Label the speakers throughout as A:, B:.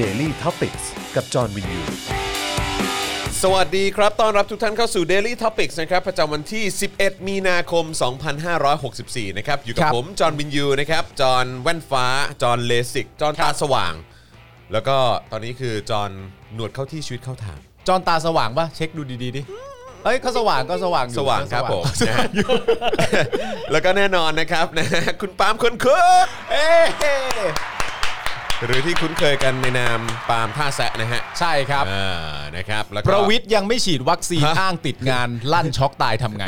A: Daily t o p i c กกับจอห์นวินยู
B: สวัสดีครับ ต้อนรับทุกท่านเข้าสู่ Daily Topics นะครับ ประจำวันที่ 11 มีนาคม 2564 นะครับ อยู่กับ
C: ครับ
B: ผม จอห์นวินยู นะครับ จอห์นแว่นฟ้า จอห์นเลสิก จอห์นตาสว่าง แล้วก็ตอนนี้คือจอห์นหนวดเข้าที่ชีวิตเข้าทาง
C: จอนตาสว่างปะเช็คดูดีๆดิเอ้ยเขาสว่างก็สว่างอยู่
B: สว่างครับผมนะฮะ แล้วก็แน่นอนนะครับนะฮะคุณปาล์มคนคุกเอ้หรือที่คุ้นเคยกันในนามปาล์มท่าแซะนะฮะ
C: ใช่ครับ
B: อ่านะครับ แล้วก็
C: ประวิทย์ยังไม่ฉีดวัคซีน
B: ฮะ
C: อ้างติดงานลั่นช็อกตายทำไง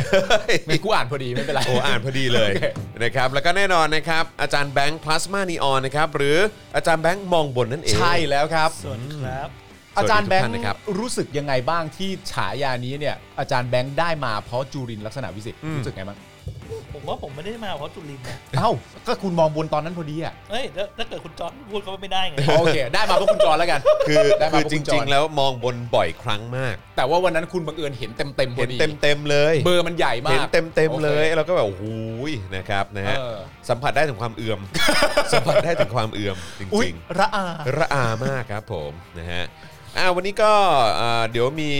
C: ไม่กูอ่านพอดีไม่เป็นไร
B: โอ้อ่านพอดีเลย
C: โอเค
B: นะครับแล้วก็แน่นอนนะครับ อาจารย์แบงค์พลาสมานีออนนะครับหรืออาจารย์แบงค์มองบนนั่นเอง
C: ใช่แล้วครับ
D: สวัสดีครับ
C: อาจารย์แบง
B: สวัส
C: ค์
B: ดีทุกท่านนะครับ
C: รู้สึกยังไงบ้างที่ฉายานี้เนี่ยอาจารย์แบงค์ได้มาเพราะจูรินทร์ลักษณะวิสิทธิ์รู้สึกไงบ้าง
D: ผมว่าผมไม่ได้มาเพราะจุลินทร์นะ
C: เอ้าก็คุณมองบนตอนนั้นพอดีอ่ะ
D: เอ้ยแล้วถ้าเกิดคุณจอร์นพูดก็ไม่ได้ไง
C: โอเค ได้มาเพราะคุณจอนแล้วกัน
B: คือ
C: ได้มา
B: คือ
C: เพาะ
B: จ
C: คุณ
B: ริง
C: อน
B: ๆ แล้วมองบนบ่อยครั้งมาก
C: แต่ว่าวันนั้นคุณบังเอิญเห็นเต็มๆพ
B: เห็
C: อน ดี
B: เต็มเต็มๆเลย
C: เบอร์มันใหญ่มาก
B: เห็นเต็มเต็ม
C: โอค
B: ๆเลยเราก็แบบโอ้โหยนะครับนะฮะ
C: เออ
B: สัมผัสได้ถึงความเอื่อ ม สัมผัสได้ถึงความเอื่อมจ
C: อุ๊ย
B: ริง ๆ
C: ระอา
B: ระอามากครับผมนะฮะอ่าวันนี้ก็เอ่อเดี๋ยวมี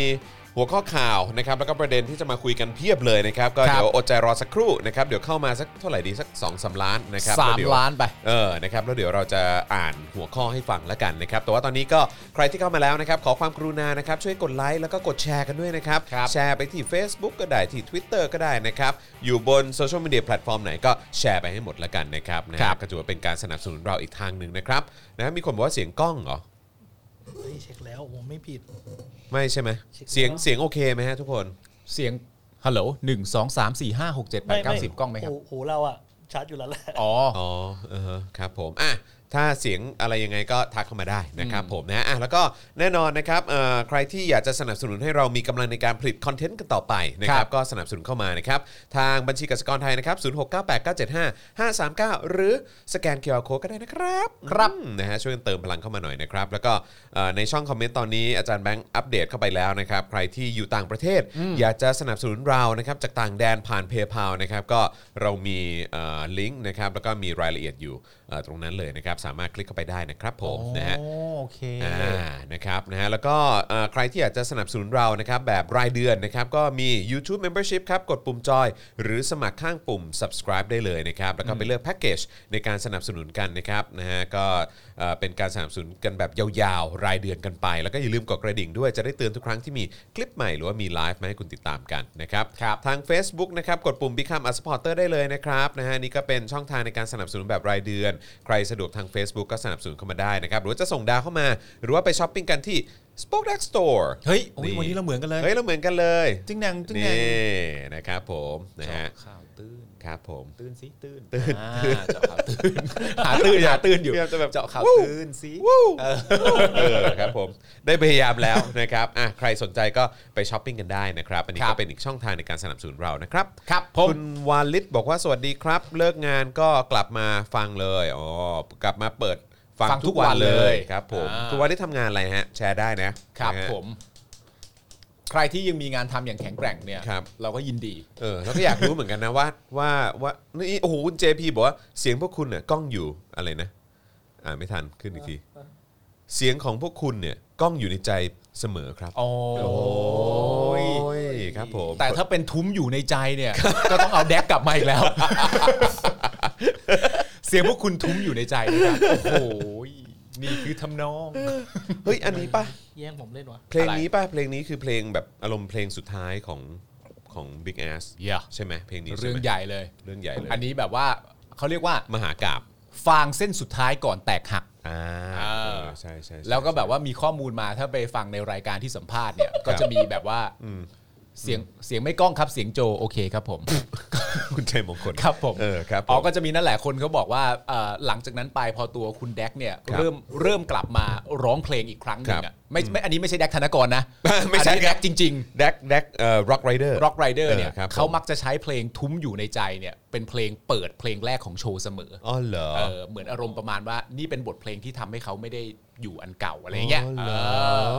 B: หัวข้อข่าวนะครับแล้วก็ประเด็นที่จะมาคุยกันเพียบเลยนะครับก็
C: ครับ
B: เดี๋ยวอดใจรอสักครู่นะครับเดี๋ยวเข้ามาสักเท่าไหร่ดีสัก2อสล้านนะครับ
C: สาม
B: แวเดี๋ยว
C: ล้านไป
B: เออนะครับแล้วเดี๋ยวเราจะอ่านหัวข้อให้ฟังแล้วกันนะครับแต่ว่าตอนนี้ก็ใครที่เข้ามาแล้วนะครับขอความกรุณานะครับช่วยกดไลค์แล้วก็กดแชร์กันด้วยนะครับแชร์ไปที่ Facebook ก็ได้ที่ Twitter ก็ได้นะครับอยู่บนโซเชียลมีเดียแพลตฟอร์มไหนก็แชร์ไปให้หมดแล้วกันนะครับนะฮะ
C: ครับ
B: ก็ถือว่าเป็นการสนับสนุนเราอีกทางหนึ่งนะครับนะฮะมีคนบอกว่าเสียงกล้องเหรอ
D: เฮ้ยเช็คแล้วผมไม่ผิด
B: ไม่ใช่ไหม
D: เช็ค
B: เสียง
D: แล้ว
B: เสียงโอเคไหมฮะทุกคน
C: เสียงฮัลโหลหนึ่งสองสามสี่ห้าหกเจ็ดแปดเก้าสิบกล้องไหมครับ
D: โโหเราอะชาร์จอยู่แล้วแหละ
C: อ๋อ
B: อ๋อเออครับผมอ่ะถ้าเสียงอะไรยังไงก็ทักเข้ามาได้นะครับผมนะอ่ะแล้วก็แน่นอนนะครับเอ่อใครที่อยากจะสนับสนุนให้เรามีกำลังในการผลิตคอนเทนต์กันต่อไปนะครับ
C: ครับ
B: ก็สนับสนุนเข้ามานะครับทางบัญชีกสิกรไทยนะครับ0698975539 หรือสแกน QR Code ก็ได้นะครับ
C: ครับ
B: อืมนะฮะช่วยกันเติมพลังเข้ามาหน่อยนะครับแล้วก็เอ่อในช่องคอมเมนต์ตอนนี้อาจารย์แบงค์อัปเดตเข้าไปแล้วนะครับใครที่อยู่ต่างประเทศ อยากจะสนับสนุนเรานะครับจากต่างแดนผ่าน PayPal นะครับก็เรามีเอ่อลิงก์นะครับแล้วก็มีรายละเอียดอยู่เอ่อตรงนั้นเลยนะครับสามารถคลิกเข้าไปได้นะครับผมนะฮะ
C: โอเค
B: อ่านะครับนะฮะแล้วก็เอ่อใครที่อยากจะสนับสนุนเรานะครับแบบรายเดือนนะครับก็มี YouTube Membership ครับกดปุ่มจอย หรือสมัครข้างปุ่ม subscribe ได้เลยนะครับแล้วก็ไปเลือกแพ็กเกจในการสนับสนุนกันนะครับนะฮะก็เอ่อเป็นการสนับสนุนกันแบบยาวๆ รายเดือนกันไป แล้วก็อย่าลืมกดกระดิ่งด้วยจะได้เตือนทุกครั้งที่มีคลิปใหม่หรือว่ามีไลฟ์มาให้คุณติดตามกันนะครับ
C: ครับ
B: ทาง Facebook นะครับกดปุ่ม Become a supporter ได้เลยนะครับนะฮะนี่ก็เป็นช่องทางในการสนับสนุนแบบรายเดือน ใครสะดวกทาง Facebook ก็สนับสนุนเข้ามาได้นะครับ หรือว่าจะส่งดาวเข้ามา หรือว่าไปช้อปปิ้งกันที่ Spoke Dark Store
C: เฮ้ยโอ้ยวันนี้เราเหมือนกันเลย
B: เฮ้ย เราเหมือนกันเลย
C: จึงแนงจึงแน
B: นี่
C: ง
B: นะครับผมนะฮะ
C: ข่าวตื้น
B: ครับผม
C: ตื้นสิตื้น ตื้นเจาะข่าวตื้น หาตื้นหาตื้นอยู่
B: พยายามจะแบบ
C: เจาะข่าว
B: วู้
C: ตื้นสิ
B: วู้เออครับผมได้พยายามแล้วนะครับอ่ะใครสนใจก็ไปช้อปปิ้งกันได้นะครับอันนี้
C: ครั
B: ก็
C: บ
B: เป็นอีกช่องทางในการสนับสนุนเรานะครับ
C: ครับผม
B: คุณวาลิตบอกว่าสวัสดีครับ เลิกงานก็กลับมาฟังเลยอ๋อกลับมาเปิดฟังทุกวันเลยครับผม
C: อ่า
B: คุณวาลิตทำงานอะไรฮะ แชร์ได้นะครับ นะฮะ
C: ผม ใครที่ยังมีงานทำอย่างแข็งแกร่งเนี่ย
B: ครับ
C: เราก็ยินดี
B: เออแล้วก็อยากรู้เหมือนกันนะว่าว่าว่านี่โอ้โหคุณเจพีบอกว่าเสียงพวกคุณเนี่ยกล้องอยู่อะไรนะ อ่านไม่ทันขึ้นอีกทีเสียงของพวกคุณเนี่ยกล้องอยู่ในใจเสมอครับ
C: โอ้ย
B: โอ้ยครับผม
C: แต่ถ้าเป็นทุ้มอยู่ในใจเนี่ย ก็ต้องเอาแดกกลับมาอีกแล้ว เสียงพวกคุณทุ้มอยู่ในใจนะครับโอ้โหนี่คือทำนอง
B: เฮ้ยอันนี้ ป่ะ
D: แย่งผมเล่นวะ
B: เพลงนี้ป่ะเพลงนี้คือเพลงแบบอารมณ์เพลงสุดท้ายของของ Big Ass
C: Yeah
B: ใช่ไหมเพลงนี้
C: เรื่อง
B: ช่ไม
C: ใหญ่เลย
B: เรื่องใหญ่เลย
C: อันนี้แบบว่าเขาเรียกว่า
B: มหากาบ
C: ฟางเส้นสุดท้ายก่อนแตกหัก
B: อ่า
C: อ่า
B: เออใช่ใช่ใช่
C: แล้วก็แบบว่ามีข้อมูลมาถ้าไปฟังในรายการที่สัมภาษณ์เนี่ย ก็จะมีแบบว่า
B: อืม
C: เสียงเสียงไม่กล้องครับเสียงโจโอเคครับผม
B: คุณใจมงคล
C: ครับผม
B: เออครับ
C: อ๋อ
B: ผม
C: ก็จะมีนั่นแหละคนเขาบอกว่าเอ่อหลังจากนั้นไปพอตัวคุณแดกเนี่ย
B: ครับ
C: เริ่มเริ่มกลับมาร้องเพลงอีกครั้งหนึ่ง
B: ครั
C: อะ
B: บ
C: ไม่ไม่อันนี้ไม่ใช่แดกธนกรนะ
B: ไม่ใช่
C: อันนี้
B: ค
C: แด
B: รับ
C: กจริง
B: แดกแดกเอ่อ Rock Rider
C: ๆร็อกไรเดอร์เนี่ย
B: เออครับผม
C: เขามักจะใช้เพลงทุ้มอยู่ในใจเนี่ยเป็นเพลงเปิดเพลงแรกของโชว์เสมอ
B: อ๋อเหรอ
C: เออเหมือนอารมณ์ประมาณว่านี่เป็นบทเพลงที่ทำให้เขาไม่ได้อยู่อันเก่าอะไรอย่างเงี้ย
B: อ๋อเหรอ
C: เออ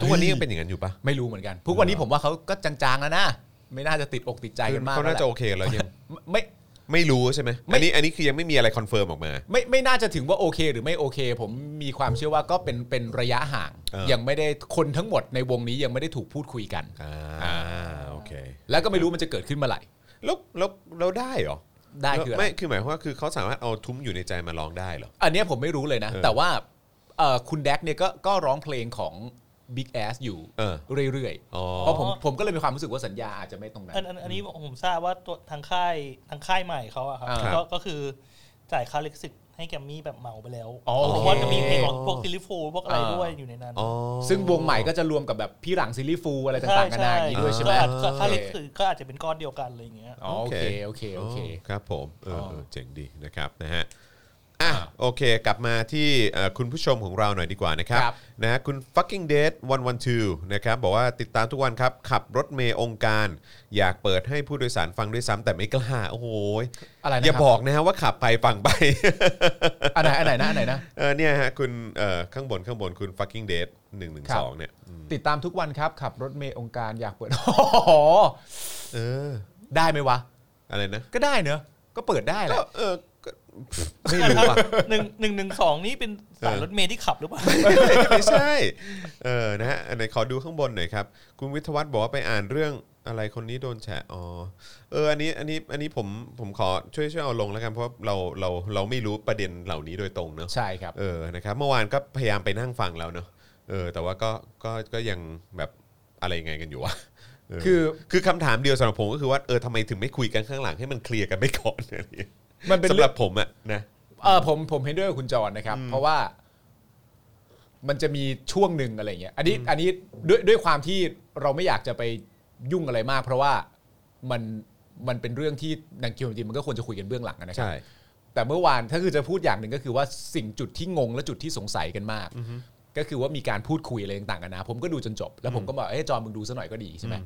B: ทุกวันนี้ยังเป็นอย่างนั้นอยู่ปะ
C: ไม่รู้เหมือนกันทุกวันนี้ผมว่าเขาก็จางๆแล้วนะ ไม่น่าจะติดอกติดใจ
B: คือ
C: กันมาก
B: เขาน่า
C: แล้ว
B: จะ
C: แหล
B: โอเคแล้วยัง
C: ไม่
B: ไม่รู้ใช่ไหมอั
C: ไม่
B: นนี้อันนี้คือยังไม่มีอะไรคอนเฟิร์มออกมา
C: ไม่ไม่น่าจะถึงว่าโอเค หรือไม่โอเค ผมมีความเชื่อว่าก็เป็นเป็นระยะห่าง
B: เออ
C: ยังไม่ได้คนทั้งหมดในวงนี้ยังไม่ได้ถูกพูดคุยกัน
B: อ่าโอเค
C: แล้วก็ไม่รู้มันจะเกิดขึ้นเมื่อไหร่
B: แล้วแล้วเราได้เหรอ
C: ได้คืออะไร
B: ไม่คือหมายความว่าคือเขาสามารถเอาทุ้มอยู่ในใจมาร้องได้เหรอ
C: อันเนี้ยผมไม่รู้เลยนะ
B: เออ
C: แต่ว่าเอ่อคุณแดกเนี่ยก็ก็ร้องเพลงของ Big Ass อยู่
B: เออ
C: เรื่อย
B: อ๋อ
C: ๆเพราะผมผมก็เลยมีความรู้สึกว่าสัญญาอาจจะไม่ตรงนั้น
D: อันอันอันนี้ผมทราบว่าตัวทางค่ายทางค่ายใหม่เขาอะครับ
C: อ่า
D: ก็ก็คือจ่ายค่าลิขสิทธิ์ให้แกมมี่แบบเหมาไปแล้ว
C: อ๋อ
D: เพ
C: โอเค
D: ราะว่าจะมีเพลงของพวกซิลิฟูพวกอะไร
C: อ่า
D: ด้วยอยู่ในนั้น
B: อ๋อ
C: ซึ่งวงใหม่ก็จะรวมกับแบบพี่หลังซิลลี่ฟูอะไรต่างๆกันานาอย่างนี้ด้วยใช่ไหม
D: ก็อาจก็ค่า
C: โอเค
D: ลิขสิทธิ์ก็อาจจะเป็นก้อนเดียวกันอะไรอย่างเงี้ย
C: อ๋อโอเคโอเคโอเค
B: ครับผมเออ
C: อ๋อ
B: เออเจ๋งดีนะครับนะฮะอ่ะโอเค กลับมาที่เอ่อคุณผู้ชมของเราหน่อยดีกว่านะครับ
C: ครับ
B: นะฮะคุณ fucking dead 112นะครับบอกว่าติดตามทุกวันครับ ขับรถเมย์องค์การ อยากเปิดให้ผู้โดยสารฟังด้วยซ้ำแต่ไม่กล้าโอ้โหย
C: อะไรนะครับ
B: อย่าบอกนะฮะว่าขับไปฟังไป
C: อันไหนอันไหนนะอันไหนนะ
B: เออเนี่ยฮะคุณเอ่อข้างบนข้างบนคุณ fucking dead 112เนี่ยอืม
C: ติดตามทุกวันครับ ขับรถเมย์องค์การอยากเปิด โอ้โห
B: เออ
C: ได้ไหมวะ
B: อะไรนะ
C: ก็ได้เนอะก็เปิดได้แห
B: ก็
C: ละ
B: เออก็ไม่รู้ว่ะ
D: หนึ่งหนึ่งหนึ่งสองนี่เป็นสายรถเมล์ที่ขับหรือเปล่า
B: ไม่ใช่ เออ นะฮะอันไหนขอดูข้างบนหน่อยครับ คุณวิทยวัฒน์บอกว่าไปอ่านเรื่องอะไรคนนี้โดนแฉ อ๋อ เออ อันนี้ อันนี้ อันนี้ผม ผมขอช่วยช่วยเอาลงแล้วกันเพราะเรา เรา เราไม่รู้ประเด็นเหล่านี้โดยตรงเนอะ
C: ใช่ครับ
B: เออ นะครับ เมื่อวานก็พยายามไปนั่งฟังแล้วเนอะเออ แต่ว่าก็ ก็ ก็ยังแบบอะไรยังไงกันอยู่วะเ
C: คือ
B: คือคำถามเดียวสำหรับผมก็คือว่า เออทำไมถึงไม่คุยกันข้างหลังให้มันเคลียร์กันไปก่อน อะไรอย่างเงี้ย
C: มันเป็น
B: สำ
C: เรื่อง
B: หรับผมอะนะ
C: เออผมผมเห็นด้วยกับคุณจรนะครับ เพราะว่า มันจะมีช่วงหนึ่งอะไรเงี้ย อันนี้อันนี้ด้วยด้วยความที่เราไม่อยากจะไปยุ่งอะไรมาก เพราะว่ามันมันเป็นเรื่องที่นังคิวจริงๆมันก็ควรจะคุยกันเบื้องหลังอะนะครับ
B: ใช่
C: แต่เมื่อวานถ้าคือจะพูดอย่างหนึ่งก็คือว่าสิ่งจุดที่งงและจุดที่สงสัยกันมาก ก็คือว่ามีการพูดคุยอะไรต่างๆกันานะ ผมก็ดูจนจบ แล้วผมก็บอกเอ้ยจอห์นมึงดูซะหน่อยก็ดีใช่ไหม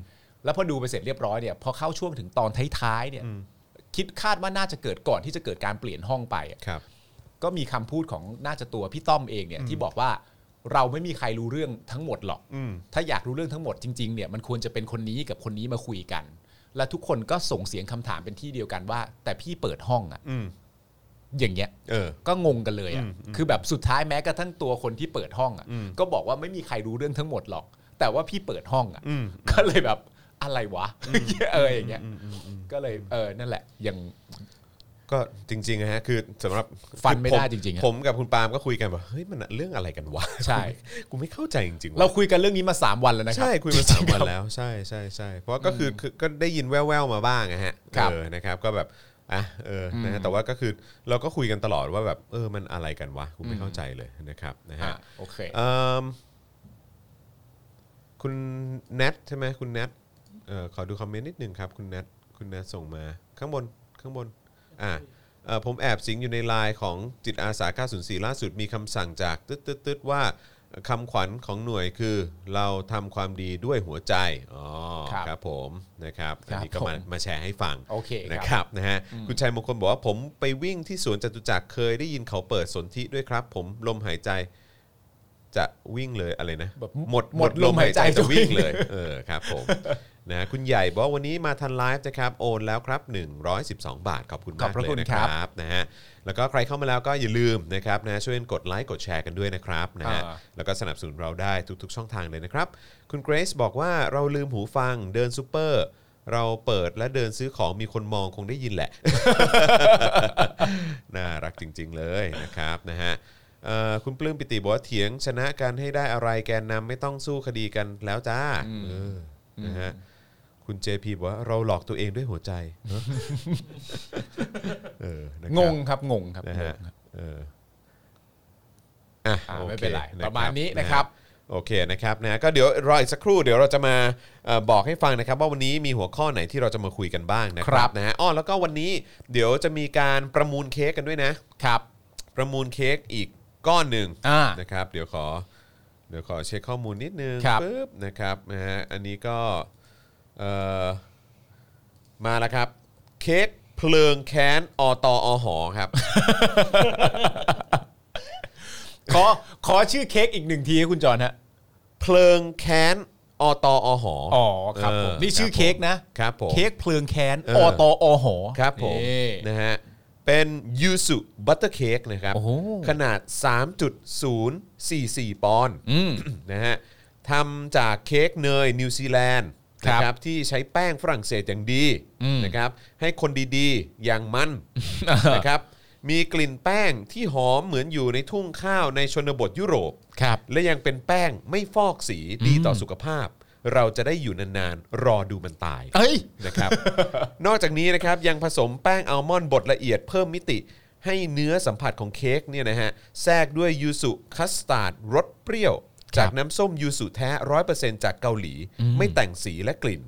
C: แล้วพอดูไปเสร็จเรียบร้อยเนี่ยพอเข้าช่วงถึงตอนท้ายๆเนี่ย คิดคาดว่าน่าจะเกิดก่อนที่จะเกิดการเปลี่ยนห้องไปอะ
B: ครับ
C: ก็มีคำพูดของน่าจะตัวพี่ต้อมเองเนี่ยที่บอกว่าเราไม่มีใครรู้เรื่องทั้งหมดหรอก
B: อืม
C: ถ้าอยากรู้เรื่องทั้งหมดจริงๆเนี่ยมันควรจะเป็นคนนี้กับคนนี้มาคุยกัน และทุกคนก็ส่งเสียงคำถามเป็นที่เดียวกันว่า แต่พี่เปิดห้องอะ
B: อืม
C: อย่างเงี้ย
B: เออ
C: ก็งงกันเลยอ่ะ
B: อืมอืม
C: คือแบบสุดท้ายแม้กระทั่งตัวคนที่เปิดห้องอ่ะ
B: อืม
C: ก็บอกว่าไม่มีใครรู้เรื่องทั้งหมดหรอก แต่ว่าพี่เปิดห้องอ่ะ
B: อืม
C: ก็เลยแบบอะไรวะ เอออย่างเงี้ย ก็เลยเออนั่นแหละยัง
B: ก็จริงๆนะฮะคือสำหรับ
C: ฟันไม่ได้จริงๆ
B: ผ
C: ฮะ
B: ผมกับคุณปาล์มก็คุยกันว่าเฮ้ยมันเรื่องอะไรกันวะ
C: ใช่
B: กูไม่เข้าใจจริงๆ
C: เรา
B: ว่ะ
C: คุยกันเรื่องนี้มา 3 วันแล้วนะครับ
B: ใช่คุยมาสามวันแล้วใช่ใช่ใช่เพราะก็คือคือก็ได้ยินแว่วๆมาบ้างนะฮะ
C: ครับ
B: เออนะครับก็แบบอ่ะเออนะฮะแต่ว่าก็คือเราก็คุยกันตลอดว่าแบบเออมันอะไรกันวะกูไม่
C: อืม
B: เข้าใจเลยนะครับนะ
C: อ่ะ
B: ฮะ
C: โอเค
B: เอิ่มคุณแนทใช่ไหมคุณแนทเออขอดูคอมเมนต์นิดนึงครับคุณแนทคุณแนทส่งมาข้างบนข้างบนอ่ะ เอ่อผมแอบสิงอยู่ในไลน์ของจิตอาสา 904 ล่าสุดมีคำสั่งจากตึ๊ดตึ๊ดตึ๊ดว่าคำขวัญของหน่วยคือเราทำความดีด้วยหัวใจ อ๋อ
C: ครับ
B: ครับผมนะครับ
C: ค
B: อั
C: รั
B: น
C: บ
B: นี้ก็มา
C: ผม
B: มาแชร์ให้ฟัง
C: โอเคครับ
B: นะครับนะฮะคุณชัยมงคลบอกว่าผมไปวิ่งที่สวนจตุจักรเคยได้ยินเขาเปิดสนธิด้วยครับ ผมลมหายใจจะวิ่งเลยอะไรนะ
C: แบบ
B: หมด
C: หมดลมหายใจ
B: จะ
C: จะวิ่
B: วิ่ง
C: ง
B: เลย เออครับผม นะฮะคุณใหญ่บอกว่าวันนี้มาทันไลฟ์นะครับโอนแล้วครับ 112 บาทขอบคุณ
C: ขอ
B: มา
C: บ
B: ก
C: พระ
B: เล
C: คุ
B: ย
C: ณ
B: นะค
C: ครั
B: รั
C: บบ
B: ครับนะฮะแล้วก็ใครเข้ามาแล้วก็อย่าลืมนะครับนะช่วยกดไลค์กดแชร์กันด้วยนะครับนะฮะ
C: อ่า
B: แล้วก็สนับสนุนเราได้ทุกๆช่องทางเลยนะครับ คุณเกรซบอกว่าเราลืมหูฟังเดินซูเปอร์ เราเปิดและเดินซื้อของมีคนมองคงได้ยินแหละ น่ารักจริง ๆ เลยนะครับนะฮะเอ่อคุณปลื้มปิติบอกว่าเถียงชนะกันให้ได้อะไรแกนนำไม่ต้องสู้คดีกันแล้วจ้าเออนะฮะคุณ JP บอกว่าเราหลอกตัวเองด้วย หัวใจเนอะ เออนะครับ
C: งงครับงงครับ
B: นะฮะ
C: งงครับ
B: เอออ่ะ
C: อ่ะ
B: โอค
C: ไม่เป็นไร
B: คบ
C: ประมาณนี้นะครับ
B: โอเคนะครับนะก็เดี๋ยวรออีกสักครู่เดี๋ยวเราจะมาเอ่อบอกให้ฟังนะครับว่าวันนี้มีหัวข้อไหนที่เราจะมาคุยกันบ้างนะค
C: ครั
B: รับบ นะฮะอ้อแล้วก็วันนี้เดี๋ยวจะมีการประมูลเค้กกันด้วยนะครับ ประมูลเค้กอีกก้อนหนึ่ง
C: อ่า
B: นะครับ เดี๋ยวขอเดี๋ยวขอเช็คข้อมูลนิดนึง
C: ครับ
B: ปึ๊บนะครับนะฮะอันนี้ก็เอ่อมาแล้วครับเค้กเพลิงแค้นอตอหอ ครับ
C: ขอขอชื่อเค้กอีกหนึ่งทีให้คุณจรฮะ
B: เพลิงแค้น อตอหอ
C: อ๋
B: อ๋
C: อครับผม
B: เออ
C: นี่ชื่อ
B: ครับผม
C: เค้กนะ
B: ครับผม
C: เค้กเพลิงแค้น
B: เอ
C: อ
B: อ
C: ตอหอ
B: ครับผม
C: นี่
B: นะฮะเป็นยูสุบัตเตอร์เค้กนะครับ
C: โอ้โห
B: ขนาด 3.044 ปอนด์
C: อืม
B: นะฮะทำจากเค้กเนยนิวซีแลนด์
C: ครับ
B: นะครับที่ใช้แป้งฝรั่งเศสอย่างดี
C: อืม
B: นะครับให้คนดีๆอย่าง มันนะครับมีกลิ่นแป้งที่หอมเหมือนอยู่ในทุ่งข้าวในชนบทยุโรป
C: ครับ
B: และยังเป็นแป้งไม่ฟอกสีดีต่อสุขภาพ เราจะได้อยู่นานๆ รอดูมันตาย
C: เอ้ย
B: นะครับ นอกจากนี้นะครับยังผสมแป้งอัลมอนด์บดละเอียดเพิ่มมิติ ให้เนื้อสัมผัสของเค้กเนี่ยนะฮะแทรกด้วยยูสุคัสตาร์ดรสเปรี้ยว
C: ครับ
B: จากน้ำส้มยูสุแท้ร้อยเปอร์เซ็นต์จากเกาหลี ไม่แต่งสีและกลิ่น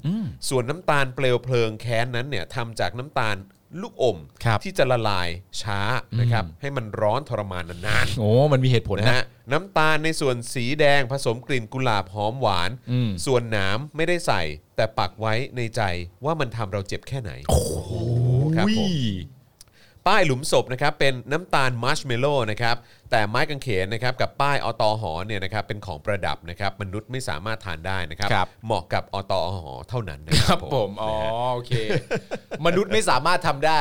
B: ส่วนน้ำตาลเปลวเพลิงแค้นนั้นเนี่ยทำจากน้ำตาลลูกอม
C: ครับ
B: ที่จะละลายช้านะครับให้มันร้อนทรมานนาน
C: โอ้มันมีเหตุผล
B: ๆนะ
C: นะ
B: ฮะน้ำตาลในส่วนสีแดงผสมกลิ่นกุหลาบหอมหวาน
C: อืม
B: ส่วนหนามไม่ได้ใส่แต่ปักไว้ในใจว่ามันทำเราเจ็บแค่ไหน ครับผม
C: อุ้ย
B: ป้ายหลุมศพนะครับเป็นน้ำตาลมัชเมลโล่นะครับแต่ไม้กางเขนนะครับกับป้ายอตอหอเนี่ยนะครับเป็นของประดับนะครับมนุษย์ไม่สามารถทานได้นะครับ
C: ครับ
B: เหมาะกับอตอหอเท่านั้นนะ
C: ค
B: ค
C: รั
B: รั
C: บบ ผ
B: ผม ม
C: อ๋อ โอเค มนุษย์ไม่สามารถทำได้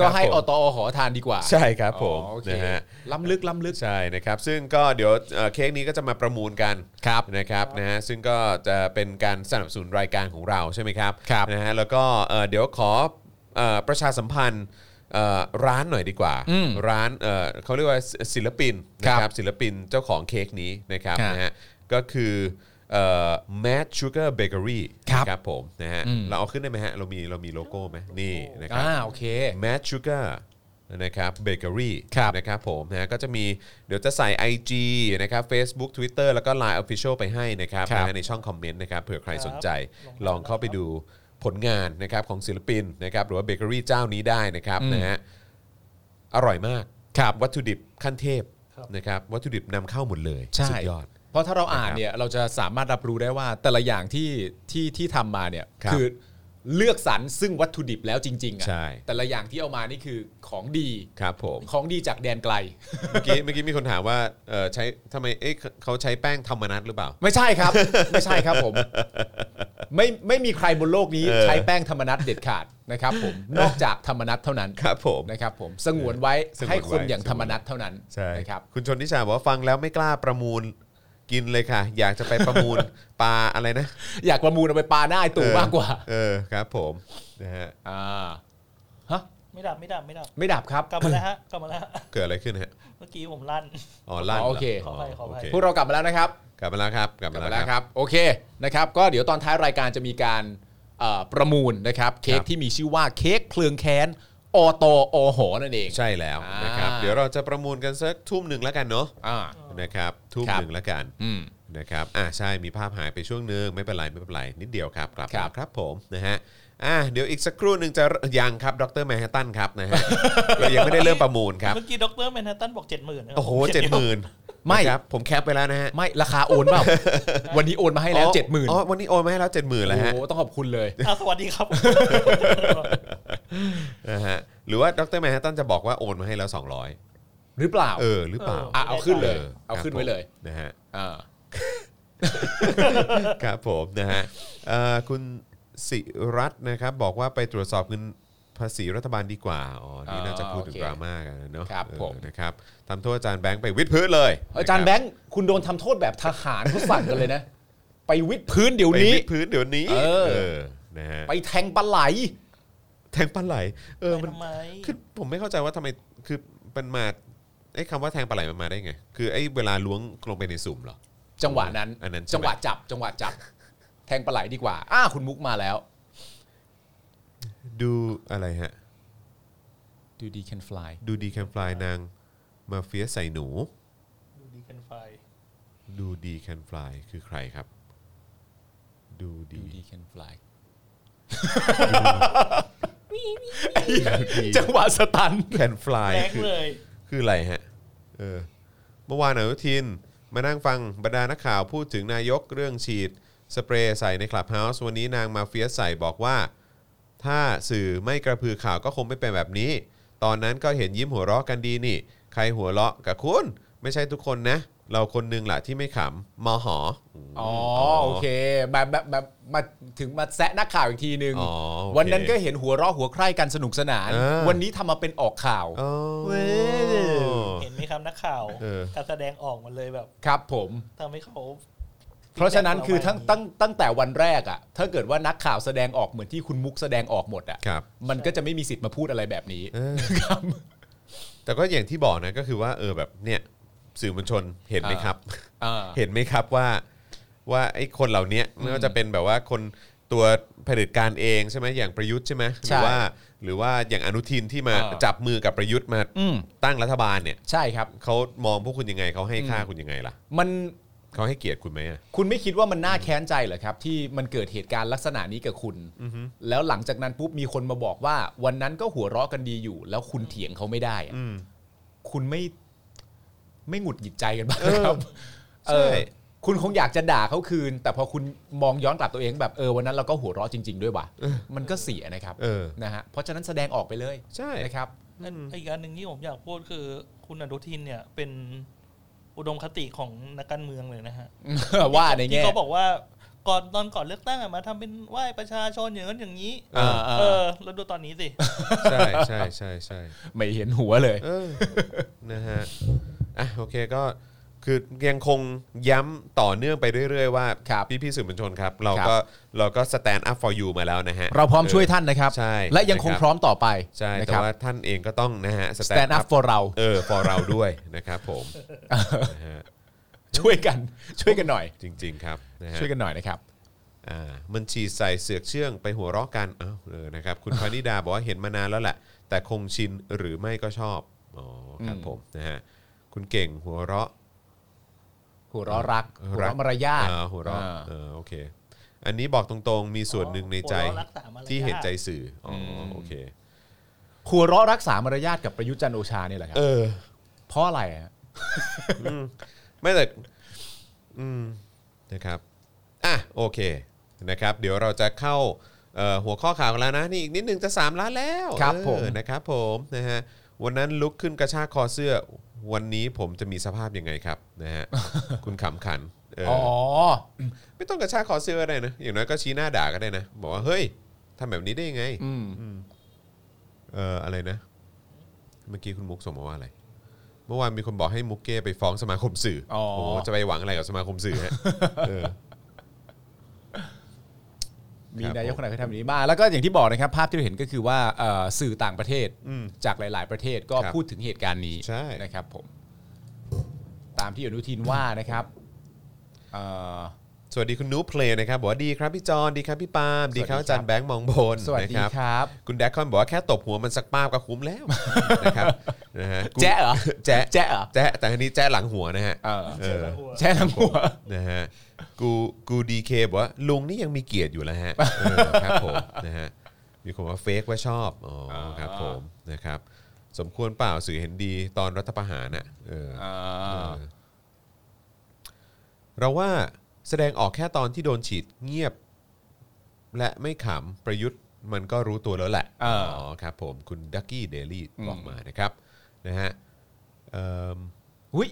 C: ก็ให้
B: ครับ
C: อ
B: ผม
C: ตอหอทานดีกว่า
B: ใช่ครับผม
C: อ๋อโอเค
B: นะฮะ
C: ล้ำลึกล้ำลึก
B: ใช่นะครับซึ่งก็เดี๋ยวเอ่อเค้กนี้ก็จะมาประมูลกัน
C: ครับ
B: นะครับนะฮะซึ่งก็จะเป็นการสนับสนุนรายการของเราใช่ไหมครับ
C: ครับ
B: นะฮะแล้วก็เอ่อเดี๋ยวขอเอ่อประชาสัมพันธ์เอ่อร้านหน่อยดีกว่า
C: อืม
B: ร้านเอ่อเขาเรียกว่าศิลปินนะค
C: ครั
B: รั
C: บบ
B: ศิลปินเจ้าของเค้กนี้นะครับ
C: ครับ
B: นะฮะก็คือเอ่อ Mad Sugar Bakery
C: ครับ
B: นะครับผมนะฮะ
C: อืม
B: เราเอาขึ้นได้ไหมฮะเรามีเรามีโลโก้ไหมนี่นะครั
C: อ่า
B: บ
C: โอเค
B: แมทชูการ์นะครับเบเกอรี่
C: ครับ
B: นะครับผมนะก็จะมีเดี๋ยวจะใส่ IG นะครับ Facebook Twitter แล้วก็ Line Official ไปให้นะครับ
C: ครับ
B: นะฮะในช่องคอมเมนต์นะครับเผื่อใคร
D: ครับ
B: สนใจ
D: ล
B: ล
D: อ
B: อง ง
D: ทาน
B: เข้าไปดูผลงานนะครับของศิลปินนะครับหรือว่าเบเกอรี่เจ้านี้ได้นะครับ
C: อืม
B: นะฮะอร่อยมาก
C: ครับ
B: วัตถุดิบขั้นเทพนะครับวัตถุดิบนำเข้าหมดเลย
C: ใช่
B: สุดยอด
C: เพราะถ้าเราอ่าน
B: นะครับ
C: เนี่ยเราจะสามารถรับรู้ได้ว่าแต่ละอย่างที่ที่ที่ทำมาเนี่ย
B: ครับ
C: อเลือกสรรซึ่งวัตถุดิบแล้วจริงๆอะ
B: ใช่
C: แต่ละอย่างที่เอามานี่คือของดี
B: ครับผม
C: ของดีจากแดนไกล
B: เมื่อกี้เมื่อกี้มีคนถามว่าเออใช้ทำไมเอ๊ะเขาใช้แป้งธรรมนัตหรือเปล่า
C: ไม่ใช่ครับ ไม่ใช่ครับผม ไม่ไม่มีใครบนโลกนี้
B: เออ
C: ใช้แป้งธรรมนัตเด็ดขาดนะครับผมนอกจากธรรมนัตเท่านั้น
B: ครับผม
C: นะครับผมสงวนไว้
B: สงวนไว้
C: ให้คนอย่างธรรมนัตเท่านั้น
B: ใช่
C: นะครับ
B: คุณชนทิชาบอกว่าฟังแล้วไม่กล้าประมูลกินเลยค่ะ อยากจะไปประมูล ปลาอะไรนะ
C: อยากประมูลเอาไปปาหน้าไอ้ตู่
B: เออ
C: มากกว่า
B: เออครับผมนะฮะ
C: อ่าฮะ
D: ไม่ดับไม่ดับไม่ดับ
C: ไม่ดับครับ
D: กลับมาแล้วฮะกลับมาแล้วฮะ
B: เกิดอะไรขึ้นฮะ
D: เมื่อกี้ผมลั่น
B: อ๋อลั่นหร
C: โอเค
D: ขออภัยขออภัย
B: โเค
C: พวกเรากลับมาแล้วนะครับ
B: กลับมาแล้วครับกลับ
C: ก
B: มา
C: ลับมา
B: แล้
C: แล้ว ว
B: ค
C: ครับ รับโอเคนะครับก็เดี๋ยวตอนท้ายรายการจะมีการเอ่อประมูลนะครับเค้กที่มีชื่อว่าเค้กเพลิงแค้นอตอหอนั่นเอง
B: ใช่แล้ว
C: อ่าน
B: นะครับเดี๋ยวเราจะประมูลกันสักทุ่มหนึ่งแล้วกันเนาะ
C: อ่า
B: นะครับทุ่ม
C: ครับ
B: หนึ่งแล้วกัน
C: อืม
B: นะครับอ่าใช่มีภาพหายไปช่วงหนึงไม่เป็นไรไม่เป็นไรนิดเดียวครับกลับมา
C: ครับ
B: ครับผมนะฮะอ่าเดี๋ยวอีกสักครู่หนึ่งจะยังครับดรแมนฮัตตันครับนะฮะ เรายังไม่ได้เริ่มประมูลครับ
D: เมื่อกี้ดรแมนฮัตตันบอกเจ็ดหมื่นะ
B: โอ้โหเจ็ดหมื่น
C: ไม่
B: ครับผมแคปไปแล้วนะฮะ
C: ไม่ราคาโอน เปล่า วันนี้โอนมาให้แล้ว
B: อ๋อ
C: เจ็ดหมื่น
B: อ๋อ วันนี้โอนมาให้แล้วเจ็ดหมื่นแล้ว
C: โอ้
B: ฮะ
C: โหต้องขอบคุณเลย
D: อ่ะสวัสดีครับ
B: นะฮะ หรือว่าดรแมนฮัตตันจะบอกว่าโอนมาให้แล้ว 200
C: หรือเปล่า
B: เออ หรือเปล่า
D: อ่
C: ะเอาขึ้นเลย
B: อ
C: เอาขึ้นไว้เลย
B: นะฮะ
C: อ่า
B: ครับผมนะฮะเอ่อคุณสิรัตน์นะครับบอกว่าไปตรวจสอบเงินภาษีรัฐบาลดีกว่า อ๋อ นี่น่าจะพูดถึงดราม่ากันนะเนาะเออนะครับทำโทษอาจารย์แบงค์ไปวิดพื้นเลย
C: อาจารย์แบงค์คุณโดนทำโทษแบบทหารเขาสั่งกันเลยนะ ไปวิดพื้นเดี๋ยว
B: ไป
C: นี้
B: วิดพื้นเดี๋ยวนี้
C: เออ
B: นะฮะ
C: ไปแทงปลาไหล
B: แทงปลาไหล เออ
D: ไป
B: มัน
D: ทำไม
B: คือผมไม่เข้าใจว่าทำไม คือมันมาไอ้คำว่าแทงปลาไหลมันมาได้ไง คือไอ้เวลาล้วงลงไปในสุ่มเหรอ
C: จังหวะนั้น
B: อันนั้นใช่ไหม
C: จังหวะจับ จังหวะจับ แทงปลาไหลดีกว่า อ้าคุณมุกมาแล้ว
B: ดูอะไรฮะ
C: ดูดี can fly
B: ดูดีแคมฟลายนางมาเฟียใส่หนู
D: ดูดีกันไฟ
B: ดูดีแคมฟลายคือใครครับ ดู
C: ดู
B: ดี
C: ดี can fly
B: ดี
C: จังหวะสตัน
B: แคมฟลาย
D: แรง
B: คือ
D: เลย
B: คืออะไรฮะ เออ เมื่อวานอนุทิน มานั่งฟังบรรดานักข่าวพูดถึงนายกเรื่องฉีด สเปรย์ใส่ในคลับเฮาส์วันนี้นางมาเฟียใส่บอกว่า ถ้าสื่อไม่กระพือข่าวก็คงไม่เป็นแบบนี้ ตอนนั้นก็เห็นยิ้มหัวเราะกันดีนี่ ใครหัวเราะกับคุณ ไม่ใช่ทุกคนนะ เราคนหนึงแหละที่ไม่ขำมอหออ๋
C: อ๋อโอเคมาแบบแบบมาถึงมาแซะนักข่าวอีกทีนึง
B: อ๋อโอเค
C: วันนั้นก็เห็นหัวเราะหัวใคร่กันสนุกสนาน
B: เออ
C: วันนี้ทำมาเป็นออกข่าว
B: อ๋อ
D: เห็นไหมครับนักข่าว
B: เออ
D: การแสดงออกมันเลยแบบ
C: ครับผม
D: ทำให้เขา
C: เพราะฉะนั้นคือทั้ง
D: เราว่าอย่าง
C: ตั้
D: นี้
C: งตั้งแต่วันแรกอะถ้าเกิดว่านักข่าวแสดงออกเหมือนที่คุณมุกแสดงออกหมดอะ
B: ครับ
C: มันก็จะไม่มีสิทธิ์มาพูดอะไรแบบนี้
B: เออ
C: ครับ
B: แต่ก็อย่างที่บอกนะก็คือว่าเออแบบเนี่ยสื่อมวลชนเห็นไหมครับ
C: อ่า
B: เห็นไหมครับว่าว่าไอ้คนเหล่าเนี้ยไม่ว่าจะเป็นแบบว่าคนตัวเผด็จการเองใช่ไหมอย่างประยุทธ์ใช่ไหมห
C: ใช่
B: รืว่า หรือว่าอย่างอนุทินที่มา
C: เออ
B: จับมือกับประยุทธ์มา
C: อืม
B: ตั้งรัฐบาลเนี่ย
C: ใช่ครับ
B: เขามองพวกคุณยังไงเขาให้ค่าคุณยังไงล่ะ
C: มัน
B: เขาให้เกียรติคุณไหมอะ
C: คุณไม่คิดว่ามันน่าแค้นใจเหรอครับ ที่มันเกิดเหตุการณ์ลักษณะนี้กับคุณ แล้วหลังจากนั้นปุ๊บมีคนมาบอกว่า วันนั้นก็หัวเราะกันดีอยู่ แล้วคุณเถียงเขาไม่ได้อะคุณไม่ไม่หงุดหงิดใจกันบ้างนะครับ
B: ใช่
C: เออคุณคงอยากจะด่าเขาคืน แต่พอคุณมองย้อนกลับตัวเองแบบเออวันนั้นเราก็หัวเราะจริง ๆ ด้วยว่ะมันก็เสียนะครับ
B: เออ
C: นะฮะเพราะฉะนั้นแสดงออกไปเลย
B: ใช่
C: นะครับ
D: นั่นอีกอันหนึ่งที่ผมอยากพูดคือ คุณอนุทินเนี่ยเป็นอุดมคติของนักการเมืองเลยนะฮะ
C: ว่าในแง่
D: ที่เขาบอกว่าก่อนตอนก่อนเลือกตั้งอะมาทำเป็นไหว้ประชาชนอย่างนั้นอย่างนี้
B: เออ
C: เออ
D: เอ
C: เออ
D: อ แล้วดูตอนนี้สิ
B: ใช่ใช่ใช่ใช่
C: ไม่เห็นหัวเลย
B: เออนะฮะอ่ะโอเคก็คือยังคงย้ำต่อเนื่องไปเรื่อยๆว่า
C: ครับ
B: พี่พี่ๆสื่อมวลชนครับ เรา
C: ครับ
B: ก็เราก็ stand up for you มาแล้วนะฮะ
C: เราพร้อมช่วยท่านนะครับ
B: ใช่
C: และยังคง
B: นะครับ
C: พร้อมต่อไป
B: ใช่
C: นะ
B: แต่
C: ครับ
B: ว่าท่านเองก็ต้องนะฮะ
C: stand up for เรา
B: เออ for เราด้วยนะครับผมนะฮะ
C: ช่วยกัน ช่วยกันหน่อย
B: จริง ๆ ครับนะฮะ
C: ช่วยกันหน่อยนะครับ
B: อ่ามันฉีดใส่เสือกเชื่องไปหัวเราะกันอ้าวเออนะครับ คุณพานิดาบอกว่าเห็นมานานแล้วแหละ แต่คงชินหรือไม่ก็ชอบ อ๋อครับ
C: อืม
B: ผมนะฮะคุณเก่งหัวเราะ
C: หัวเราะรัก
B: รัก
C: หัวเราะมารยาท
B: อ่าหัวเราะ
C: อ่า
B: เออโอเค อันนี้บอกตรงๆ มีส่วนหนึ่งในใจ
D: หัวเราะรักษามารยาท
B: ที่เห็นใจสื่ออ๋ออ
C: ม
B: โอเค
C: หัวเราะรักษามารยาทกับประยุทธ์จันทร์โอชาเนี่ยแหละครับ
B: เออ
C: เพราะอะไรอะ
B: ไม่แต่อืมนะครับอ่ะโอเคนะครับ เดี๋ยวเราจะเข้าเอ่อหัวข้อข่าวกันแล้วนะนี่อีกนิดนึงจะ 3 ล้านแล้ว
C: ครับ
B: เออ
C: ผม
B: นะครับผมนะฮะวันนั้นลุกขึ้นกระชากคอเสื้อ วันนี้ผมจะมีสภาพยังไงครับนะ ฮะ คุณขำขันเอออ
C: อ๋อ
B: ไม่ต้องกระชากคอเสื้อก็ได้นะอย่างน้อยก็ชี้หน้าด่าก็ได้นะ บอกว่าเฮ้ยทำแบบนี้ได้ยังไง
C: อืม
B: เอออะไรนะ เมื่อกี้คุณมุกส่งมาว่าอะไร เมื่อวานมีคนบอกให้มุกเก้ไปฟ้องสมาคมสื่ออ
C: อ๋อ
B: โอ้โหจะไปหวังอะไรกับสมาคมสื่อ ฮะเออ
C: มี
B: ครับ
C: นายกคนไหนเคยทำแบบนี้บ้างแล้วก็อย่างที่บอกนะครับ ภาพที่เราเห็นก็คือว่าเอ่อสื่อต่างประเทศ
B: อืม
C: จากหลาย ๆ ประเทศก็
B: ครับ
C: พูดถึงเหตุการณ์นี้
B: ใช่
C: นะครับ ผม ตามที่อนุทินว่านะครับเอ่อ
B: สวัสดีคุณนูเพลย์นะครับบอกว่าดีครับพี่จอนดีครับพี่ปาล์มดีครับ
C: สวัสดีครับ
B: อาจารย์แบงค์มองบน
C: สวัสดี
B: นะค
C: ครับ รับ
B: คุณแดกคอนบอกว่าแค่ตบหัวมันสักป้าบก็คุ้มแล้ว นะครับนะฮะกู
C: แจ๊ะเหรอ
B: แจ๊ะ
C: แจ๊ะเหรอ
B: แจ๊ะแต่อันนี้แจ๊ะหลังหัวนะฮะ
C: เออ
B: เออ
C: แจ๊ะทั้งหัว
B: นะฮะกูกูดีเคบอกว่าลุงนี่ยังมีเกียรติอยู่แล้ว ฮะเออครับผมนะฮะมีคนว่าเฟกว่าชอบอ๋อครับผมนะครับสมควรเปล่าสื่อเห็นดีตอนรัฐประหารน่ะเออ
C: อ่า
B: เราว่าแสดงออกแค่ตอนที่โดนฉีดเงียบ และไม่ขำประยุทธ์มันก็รู้ตัวแล้วแหละ
C: เอออ๋
B: ครับผมคุณดักกี้เดลี่
C: อืม
B: บอกมานะครับนะฮะเอิ่ม
C: อุ้ย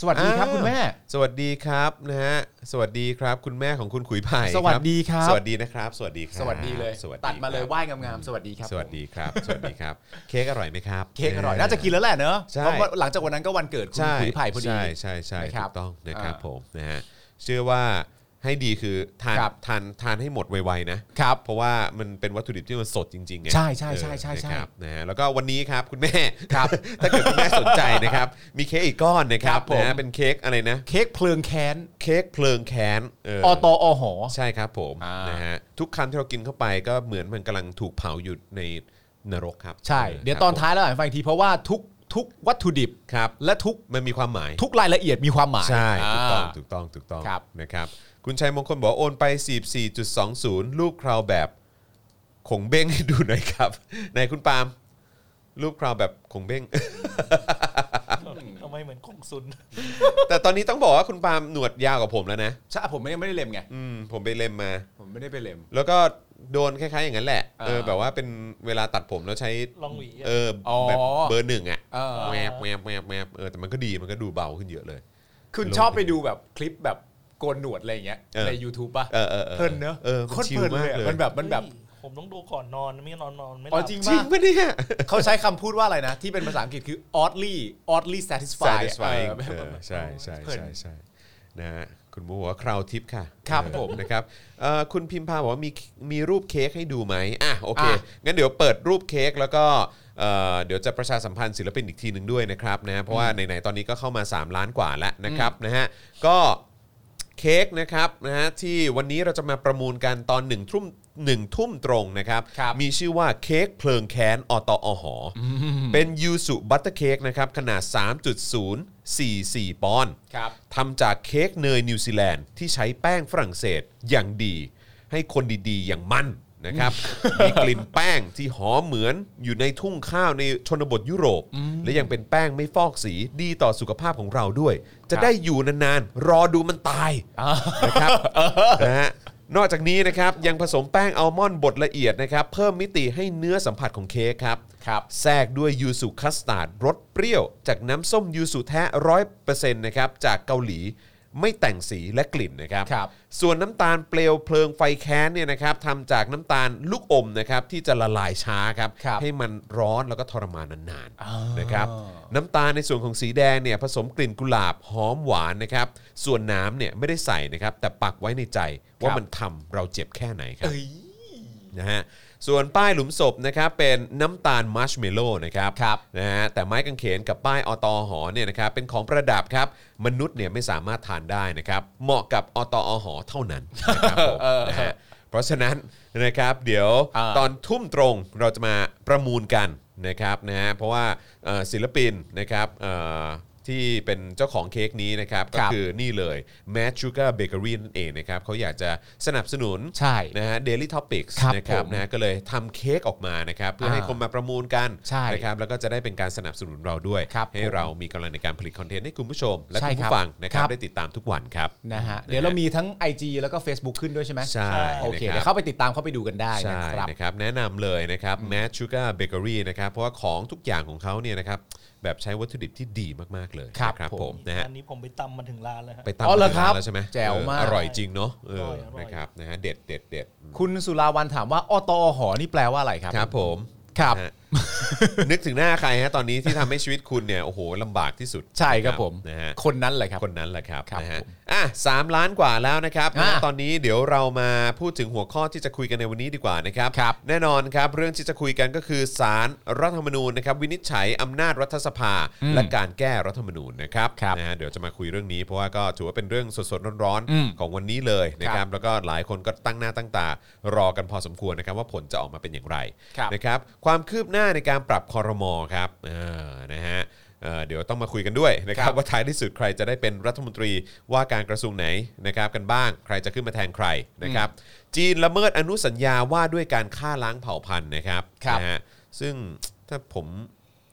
C: สวัสดีครับ
B: อ้าว
C: คุณแม่
B: สวัสดีครับนะฮะสวัสดีครับ คุณแม่ของคุณขุยไผ่
C: สวัสดีครับ
B: สวัสดีนะครับ สวัสดีครับ
C: สวัสดีเลย
B: สวัส
C: ตัดมาเลย
B: ครับ
C: ไหว้งามๆสวัสดีครับ
B: สวัสดีครับ สวัสดีครับ เค้กอร่อยไหมครับ
C: เค้กอร่อยน่าจะกินแล้วแหละเนอะ
B: ใช่
C: เพราะว่าหลังจากวันนั้นก็วันเกิดคุณ
B: ใช่
C: ขุยไผ่พอดี
B: ใช่ใช่ใช่
C: นะครั
B: ถู
C: บ
B: กต้องนะครับ
C: อ่า
B: ผมนะฮะเชื่อว่าให้ดีคือทาน
C: ครับ
B: ทานทานให้หมดไวๆนะ
C: ครับ
B: เพราะว่ามันเป็นวัตถุดิบที่มันสดจริงๆไง
C: ใช่ใช่ใช่ใช่ใช่
B: เออนะครับนะฮะแล้วก็วันนี้ครับคุณแม่
C: ครับ
B: ถ้าเกิดคุณแม่สนใจนะครับ มีเค้กอีกก้อนนะครับ
C: ครับผม
B: นะฮะเป็นเค้กอะไรนะ
C: เค้กเพลิงแค้น
B: เค้กเพลิงแค้นเ
C: อตออหอ
B: ใช่ครับผม
C: อ่า
B: นะฮะทุกคำที่เรากินเข้าไปก็เหมือนมันกำลังถูกเผาอยู่ในนรกครับ
C: ใช่
B: ออ
C: เดี๋ย
B: ค
C: ว
B: รับ
C: ตอน
B: ผม
C: ท้ายแล้วอ่านฟังอีกทีเพราะว่าทุกทุกวัตถุดิบ
B: ครับ
C: และทุก
B: มันมีความหมาย
C: ทุกรายละเอียดมีความหมาย
B: ใช่ ถูกต้อง
C: า
B: ถูกต้องถูกต้อง
C: ครับ
B: นะครับ คุณชัยมงคลบอกว่าโอนไป 44.20 รูปคราวแบบขงเบ้งให้ดูหน่อยครับ ไหนคุณปาล์มรูปคราวแบบขงเบ้ ง
D: ทำไมเหมือนกงซุน
B: แต่ตอนนี้ต้องบอกว่าคุณปาล์มหนวดยาวกว่าผมแล้วนะ
C: ใช่ผมไม่ได้ไม่ได้เล็มไง
B: อืมผมไปเล็มมา
C: ผมไม่ได้ไปเล็ม
B: แล้วก็โดนคล้ายๆอย่างนั้นแหละเออ
C: อ่า
B: แบบว่าเป็นเวลาตัดผมแล้วใช้
D: ลองหวีอะ
B: เอออ
C: อ
B: แบบเบอร์หนึ่งอ่ะ
C: เออ
B: แมบแมบแมบแมบเออแต่มันก็ดีมันก็ดูเบาขึ้นเยอะเลย
C: คุณชอบไปดูแบบคลิปแบบโกนหนวดอะไรอย่างเงี้ย
B: เออ
C: ใน YouTube ป่ะ
B: เออออออ
C: เพลินเนอะ
B: เออ
C: โค
B: มัน
C: ตร
B: ชิล
C: เพลิน
B: มา
C: เล
B: ก
C: ยอะ
B: เลย
C: มันแบบมันแบบ
D: เฮ้ยผมต้องดูก่อนนอนไม่งั้นนอนนอนไม่ห
C: อ๋
D: ลั
C: อบ จริง
B: จริ
C: ป่ะ
B: งปะเนี่ย
C: เขาใช้คำพูดว่าอะไรนะ ที่เป็นภาษาอังกฤษคือ oddly oddly satisfied อะ
B: satisfying
C: เออ
B: เออใช่ใช่
C: เพลิน
B: ใช่ใช่นะฮะคุณมูบอกว่าคราวทิปค่ะ
C: ครับ
B: เออ
C: ผม
B: นะครับเอ่อคุณพิมพาบอกว่ามีมีรูปเค้กให้ดูไหมอ่ะโอเค
C: อ่ะ
B: งั้นเดี๋ยวเปิดรูปเค้กแล้วก็เอ่อเดี๋ยวจะประชาสัมพันธ์ศิลปินอีกทีหนึ่งด้วยนะครับนะฮะเพราะว่าไหนๆตอนนี้ก็เข้ามา 3 ล้านกว่าแล้วนะครับนะฮะก็เค้กนะครับนะฮะที่วันนี้เราจะมาประมูลกันตอน1ทุ่มหนึ่งทุ่มตรงนะครับ
C: ครับ
B: มีชื่อว่าเค้กเพลิงแค้นอตอหอ เป็นยูสุบัตเตอร์เค้กนะครับ ขนาด 3.044 ปอนด์
C: ครับ
B: ทำจากเค้กเนยนิวซีแลนด์ที่ใช้แป้งฝรั่งเศสอย่างดี ให้คนดีๆ อย่างมันนะครับ มีกลิ่นแป้งที่หอมเหมือนอยู่ในทุ่งข้าวในชนบทยุโรป และยังเป็นแป้งไม่ฟอกสีดีต่อสุขภาพของเราด้วย จะได้อยู่นานๆ รอดูมันตาย นะครับ นะฮะนอกจากนี้นะครับ ยังผสมแป้งอัลมอนด์บดละเอียดนะครับ เพิ่มมิติให้เนื้อสัมผัสของเค้กครับ
C: ครับ
B: แทรกด้วยยูสุคัสตาร์ดรสเปรี้ยว จากน้ำส้มยูสุแท้ร้อยเปอร์เซ็นต์นะครับ จากเกาหลีไม่แต่งสีและกลิ่นนะครับ
C: ครับ
B: ส่วนน้ำตาลเปลวเพลิงไฟแค้นเนี่ยนะครับทำจากน้ำตาลลูกอมนะครับที่จะละลายช้าครับ
C: ครับ
B: ให้มันร้อนแล้วก็ทรมานนาน
C: อ่า
B: ๆ
C: น
B: นะครับ น้ำตาลในส่วนของสีแดงเนี่ยผสมกลิ่นกุหลาบหอมหวานนะครับ ส่วนน้ำเนี่ยไม่ได้ใส่นะครับ แต่ปักไว้ในใจว่ามันทำเราเจ็บแค่ไหนครับ
C: เอ้ย
B: นะฮะส่วนป้ายหลุมศพนะครับเป็นน้ำตาลมัชเมลโล่นะครับ
C: ครับ
B: นะฮะแต่ไม้กางเขนกับป้ายอตอหอเนี่ยนะครับเป็นของประดับครับมนุษย์เนี่ยไม่สามารถทานได้นะครับเหมาะกับอตอหอเท่านั้นนะครับผม
C: เออ
B: นะฮะเพราะฉะนั้นนะครับเดี๋ยว
C: อ่า
B: ตอนทุ่มตรงเราจะมาประมูลกันนะครับนะฮะเพราะว่าเอ่อศิลปินนะครับเอ่อที่เป็นเจ้าของเค้กนี้นะครับก็
C: ครับ
B: คือนี่เลย Mad Sugar Bakery นั่นเองนะครับเขาอยากจะสนับสนุน
C: ใช่
B: นะฮะ Daily Topics
C: ครับ
B: นะครับ
C: ผม
B: นะก็เลยทำเค้กออกมานะครับเพื่อให้
C: อ่า
B: คนมาประมูลกัน
C: ใช่
B: นะครับแล้วก็จะได้เป็นการสนับสนุนเราด้วย
C: ครับ
B: ให้
C: ผม
B: เรามีกำลังในการผลิตคอนเทนต์ให้คุณผู้ชม และ
C: ใช่
B: คุณ
C: ครับ
B: ผู้ฟังนะครับ
C: ครับ
B: ได้ติดตามทุกวันครับ
C: นะฮะเดี๋ยวเรามีทั้ง IG แล้วก็ Facebook ขึ้นด้วยใช่ไหม
B: ใช่
C: โอเค
B: นะ
C: เดี๋ย
B: ครับ
C: วเข้าไปติดตามเข้าไปดูกันได้
B: ใช่
C: นะครับ
B: นะครับแนะนำเลยนะครับ Mad Sugar Bakery นะครับเพราะว่าของทุกอย่างของเขาเนี่ยนะครับแบบใช้วัตถุดิบที่ดีมากๆเลย
C: ครับ
B: นะบผ
C: ผม ม
B: นะฮะ
D: อันนี้ผมไปตำมาถึงร้านแล้วฮะ
B: ไปตาม
C: อ๋อเหรอ
B: ถึง
C: ครั
B: ร้าน
C: บ
B: แล้วใช่ไหม
C: แจ๋ว
B: เออ
C: มาก
B: อร่อยจริงเนาะเออ
D: ร่อยอร่อย
B: นะครับนะฮะเด็ดเด็ดเด็ด
C: คุณสุราวันถามว่าอตอหอนี่แปลว่าอะไรครับ
B: ครับผม
C: ครับ
B: นะฮะ นึกถึงหน้าใครฮะตอนนี้ที่ทำให้ชีวิตคุณเนี่ยโอ้โหลำบากที่สุด
C: ใช่ครับผม
B: นะฮะ
C: คนนั้นแหละครับ
B: คนนั้นแหละครับ
C: ครับ
B: นะฮะ
C: ผม
B: อ่ะสามล้านกว่าแล้วนะครับ
C: อ่ะ
B: นะตอนนี้เดี๋ยวเรามาพูดถึงหัวข้อที่จะคุยกันในวันนี้ดีกว่านะครับ
C: ครับ
B: แน่นอนครับ เรื่องที่จะคุยกันก็คือสารรัฐธรรมนูญนะครับ วินิจฉัยอำนาจรัฐสภา
C: อืม
B: และการแก้รัฐธรรมนูญนะครับ
C: ครับ
B: นะฮะเดี๋ยวจะมาคุยเรื่องนี้เพราะว่าก็ถือว่าเป็นเรื่องสดๆร้อน
C: อืม
B: ของวันนี้เลยนะครับ แล้วก็หลายคนก็ตั้งหน้าตั้งตารอกันพอสมควรนะครับ ว่าผลจะออกมาเป็นอย่างไร
C: ครับ
B: นะครับความคืบหน้าในการปรับคอรมอครับเออนะฮะเอ่อเดี๋ยวต้องมาคุยกันด้วยนะครับ ว่าท้ายที่สุดใครจะได้เป็นรัฐมนตรีว่าการกระทรวงไหนนะครับกันบ้าง ใครจะขึ้นมาแทนใครนะครับ จีนละเมิดอนุสัญญาว่าด้วยการฆ่าล้างเผ่าพันธุ์นะครับ
C: ครับ
B: นะฮะซึ่งถ้าผม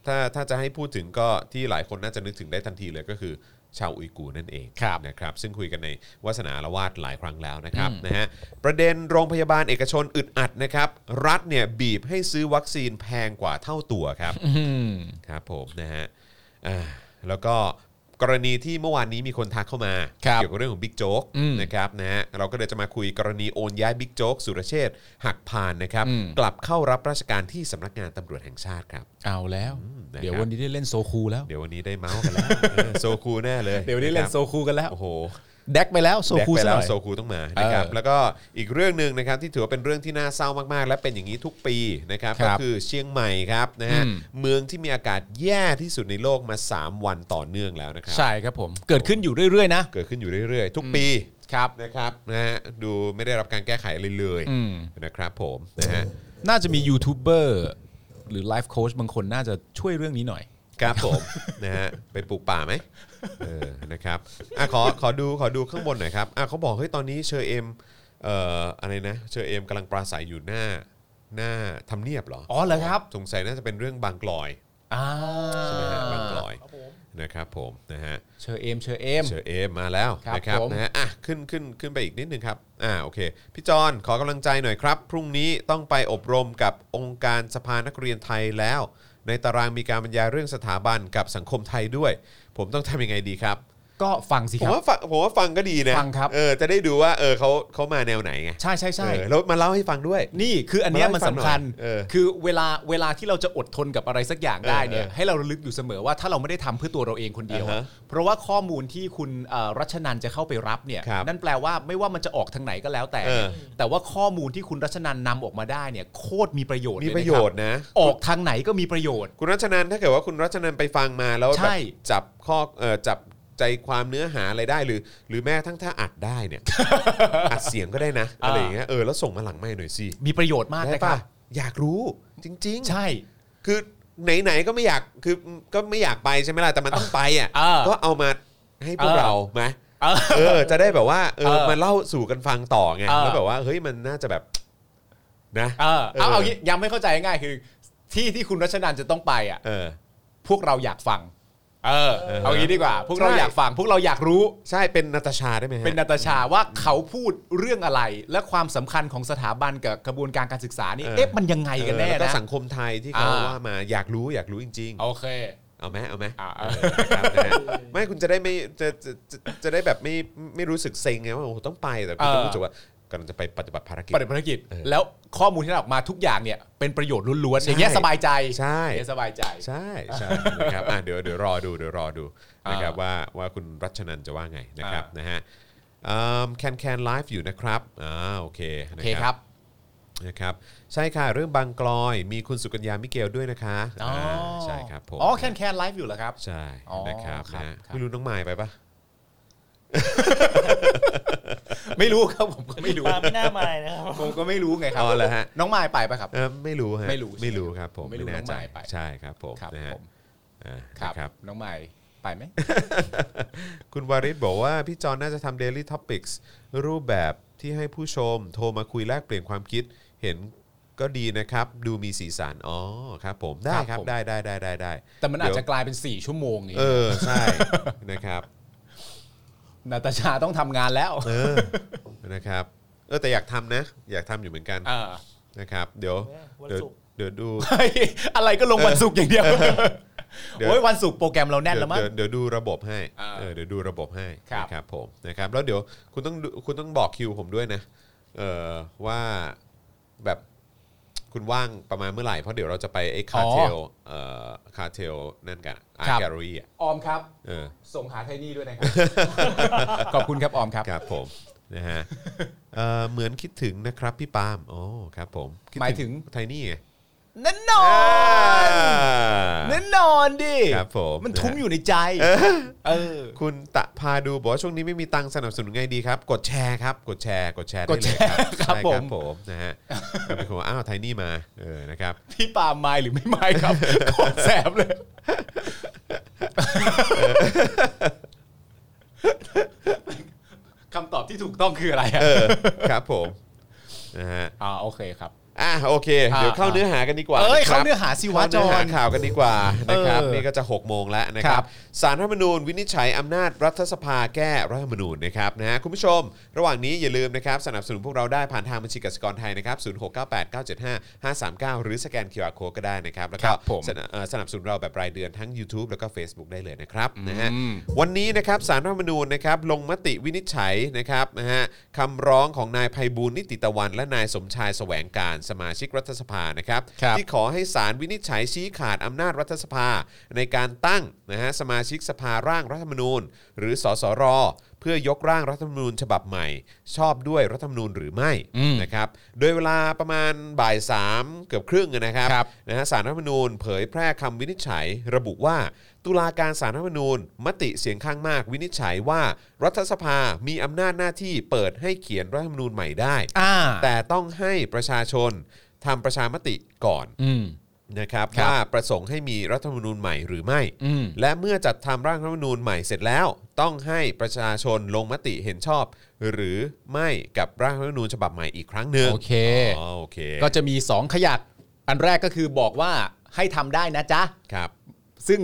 B: ถ้าถ้าจะให้พูดถึงก็ที่หลายคนน่าจะนึกถึงได้ทันทีเลยก็คือชาวอุยกูร์นั่นเอง
C: ครับ
B: นะครับซึ่งคุยกันในวาสนาละวาดหลายครั้งแล้วนะครับนะฮะประเด็นโรงพยาบาลเอกชนอึดอัดนะครับ รัฐเนี่ยบีบให้ซื้อวัคซีนแพงกว่าเท่าตัวครับ
C: อืม
B: ครับผมนะฮะอ่าแล้วก็กรณีที่เมื่อวานนี้มีคนทักเข้ามา
C: ครับ
B: เกี่ยวกับเรื่องของบิ๊กโจ๊ก
C: อืม
B: นะครับนะฮะเราก็เลยจะมาคุยกรณีโอนย้ายบิ๊กโจ๊กสุรเชษฐ์หักพานนะครับ
C: อืม
B: กลับเข้ารับราชการที่สำนักงานตำรวจแห่งชาติครับ
C: เอาแล้ว
B: อืมนะครับ
C: เดี๋ยววันนี้ได้เล่นโซคูแล้ว
B: เดี๋ยววันนี้ได้เมาส์กันแล้ว เออโซคูแน่เลย
C: เดี๋ยวนี้เล่นโซคูกันแล้ว
B: โอ้โห
C: แดกไปแล้วโซคู
B: แดกไป
C: ซะห
B: แล้
C: น่
B: ว
C: อย
B: โซคูต้องมานะครับ
C: เออ
B: แล้วก็อีกเรื่องหนึ่งนะครับที่ถือว่าเป็นเรื่องที่น่าเศร้ามากๆ และเป็นอย่างนี้ทุกปีนะครับ
C: ค
B: ก็
C: รับ
B: คือเชียงใหม่ครับนะฮะ
C: อืม
B: เมืองที่มีอากาศแย่ที่สุดในโลกมา 3 วันต่อเนื่องแล้วนะครับ
C: ใช่ครับผม เกิดขึ้นอยู่เรื่อยๆนะ
B: เกิดขึ้นอยู่เรื่อยๆ ทุกปี
C: ครับ
B: นะครับนะฮะดูไม่ได้รับการแก้ไขเลยเลย
C: อืม
B: นะครับผมนะฮะ
C: น่าจะมียูทูบเบอร์หรือไลฟ์โค้ชบางคนน่าจะช่วยเรื่องนี้หน่อย
B: ครับผม นะฮะไปปลูกป่าไหมเออนะครับอ่ะขอขอดูขอดูข้างบนหน่อยครับอ่ะเขาบอกเฮ้ยตอนนี้เชอเอ็มเอ่ออะไรนะเชอเอ็มกำลังปราศัยอยู่หน้าหน้าทำเนียบเหรอ
C: อ๋อเหรอครับ
B: สงสัยน่าจะเป็นเรื่องบางกลอย
C: อ่า
B: ใช่ไหมฮะบางกลอย
D: ครับผม
B: นะครับผมนะฮะ
C: เชอเอมเชอเอม
B: เชอเอมมาแล้ว
C: ครับ
B: นะครับ
C: ผม
B: นะฮะอ่ะขึ้นขึ้นขึ้นไปอีกนิดนึงครับอ่าโอเคพี่จอนขอกำลังใจหน่อยครับ พรุ่งนี้ต้องไปอบรมกับองค์การสภานักเรียนไทยแล้ว ในตารางมีการบรรยายเรื่องสถาบันกับสังคมไทยด้วย ผมต้องทำยังไงดีครับ
C: ก็ฟังสิ
B: ผ
C: ค
B: ม
C: รับ
B: ว่าฟังผมว่าฟังก็ดีนะ
C: ฟังครับ
B: เออจะได้ดูว่าเออเขาเขามาแนวไหนไง
C: ใช่ใช่ใช่
B: เออแล้วมาเล่าให้ฟังด้วย
C: นี่คืออันเนี้ย
B: มาเล่าให้
C: มันสำคัญ
B: ฟังหน่อยเออ
C: คือเวลาเวลาที่เราจะอดทนกับอะไรสักอย่างได้เนี่ย
B: เออเออ
C: ให้เราระลึกอยู่เสมอว่าถ้าเราไม่ได้ทำเพื่อตัวเราเองคนเดียว
B: อ่าฮะ
C: เพราะว่าข้อมูลที่คุณเอ่อรัชนันจะเข้าไปรับเนี่ย
B: ครับ
C: นั่นแปลว่าไม่ว่ามันจะออกทางไหนก็แล้วแต่
B: เออ
C: แต่ว่าข้อมูลที่คุณรัชนันนำออกมาได้เนี่ยโคตรมีประโยชน์
B: มี
C: เล
B: ประโยชน์
C: นคบ
B: นะ
C: ออกทางไหนก็มีประโยชน์
B: คุณรัชนันถ้าเกิดว่าคุณรัชนันไปฟังมาแล้ว
C: ใช่
B: แบบจับข้อเอ่อจับใจความเนื้อหาอะไรได้หรือ หรือแม้กระทั้งถ้าอัดได้ เนี่ย อัดเสียงก็ได้นะอะไรอย่างเงี้ยเออแล้วส่งมาหลังไม่หน่อยสิ
C: มีประโยชน์มาก
B: ได้
C: นะค
B: ป่ะ
C: รับ
B: อยากรู้จริง ๆ
C: ใช่
B: คือไหนๆก็ไม่อยากคือก็ไม่อยากไปใช่ไหมล่ะแต่มันต้องไปอ่ะ
C: เออ
B: ก็เอามาให้พวก
C: เออ
B: เราไหม
C: เออ
B: เออ จะได้แบบว่าเออ
C: เออ
B: มาเล่าสู่กันฟังต่อไง
C: เออ
B: แล้วแบบว่าเฮ้ยมันน่าจะแบบนะ
C: เออเอา
B: เออ
C: เอางี้ยังไม่เข้าใจง่ายๆคือ ที่ที่คุณรัชนันจะต้องไปอ่ะ
B: เออ
C: พวกเราอยากฟัง เออ
B: เออ
C: เอางี้ดีกว่า พวกเรา
B: ใช่
C: อยากฟัง พวกเราอยากรู้
B: ใช่เป็นนาตาชาได้ไหมฮะ
C: เป็นนาตาชาว่าเขาพูดเรื่องอะไร และความสำคัญของสถาบันกับกระบวนการการศึกษานี่
B: เออ
C: เอ๊ะมันยังไงกันแน่
B: เออล้วก็
C: นะ
B: สังคมไทยที่เขา
C: อ่า
B: ว่ามาอยากรู้อยากรู้จริง ๆ
C: โอเค
B: เอาไหมเอาไหม
C: อ่า
B: เออนะครับนะฮะไม่คุณจะได้ไม่จะจะจะจะได้แบบไม่ไม่รู้สึกเซ็งไงว่าโอ้โหต้องไปแต่คุณ
C: เอ
B: จะ
C: อ
B: รู้สึกว่ากำลังจะไปปฏิบัติภารกิจ
C: ปฏิบัติภารกิจ
B: เออ
C: แล้วข้อมูลที่เราออกมาทุกอย่างเนี่ยเป็นประโยชน์ล้วนๆ
B: ใช่
C: อย่างเงี้ยสบายใจ
B: ใช่
C: อย่างเงี้ยสบายใจ
B: ใช่ใช่นะครับอ่ะเดี๋ยวเดี๋ยวรอดูเดี๋ยวรอดูนะครับว่าว่าคุณรัชนันจะว่าไงนะครับนะฮะแคนแคนไลฟ์อยู่นะครับอ่าโอเค
C: โอ
B: นะ
C: เคครับ
B: นะครับใช่ค่ะเรื่องบางกลอย มีคุณสุกัญญามิเกลด้วยนะคะ
C: อ๋ออ่
B: าใช่ครับผม
C: อ๋อแคนแคนไลฟ์อยู่เหรอครับ
B: ใช่
C: อ๋อ
B: นะครับ
C: ครับ
B: นะฮะ
C: ครับ
B: ไม่รู้น้องไมายไปปะ
C: ไม่รู้ครับผมก็ไม่รู้
D: ตามไม่น่ามายนะครับ
C: ผมก็ไม่รู้ไงครั
B: อ๋อเหรอฮะ
C: น้องมายไปปะครับ
B: เออไม่รู้ฮะ
C: ไม่รู้
B: ไม่รู้ครับผม
C: ไม่รู้
B: แ
C: น้องมายไป
B: ใช่ครับผม
C: ครับ
B: นะฮะ
C: ผม
B: อ่า
C: ครับ
B: นะครับ
C: น้องมายไปไหม
B: คุณวาริศบอกว่า พี่จอนน่าจะทำ Daily Topics รูปแบบที่ให้ผู้ชมโทรมาคุยแลกเปลี่ยนความคิด เห็นก็ดีนะครับ ดูมีสีสันอ๋อครับผมได้ค
C: ครั
B: รับบ
C: ผม
B: ได้ได้ได้ได้ได้
C: แต่มันอาจจะ
B: เดี๋ยว
C: กลายเป็น 4 ชั่วโมงนี่
B: เออ ใช่ นะครับ
C: นาตาชาต้องทำงานแล้ว
B: เออนะครับเออแต่อยากทำนะ อยากทำอยู่เหมือนกัน
C: เออ
B: นะครับ เดี๋ยว
D: วัน
B: เดี๋ยว
D: ศุกร์
B: เดี๋ยวดู
C: เฮ้ยอะไรก็ลงวันศุกร์อย่างเดียว
B: เดี๋ยว
C: โอ้ยวันศุกร์โปรแกรมเราแน่น
B: เดี๋ย
C: แล้ว วมั้ง
B: เดี๋ยวเดี๋ยวดูระบบให้
C: อ่า
B: เออเดี๋ยวดูระบบให้
C: ครับ
B: นะครับผมนะครับแล้วเดี๋ยวคุณต้องดูคุณต้องบอกคิวผมด้วยนะเออว่าแบบคุณว่างประมาณเมื่อไหร่เพราะเดี๋ยวเราจะไปไอ้คาเทลเอ่อคาเทลนั่นกันอา
C: ค
B: ร์
C: รับ
B: แกลลี่อ่ะ
C: ออมครับ
B: เออ
C: ส่งหาไทนี่ด้วยนะครับ ขอบคุณครับ ออมครับ
B: ครับผมนะฮะเออเหมือนคิดถึงนะครับพี่ปาล์มโอ้ครับผมคิด
C: หมายถึง
B: ไทนี่ไง
C: แน่นอ
B: อ่
C: นา แน่นอนดิ
B: ครับผม
C: มันทุ้มอยู่ในใจ เออ
B: คุณตะพาดูบอกว่าช่วงนี้ไม่มีตังค์สนับสนุนไงดีครับ กดแชร์ครับ กดแชร์ กดแชร์ได้เลยครับ
C: กดแชร์ครับ
B: ใช่
C: ผม
B: ผมนะ ฮะเป็นคนอ้าวไทนี่มาเออนะครับ
C: พี่ปาล์มไมล์หรือไม่ไมล์ครับ โคตรแสบเลย คำตอบที่ถูกต้องคืออะไรอะ
B: เออครับผมนะฮะ
C: ่าโอเคครับ
B: อ่ะโอเค
C: อ่า
B: เดี๋ยวเข้า
C: อ่า
B: เนื้อหากันดีกว่า
C: เอ้ย
B: นะค
C: เขา
B: รับ
C: เนื้อหาสิวะจ
B: เข้า
C: อ
B: เนื้อหาน ข่าวกันดีกว่านะครับ
C: เออ
B: นี่ก็จะ 6 โมงแล้วนะครับ
C: ครับ
B: สารรัฐธรรมนูญวินิจฉัยอำนาจรัฐสภาแก้รัฐธรรมนูญนะครับนะฮะคุณผู้ชม ระหว่างนี้อย่าลืมนะครับสนับสนุนพวกเราได้ผ่านทางบัญชีกสิกรไทยนะครับ0 6 9 8 9 7 5 5 3 9 หรือสแกน QR Code ก็ได้นะครับแล้วก็
C: ครับผม
B: สนับเอ่อสนับสนุนเราแบบรายเดือนทั้ง YouTube แล้วก็ Facebook ได้เลยนะครับนะฮะ
C: อืม
B: วันนี้นะครับสารรัฐธรรมนูญนะครับลงมติวินิจฉัยนะครับนะฮะคำร้องของนายไพบูลย์นิติตะวัน และนายสมชายแสวงการสมาชิกรัฐสภานะครับ
C: ครับ
B: ที่ขอให้ศาลวินิจฉัยชี้ขาดอำนาจรัฐสภา ในการตั้งนะฮะสมาชิกสภาร่างรัฐธรรมนูญ หรือสสร เพื่อยกร่างรัฐธรรมนูญฉบับใหม่ ชอบด้วยรัฐธรรมนูญหรือไม่นะครับโดยเวลาประมาณบ่ายสามเกือบครึ่งนะครับ
C: ครับ
B: นะฮะสารรัฐธรรมนูญเผยแพร่คำวินิจฉัย ระบุว่า ตุลาการสารรัฐธรรมนูญ มติเสียงข้างมากวินิจฉัยว่า รัฐสภามีอำนาจหน้าที่เปิดให้เขียนรัฐธรรมนูญใหม่ได้
C: อ่า
B: แต่ต้องให้ประชาชนทำประชามติก่อน
C: อืม
B: นะครับ
C: ครับ
B: ว่าประสงค์ให้มีรัฐธรรมนูญใหม่หรือไม่
C: อืม
B: และเมื่อจัดทำร่างรัฐธรรมนูญใหม่เสร็จแล้ว ต้องให้ประชาชนลงมติเห็นชอบ หรือไม่กับร่างรัฐธรรมนูญฉบับใหม่อีกครั้งหนึ่ง
C: โอเค
B: อ๋อโอเค
C: ก็จะมี 2 ขยัก อันแรกก็คือบอกว่าให้ทำได้นะจ๊ะ
B: ครับ
C: ซึ่ง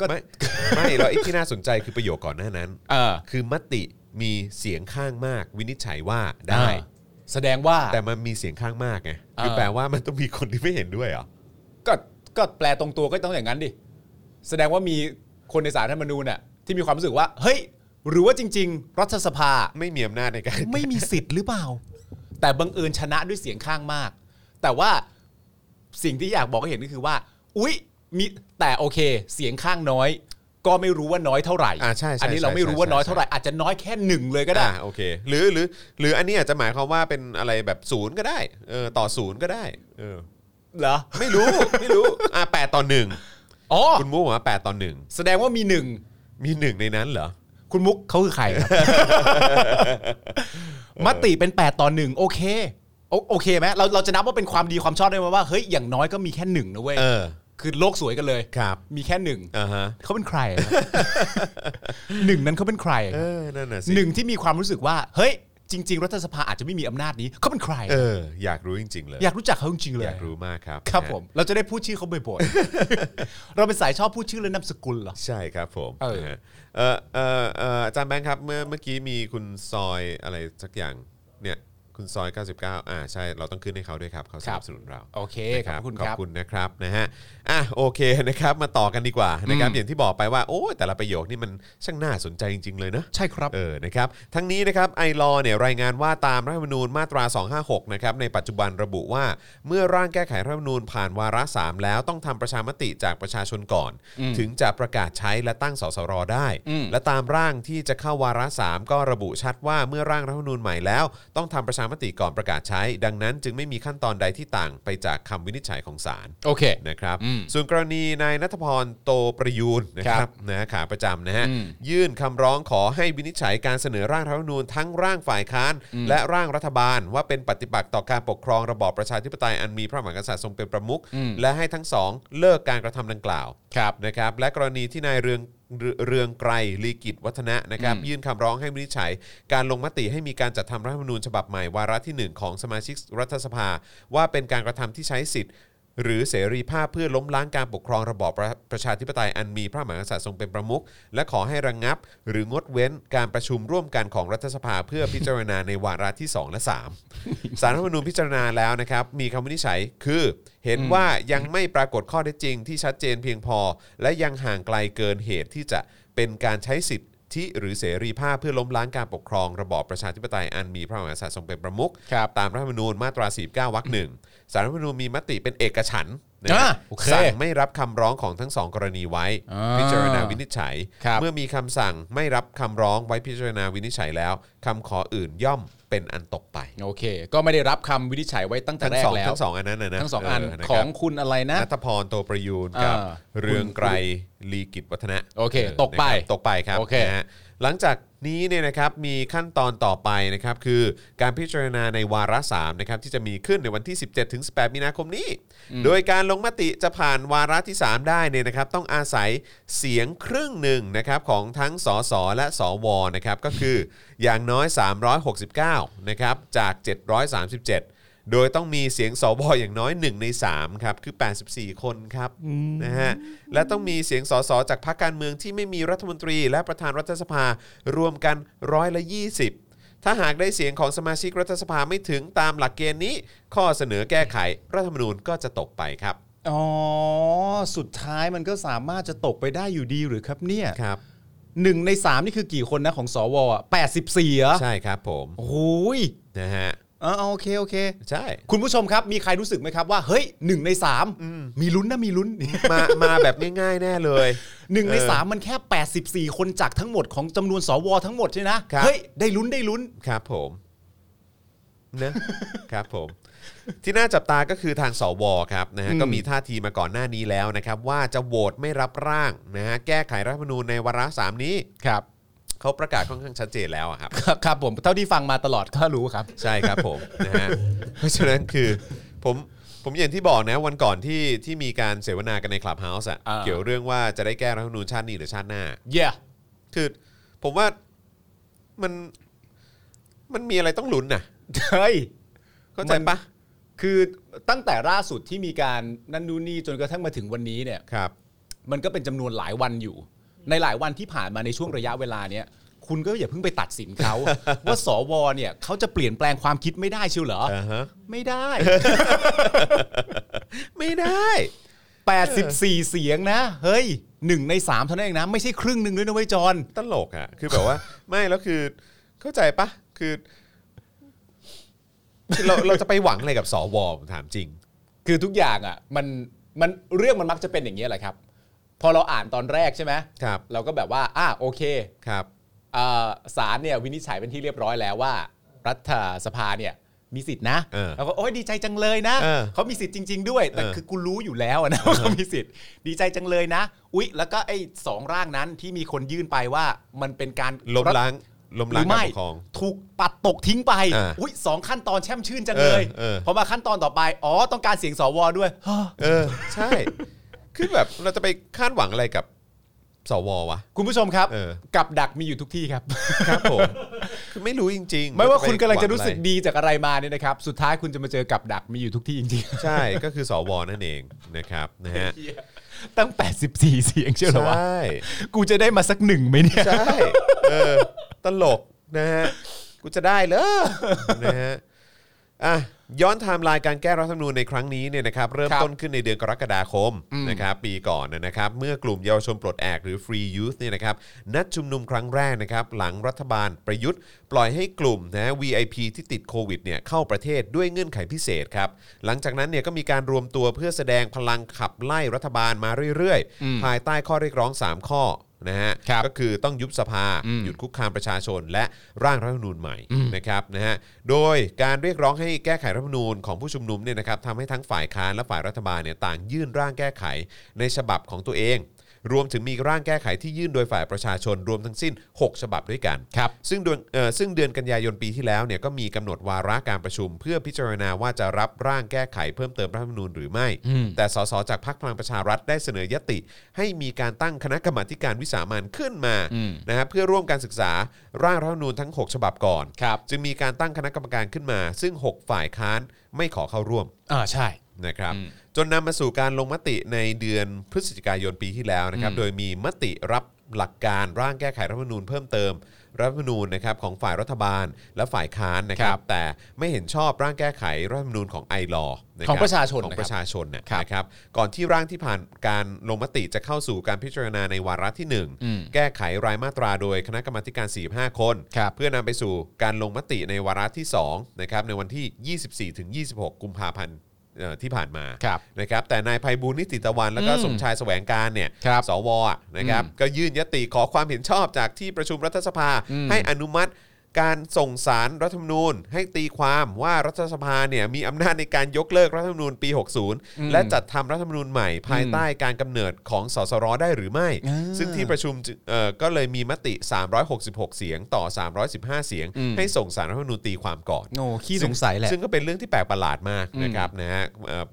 C: ก็
B: ไม่ ไม่แล้วไอ้ที่น่าสนใจคือประโยคก่อนหน้านั้น
C: เออ
B: คือมติมีเสียงข้างมาก วินิจฉัยว่าได้
C: อ่าแสดงว่า
B: แต่มันมีเสียงข้างมากไงคือ
C: เออ
B: แปลว่ามันต้องมีคนที่ไม่เห็นด้วยเหรอ
C: ก็ก็แปลตรงตัวก็ต้องอย่างนั้นดิ แสดงว่ามีคนในสารรัฐธรรมนูญน่ะ ที่มีความรู้สึกว่า เฮ้ย หรือว่าจริง ๆ รัฐสภา
B: ไม่มีอำนาจในการ
C: ไม่มีสิทธิ์หรือเปล่า แต่บังเอิญชนะด้วยเสียงข้างมาก แต่ว่าสิ่งที่อยากบอกให้เห็นก็คือว่า อุ๊ยมีแต่โอเค เสียงข้างน้อย ก็ไม่รู้ว่าน้อยเท่าไหร่
B: อ่าใช่ใช่
C: นนี้เราไม่รู้ว่าน้อยเท่าไหร่ อาจจะน้อยแค่หนึ่งเลยก็ได้
B: อ่าโอเค หรือหรือหรืออันนี้อาจจะหมายความว่าเป็นอะไรแบบศูนย์ก็ได้เออต่อศูนย์ก็ได้เออ
C: เหรอ
B: ไม่รู้ ไม่รู้อ่าแปดต่อหนึ่ง
C: อ๋อ
B: คุณมุกบอกว่าแปดต่อหนึ่ง
C: แสดงว่ามีหนึ่ง
B: มีหนึ่งในนั้นเหรอ
C: คุณมุกเขาคือใครครับ มติเป็น 8 ต่อหนึ่งโอเคโอโอเคไหมเราเราจะนับว่าเป็นความดีความชอบได้ไหมว่าเฮ้ยอย่างน้อยก็มีแค่หนึ่งนะเว้ย
B: เออ
C: คือโลกสวยกันเลย
B: ครับ
C: มีแค่หนึ่ง
B: อ่าฮะ
C: เขาเป็นใครอะครับ หนึ่งนั้นเขาเป็นใครอะ
B: เออ
C: ครับ
B: นั่นน่ะสิ
C: หนึ่งที่มีความรู้สึกว่า เฮ้ย จริง ๆ รัฐสภาอาจจะไม่มีอำนาจนี้เขาเป็นใคร
B: เอ
C: อะ
B: อ อยากรู้จริง ๆ เลย
C: อยากรู้จักเขาจริงๆเล
B: อย ยากรู้มากครับ
C: ครับ
B: นะ
C: ผม เราจะได้พูดชื่อเขาบ่อย ๆ เราเป็นสายชอบพูดชื่อและนามสกุลเหรอ
B: ใช่ครับผม
C: เออ
B: นะฮะเออเออเอออาจารย์แบงค์ครับเมื่อเมื่อกี้มีคุณซอยอะไรสักอย่างเนี่ยคุณซอย 99 อ่าใช่เราต้องขึ้นให้เขาด้วยครับเขาสนับสนุนเรา
C: โอเคขอบคุณ
B: ขอบ
C: ครับ
B: คุณนะครับนะฮะอ่ะโอเคนะครับมาต่อกันดีกว่านะครับอย่างที่บอกไปว่าโอ้ยแต่ละประโยคนี่มันช่างน่าสนใจจริง ๆ เลยนะ
C: ใช่ครับ
B: เออนะครับทั้งนี้นะครับไอรอเนี่ยรายงานว่าตามรัฐธรรมนูญมาตรา 256นะครับในปัจจุบันระบุว่า เมื่อร่างแก้ไขรัฐธรรมนูญผ่านวาระสามแล้วต้องทำประชามติจากประชาชนก่อน ถึงจะประกาศใช้และตั้งสสรได้
C: อืม
B: และตามร่างที่จะเข้าวาระสามก็ระบุชัดว่าเมื่อร่างรัฐธรรมนูญใหม่แล้ว ต้องทำประชามติก่อนประกาศใช้ ดังนั้นจึงไม่มีขั้นตอนใดที่ต่างไปจากคำวินิจฉัยของศาล
C: โอเค
B: นะครับ
C: อืม
B: ส่วนกรณีนายนัทพรโตประยูนนะค
C: ค
B: รั
C: รั
B: บบ นะขาประจำนะฮะ
C: อืม
B: ยื่นคำร้องขอให้วินิจฉัยการเสนอร่างรัฐธรรมนูญทั้งร่างฝ่ายค้าน และร่างรัฐบาล ว่าเป็นปฏิปักษ์ต่อการปกครองระบอบประชาธิปไตยอันมีพระมหากษัตริย์ทรงเป็นประมุข
C: อืม
B: และให้ทั้งสองเลิกการกระทำดังกล่าว
C: ครับ
B: นะครับและกรณีที่นายเรืองเรืเรืองไกรลีกิจวัฒนะนะครับ
C: อืม
B: ยื่นคำร้องให้วินิจฉัย การลงมติให้มีการจัดทำรัฐธรรมนูญฉบับใหม่วาระที่ 1 ของสมาชิกรัฐสภา ว่าเป็นการกระทำที่ใช้สิทธิ์ หรือเสรีภาพเพื่อล้มล้างการปกครองระบอบประประชาธิปไตยอันมีพระมหากษัตริย์ทรงเป็นประมุขและขอให้ระงงับ หรืองดเว้นการประชุมร่วมกันของรัฐสภาเพื่อพิจารณาในวาระที่สองและสาม สารรัฐธรรมนูญพิจารณาแล้วนะครับมีคำวินิจฉัยคือเห็นว่ายังไม่ปรากฏข้อเท็จจริงที่ชัดเจนเพียงพอ และยังห่างไกลเกินเหตุที่จะเป็นการใช้สิทธิหรือเสรีภาพเพื่อล้มล้างการปกครองระบอบประชาธิปไตยอันมีพระมหากษัตริย์ทรงเป็นประมุข
C: ครับ
B: ตามรัฐธรรมนูญมาตรา 49วรรคหนึ่งสารรัฐธรรมนูญมีมติเป็นเอกฉันท์นะ
C: อ่า
B: ฮะ
C: โอเค
B: สั่งไม่รับคำร้องของทั้งสองกรณีไว้
C: อ่า
B: พิจารณาวินิจฉัย
C: ครับ
B: เมื่อมีคำสั่งไม่รับคำร้องไว้พิจารณาวินิจฉัยแล้วคำขออื่นย่อมเป็นอันตกไป
C: โอเค ก็ไม่ได้รับคำวินิจฉัยไว้ตั้งแต่
B: ทั้ง
C: แรก
B: สอง
C: แล้ว
B: ทั้งสองอันนั้นนะนะ
C: ทั้งสองอัน
B: เะครับ
C: ของคุณอะไรนะ
B: นัทพรโตประยูนกับ
C: อ่า
B: เรืองไกรลีกิจวัฒนะ
C: โอเค
B: เ
C: ตกไป
B: นะครับตกไปครับ
C: โอเค
B: นะฮะหลังจากนี้เนี่ยนะครับมีขั้นตอนต่อไปนะครับคือการพิจารณาในวาระ3นะครับที่จะมีขึ้นในวันที่ 17ถึง18 มีนาคมนี้ โดยการลงมติจะผ่านวาระที่ 3 ได้เนี่ยนะครับต้องอาศัยเสียงครึ่งหนึ่งนะครับของทั้งสสและสวนะครับก็คืออย่างน้อย 369นะครับจาก 737 โดยต้องมีเสียงสวอย่างน้อย 1 ใน 3 ครับ คือ 84 คนครับนะฮะและต้องมีเสียงสสจากพรรคการเมืองที่ไม่มีรัฐมนตรี และประธานรัฐสภารวมกันร้อยละ 20 ถ้าหากได้เสียงของสมาชิกรัฐสภาไม่ถึงตามหลักเกณฑ์นี้ ข้อเสนอแก้ไขรัฐธรรมนูญก็จะตกไปครับ
C: อ๋อ สุดท้ายมันก็สามารถจะตกไปได้อยู่ดีหรือครับเนี่ย
B: ครับ
C: หนึ่งในสามนี่คือกี่คนนะของสวอ่ะแปดสิบสี่เหรอ
B: ใช่ครับผม
C: โอ้ย
B: นะฮะ
C: อ่าโอเค โอเค
B: ใช่
C: คุณผู้ชมครับ มีใครรู้สึกไหมครับว่า เฮ้ยหนึ่งในสามมีลุ้นนะมีลุ้น
B: มามาแบบง่ายๆ แน่เลย
C: หนึ่งในสามมันแค่ 84 คนจากทั้งหมดของจำนวนสวทั้งหมดใช่นะครับ เฮ้ยได้ลุ้นได้ลุ้น
B: ครับผมนะ ครับผม ที่น่าจับตาก็คือทางสวครับนะฮะ
C: อืม
B: ก็มีท่าทีมาก่อนหน้านี้แล้วนะครับ ว่าจะโหวตไม่รับร่างนะฮะแก้ไขรัฐธรรมนูญในวาระสามนี้
C: ครับ
B: เขาประกาศค่อนข้างชัดเจนแล้วอะครับ
C: ครับครับผมเท่าที่ฟังมาตลอดก็รู้ครับ
B: ใช่ครับผม นะฮะเพราะฉะนั้นคือผมผมอย่างที่บอกนะวันก่อนที่ที่มีการเสวนากันในคลับเฮาส์อะ
C: อ่า
B: เกี่ยวเรื่องว่าจะได้แก้รัฐธรรมนูญชาตินี้หรือชาติหน้า
C: เย่
B: คือผมว่ามันมันมีอะไรต้องลุ้นน่ะ
C: เฮ้ย
B: เข้าใจปะ
C: คือตั้งแต่ล่าสุดที่มีการนั่นนู่นนี่จนกระทั่งมาถึงวันนี้เนี่ย
B: ครับ
C: มันก็เป็นจำนวนหลายวันอยู่ ในหลายวันที่ผ่านมาในช่วงระยะเวลาเนี้ยคุณก็อย่าเพิ่งไปตัดสินเขา ว่าสวเนี่ยเขาจะเปลี่ยนแปลงความคิดไม่ได้เชียวเหรอ
B: อ่าฮะ
C: ไม่ได้
B: ไม่ได้
C: 84 เสียงนะ เฮ้ยหนึ่งในสามเท่านั้นเองนะ ไม่ใช่ครึ่งหนึ่งด้วยนะเว้ยจอน
B: ตลกอะคือแบบ ว่า ไม่แล้วคือเข้าใจปะคือคือเราเราจะไปหวังอะไรกับสวผมถามจริง
C: คือทุกอย่างอ่ะมันมันเรื่องมันมักจะเป็นอย่างนี้ยแหละครับ พอเราอ่านตอนแรกใช่ไหม
B: ครับ
C: เราก็แบบว่าอ่ะโอเค
B: ครับ
C: เอ่อศาลเนี่ยวินิจฉัยเป็นที่เรียบร้อยแล้วว่า รัฐสภาเนี่ยมีสิทธินะ
B: เออ
C: แล้วก็โอ้ยดีใจจังเลยนะ
B: เออ
C: มีสิทธิ์จริง ๆ ด้วย แต่
B: เออ
C: คือกูรู้อยู่แล้วอะนะว่าเขามีสิทธิ์ดีใจจังเลยนะ อุ๊ย แล้วก็ไอ้สองร่างนั้นที่มีคนยื่นไปว่ามันเป็นการ
B: ล้มล้างล้ม
C: ห
B: ล้า
C: รื
B: งา
C: อกไม่
B: รปกครอง
C: ถูกปัดตกทิ้งไป
B: อ่า
C: อุ๊ยสองขั้นตอนแช่มชื่นจังเลย
B: เออเออ
C: พอมาขั้นตอนต่อไปอ๋อต้องการเสียงสวด้วย
B: เออ ใช่ คือแบบเราจะไปคาดหวังอะไรกับสววะ
C: คุณผู้ชมครับ
B: เออ
C: กับดักมีอยู่ทุกที่ครับ
B: ครับผม คือไม่รู้จริงๆ
C: ไม่ว่าคุณกำลังจะรู้สึก
B: หวังอไ
C: ดีจากอะไรมาเนี่ยนะครับ สุดท้ายคุณจะมาเจอกับดักมีอยู่ทุกที่จริง
B: ใช่ ก็คือสวนั่นเองนะครับนะฮะ
C: ๆ ตั้ง 84 เสียงเชื่อเหรอวะ
B: ใช่
C: กูจะได้มาสักหนึ่งไหมเนี่ย
B: ใช่เออตลกนะฮะกูจะได้เหรอนะฮะอ่ะย้อนไทม์ไลน์การแก้รัฐธรรมนูญในครั้งนี้เนี่ยนะครับเริ่ม
C: ครับ
B: ต้นขึ้นในเดือนกรกฎาคมนะครับปีก่อนนะครับ เมื่อกลุ่มเยาวชนปลดแอกหรือ Free Youth เนี่ยนะครับนัดชุมนุมครั้งแรกนะครับ หลังรัฐบาลประยุทธ์ ปล่อยให้กลุ่มนะ VIP ที่ติดโควิดเนี่ยเข้าประเทศด้วยเงื่อนไขพิเศษครับ หลังจากนั้นเนี่ยก็มีการรวมตัวเพื่อแสดงพลังขับไล่รัฐบาลมาเรื่อยๆ ภายใต้ข้อเรียกร้อง 3 ข้อนะฮะก็คือต้องยุบสภา หยุดคุกคามประชาชน และร่างรัฐธรรมนูญใหม่นะครับนะฮะโดยการเรียกร้องให้แก้ไขรัฐธรรมนูญของผู้ชุมนุมเนี่ยนะครับทำให้ทั้งฝ่ายค้านและฝ่ายรัฐบาลเนี่ยต่างยื่นร่างแก้ไขในฉบับของตัวเอง รวมถึงมีร่างแก้ไขที่ยื่นโดยฝ่ายประชาชนรวมทั้งสิ้น 6 ฉบับด้วยกัน
C: ครับ
B: ซึ่งเดือนเอ่อซึ่งเดือนกันยายนปีที่แล้วเนี่ยก็มีกำหนดวาระการประชุม เพื่อพิจารณาว่าจะรับร่างแก้ไขเพิ่มเติมรัฐธรรมนูญหรือไม่ แต่สสจากพรรคพลังประชารัฐได้เสนอยติ ให้มีการตั้งคณะกรรมาธิการวิสามันขึ้นมานะฮะเพื่อร่วมการศึกษาร่างรัฐธรรมนูญทั้ง 6 ฉบับก่อน
C: ครับ
B: จึงมีการตั้งคณะกรรมการขึ้นมา ซึ่ง 6 ฝ่ายค้านไม่ขอเข้าร่วม
C: อ่าใช่
B: นะครับจนนำมาสู่การลงมติในเดือนพฤศจิกายนปีที่แล้วนะครับ โดยมีมติรับหลักการร่างแก้ไขรัฐธรรมนูญเพิ่มเติมรัฐธรรมนูญนะครับของฝ่ายรัฐบาลและฝ่ายค้านนะครั
C: ครับ บ
B: แต่ไม่เห็นชอบร่างแก้ไขรัฐธรรมนูญของไอรอคบ
C: ของประชาชน
B: ขอ
C: นะ
B: ง
C: ครับ
B: ประชาชนนะนะครับก่อนที่ร่างที่ผ่านการลงมติจะเข้าสู่การพิจารณาในวาระที่หนึ่งแก้ไขรายมาตราโดยคณะกรรมาธิการ 45 คน
C: ครับ
B: เพื่อนำไปสู่การลงมติในวาระที่2นะครับในวันที่ 24ถึง26 กุมภาพันธ์เอ่อที่ผ่านมา
C: ครับ
B: นะครับแต่นายภัยบูลย์นิติตะวัน แล้วก็
C: อืม
B: สมชายแสวงการเนี่ย
C: ครับ
B: สวอ่ะนะครับก็ยื่นยติขอความเห็นชอบจากที่ประชุมรัฐสภา
C: อืม
B: ให้อนุมัติการส่งสารรัฐธรรมนูญ ให้ตีความว่ารัฐสภาเนี่ยมีอำนาจในการยกเลิกรัฐธรรมนูญปี 60 และจัดทำรัฐธรรมนูญใหม่ ภายใต้การกำเนิดของสสรได้หรือไม่ ซึ่งที่ประชุมจึงเอ่อก็เลยมีมติ 366 เสียงต่อ 315 เสียง ให้ส่งสารรัฐธรรมนูญตีความก่อน
C: โง่ขี้สงสัยแหละ
B: ซึ่งก็เป็นเรื่องที่แปลกประหลาดมากนะครับนะฮะเอ่อ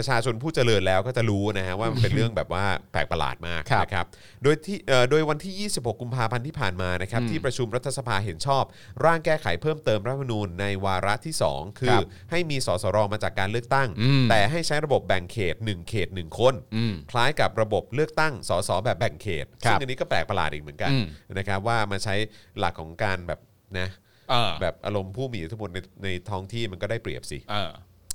B: ประชาชนผู้เจริญแล้วก็จะรู้นะฮะว่ามันเป็นเรื่องแบบว่าแปลกประหลาดมาก
C: ครับ
B: นะครับโดยที่เอ่อโดยวันที่ 26 กุมภาพันธ์ที่ผ่านมานะครับที่ประชุมรัฐสภาเห็นชอบ ร่างแก้ไขเพิ่มเติมรัฐธรรมนูญในวาระที่ 2 คือ
C: ครับ
B: ให้มีสสรมาจากการเลือกตั้ง
C: อืม
B: แต่ให้ใช้ระบบแบ่งเขต 1 เขต 1 คน
C: อืม
B: คล้ายกับระบบเลือกตั้งสสแบบแบ่งเขต
C: ครั
B: ซึ่
C: บ
B: งอันนี้ก็แปลกประหลาดอีกเหมือนกัน
C: อืม
B: นะครับว่ามาใช้หลักของการแบบนะ
C: เออ
B: แบบอารมณ์ผู้มีอิทธิพลในในท้องที่มันก็ได้เปรียบสิ
C: เออ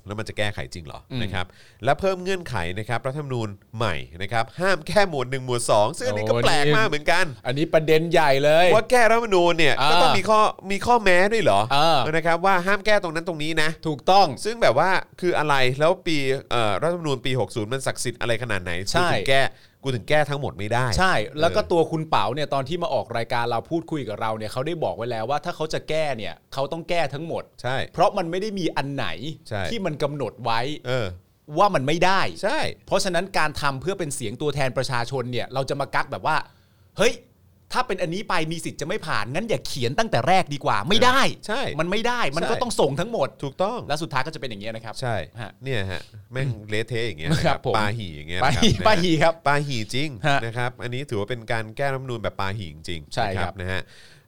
B: แล้วมันจะแก้ไขจริงเหรออ
C: ม
B: นะครับและเพิ่มเงื่อนไขนะครับรัฐธรรมนูญใหม่นะครับห้ามแก้หมวด1หมวด2ซึ่งอันนี้ก็
C: โอ้
B: แปลก
C: นี่
B: มากเหมือนกัน
C: อันนี้ประเด็นใหญ่เลย
B: ว่าแก้รัฐธรรมนูญเนี่ย
C: อ่า
B: ก็ต้องมีข้อมีข้อแม้ด้วยเหรอ
C: เออ
B: นะครับว่าห้ามแก้ตรงนั้นตรงนี้นะ
C: ถูกต้อง
B: ซึ่งแบบว่าคืออะไรแล้วปีเอ่อรัฐธรรมนูญปี 60 มันศักดิ์สิทธิ์อะไรขนาดไหน
C: ใช่
B: กูถึงแก้กูถึงแก้ทั้งหมดไม่ได้
C: ใช่แล้วก็ตัวคุณเป๋าเนี่ยตอนที่มาออกรายการเราพูดคุยกับเราเนี่ยเขาได้บอกไว้แล้วว่าถ้าเขาจะแก้เนี่ยเขาต้องแก้ทั้งหมด
B: ใช่
C: เพราะมันไม่ได้มีอันไหน
B: ใช่
C: ที่มันกำหนดไว้
B: เออ
C: ว่ามันไม่ได้
B: ใช่
C: เพราะฉะนั้นการทำเพื่อเป็นเสียงตัวแทนประชาชนเนี่ย เราจะมากักแบบว่า เฮ้ย ถ้าเป็นอันนี้ไปมีสิทธิ์จะไม่ผ่านงั้นอย่าเขียนตั้งแต่แรกดีกว่า ไม่ได้
B: ใช่
C: มันไม่ได้มันก็
B: ใช่
C: ต้องส่งทั้งหมด
B: ถูกต้อง
C: และสุดท้ายก็จะเป็นอย่างนี้ยนะครับ
B: ใช่
C: ฮะ
B: เนี่ยฮะแม่งเละเทะอย่างเงี้ย
C: ครับผม
B: ปาหี่อย่างเงี้ย
C: ปาหี
B: นะครับ
C: ปาหีครับ
B: ปาหี่จริง
C: ฮะ
B: นะครับ อันนี้ถือว่าเป็นการแก้รัฐธรรมนูญแบบปาหี่จริงๆ
C: ใช่ครับ
B: นะนะฮะ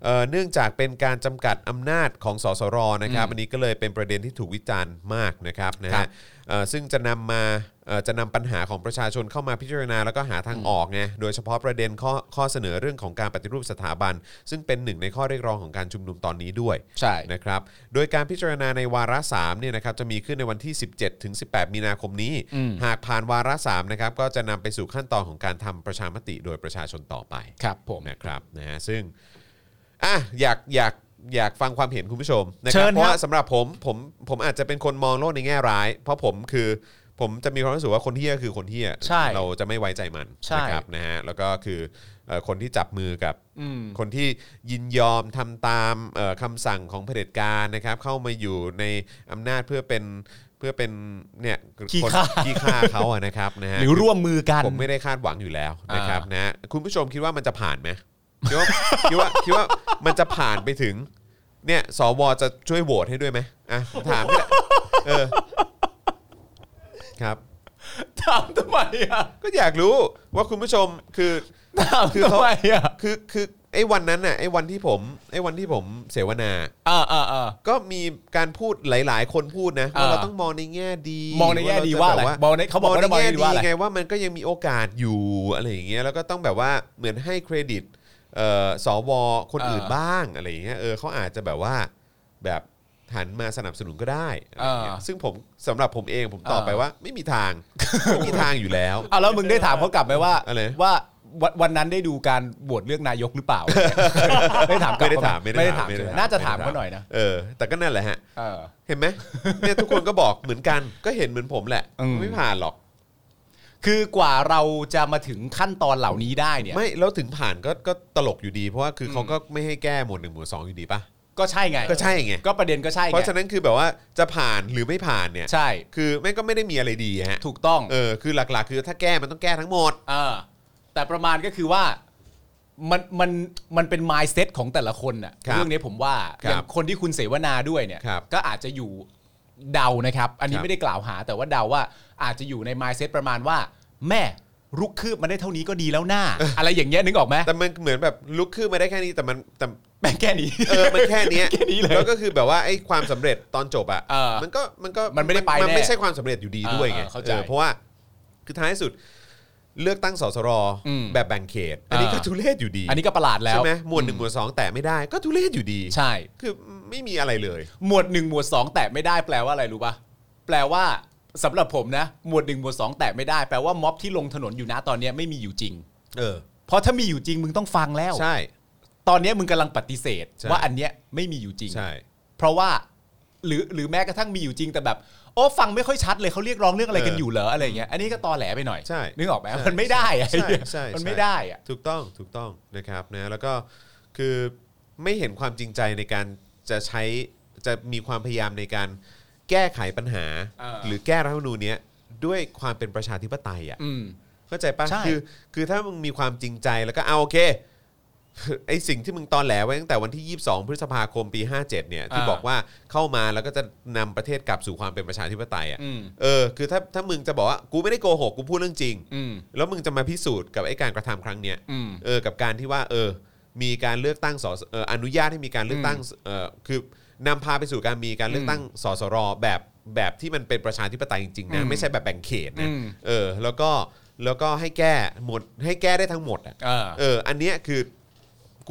B: เอ่อเนื่องจากเป็นการจำกัดอำนาจของสสรนะครับอันนี้ก็เลยเป็นประเด็นที่ถูกวิจารณ์มากนะครับนะ
C: ครั
B: ฮะ
C: บ
B: เอ่อซึ่งจะนำมาเอ่อจะนำปัญหาของประชาชนเข้ามาพิจารณาแล้วก็หาทางออกไงโดยเฉพาะประเด็นข้อข้อเสนอเรื่องของการปฏิรูปสถาบัน ซึ่งเป็นหนึ่งในข้อเรียกร้องของการชุมนุมตอนนี้ด้วย
C: ใช่
B: นะครับ โดยการพิจารณาในวาระ3เนี่ยนะครับจะมีขึ้นในวันที่ 17ถึง18 มีนาคมนี้
C: อืม
B: หากผ่านวาระ3นะครับก็จะนำไปสู่ขั้นตอนของการทำประชามติโดยประชาชนต่อไป
C: ครับผม
B: นะครับนะฮะซึ่งอ่ะอยากอยากอยากฟังความเห็นคุณผู้ชมนะค
C: เชิ
B: รับ
C: ญ
B: เพ
C: ครับ
B: ราะว่าสำหรับผมผมผมอาจจะเป็นคนมองโลกในแง่ร้าย เพราะผมคือผมจะมีความรู้สึกว่าคนเที่ยคือคนเที่ย
C: ใช่
B: เราจะไม่ไว้ใจมัน
C: ใช่
B: นะครับนะฮะแล้วก็คือเอ่อคนที่จับมือกับ
C: อืม
B: คนที่ยินยอมทำตามเอ่อคำสั่งของเผด็จการนะครับ เข้ามาอยู่ในอำนาจเพื่อเป็นเพื่อเป็นเนี่ย
C: ขี้
B: คน
C: ข้า
B: ขี้ข้าเขาอะนะครับนะฮะ
C: หรือร่วมมือกัน
B: ผมไม่ได้คาดหวังอยู่แล้ว
C: อ่าน
B: นะครับนะฮะคุณผู้ชมคิดว่ามันจะผ่านไหมคิดว่า คิดว่าคิดว่ามันจะผ่านไปถึง เนี่ยสวจะช่วยโหวตให้ด้วยไหมอ่ะผมถามก็ได้เออครับ
C: ถามทำไมอ่ะ
B: ก็อยากรู้ว่าคุณผู้ชมคือ
C: ถาม
B: คือเขา
C: ทำไมอ่ะ
B: คือคือไอ้วันนั้นน่ะไอ้วันที่ผมไอ้วันที่ผมเสวนา
C: อ่าอ่าอ่า
B: ก็มีการพูดหลาย ๆ คนพูดนะว่า
C: อ่า
B: เราต้องมองในแง่ดี
C: มองในแง่ดีว่าอะไร
B: เรจ
C: มองในเขาบอกว่าต้องมองในแง่ดีว่าอะไร
B: ไงว่ามันก็ยังมีโอกาสอยู่อะไรอย่างเงี้ยแล้วก็ต้องแบบว่าเหมือนให้เครดิตเอ่อสวคนอื่นบ้างอะไรอย่างเงี้ยเออเขาอาจจะแบบว่าแบบหันมาสนับสนุนก็ได้อะไรอย่างเงี้ย
C: อ่า
B: ซึ่งผมสำหรับผมเองผมตอบไปว่า ไม่มีทาง ไม่มีทางอยู่แล้ว
C: เอาแล้วมึงได้ถามเขากลับไหมว่า
B: อะไร
C: ว่าวันวันนั้นได้ดูการบวชเลือกนายกหรือเปล่า ไม่ถามกลั
B: ไม่
C: บ
B: ได้ถาม
C: ไม่ได้ถาม
B: ไม่ได้ถาม
C: น่าจะถามเขาหน่อยนะ
B: เออ แต่ก็นั่นแหละฮะ
C: เออ
B: เห็นไหมเนี่ยทุกคนก็บอกเหมือนกันก็เห็นเหมือนผมแหละ
C: อืม
B: ไม่ผ่านหรอก
C: คือกว่าเราจะมาถึงขั้นตอนเหล่านี้ได้เนี่ย
B: ไม่แล้วถึงผ่านก็ก็ตลกอยู่ดี เพราะว่าคือเขาก็ไม่ให้แก้หมวดหนึ่งหมวดสองอยู่ดีป่ะ
C: ก็ใช่ไง
B: ก็ใช่ไง
C: ก็ประเด็นก็ใช่ไง
B: เพราะฉะนั้นคือแบบว่าจะผ่านหรือไม่ผ่านเนี่ย
C: ใช่
B: คือแม่งก็ไม่ได้มีอะไรดีฮะ
C: ถูกต้อง
B: เออคือหลักๆ คือถ้าแก้มันต้องแก้ทั้งหมด
C: เออแต่ประมาณก็คือว่ามันมันมันเป็น mindset ของแต่ละคนน่ะ
B: ครับ
C: เรื่องนี้ผมว่า
B: ครับ
C: อย่างคนที่คุณเสวนาด้วยเนี่ย
B: ครับ
C: ก็อาจจะอยู่เดานะครับ อันนี้
B: ครับ
C: ไม่ได้กล่าวหา แต่ว่าเดาว่าอาจจะอยู่ใน mindset ประมาณว่า แม่รุกคืบมาได้เท่านี้ก็ดีแล้วหน้า อะไรอย่างเงี้ยนึกออกไหม
B: แต่มันเหมือนแบบลุกขึ้นมาได้แค่นี้แต่มันแต่
C: แม่งแค่นี้
B: เออมันแค่เนี้ย
C: แค่นี้เลย
B: แล้วก็คือแบบว่าไอ้ความสำเร็จตอนจบอ่ะ
C: เออ
B: มันก็มันก็
C: มันไม่ได้ไปแน่
B: มันไม่ใช่ความสำเร็จอยู่ดีด้วยไง
C: เออเออเข้าใจ
B: ออเพราะว่าคือท้ายสุดเลือกตั้งสสร
C: อืม
B: แบบแบ่งเขต อันนี้ก็
C: เออ
B: ทุเรศอยู่ดี
C: อันนี้ก็ประหลาดแล้ว
B: ใช่ไหมหมวดหนึ่งหมวดสองแต่ไม่ได้ก็ทุเรศอยู่ดี
C: ใช่
B: คือไม่มีอะไรเลย
C: หมวดหนึ่งหมวดสองแตะไม่ได้แปลว่าอะไรรู้ปะแปลว่าสำหรับผมนะ หมวดหนึ่งหมวดสองแตะไม่ได้แปลว่าม็อบที่ลงถนนอยู่นะตอนเนี้ยไม่มีอยู่จริง
B: เออ
C: เพราะถ้ามีอยู่จริงมึงต้องฟังแล้ว
B: ใช่
C: ตอนเนี้ยมึงกำลังปฏิเสธ
B: ใช่
C: ว่าอันเนี้ยไม่มีอยู่จริง
B: ใช่
C: เพราะว่าหรือหรือแม้กระทั่งมีอยู่จริงแต่แบบ โอ้ฟังไม่ค่อยชัดเลยเขาเรียกร้องเรื่องอะไรกัน
B: เออ
C: อ
B: อยู่
C: เหรออะไรอย่างเงี้ยอันนี้ก็ตอแหลไปหน่อย
B: ใช่
C: นึกออกไหม
B: ใช่
C: มันไม่ได้อะ
B: ใช่ใช่ใช่
C: มันไม่ได้อะ
B: ถูกต้องถูกต้องนะครับนะแล้วก็คือไม่เห็นความจริงใจในการจะใช้จะมีความพยายามในการแก้ไขปัญหา
C: เออ
B: หรือแก้รัฐธรรมนูญเนี้ยด้วยความเป็นประชาธิปไตยอ่ะ
C: อืม
B: เข้าใจปะ
C: ใช่
B: คือคือถ้ามึงมีความจริงใจแล้วก็เอาโอเค ไอสิ่งที่มึงตอนแหลไว้ตั้งแต่วันที่ 22 พฤษภาคมปี 57 เนี่ยที่บอกว่าเข้ามาแล้วก็จะนำประเทศกลับสู่ความเป็นประชาธิปไตยอ่ะ
C: อืม
B: เออคือถ้าถ้ามึงจะบอกว่ากูไม่ได้โกหกกูพูดเรื่องจริง
C: อืม
B: แล้วมึงจะมาพิสูจน์กับไอ้การกระทำครั้งเนี้ย
C: อืม
B: เออกับการที่ว่าเออมีการเลือกตั้งสอเอออนุญาตให้มีการเลือกตั้งเออคือนำพาไปสู่การมีการเลือกตั้งสสรแบบแบบที่มันเป็นประชาธิปไตยจริงๆนะ
C: อืม
B: ไม่ใช่แบบแบ่งเขตนะ
C: อืม
B: เออแล้วก็แล้วก็ให้แก้หมดให้แก้ได้ทั้งหมดอะ
C: เออ
B: เอออันเนี้ยคือ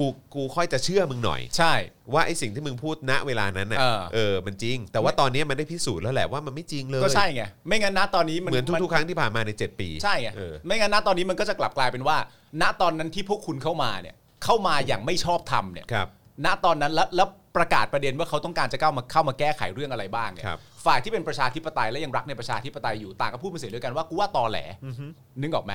B: กูกูค่อยจะเชื่อมึงหน่อย
C: ใช่
B: ว่าไอ้สิ่งที่มึงพูดณเวลานั้นน่ะ
C: เออ
B: เออมันจริง แต่ว่าตอนเนี้ยมันได้พิสูจน์แล้วแหละว่ามันไม่จริงเลย
C: ก็ใช่ไงไม่งั้นนะตอนนี้มัน
B: เหมือนทุกๆครั้งที่ผ่านมาใน 7 ปี
C: ใช่ไง
B: เออ
C: ไม่งั้นณตอนนี้มันก็จะกลับกลายเป็นว่า ณตอนนั้นที่พวกคุณเข้ามาเนี่ย เข้ามาอย่างไม่ชอบทำเนี่ย
B: ครับ
C: ณตอนนั้นแล้วแล้วประกาศประเด็นว่าเขาต้องการจะเข้ามาเข้ามาแก้ไขเรื่องอะไรบ้างเนี่ย
B: ครับ
C: ฝ่ายที่เป็นประชาธิปไตยและยังรักในประชาธิปไตยอยู่ต่างก็พูดเป็นเสียงเดียวกันว่ากูว่าตอแหลนึกออกไหม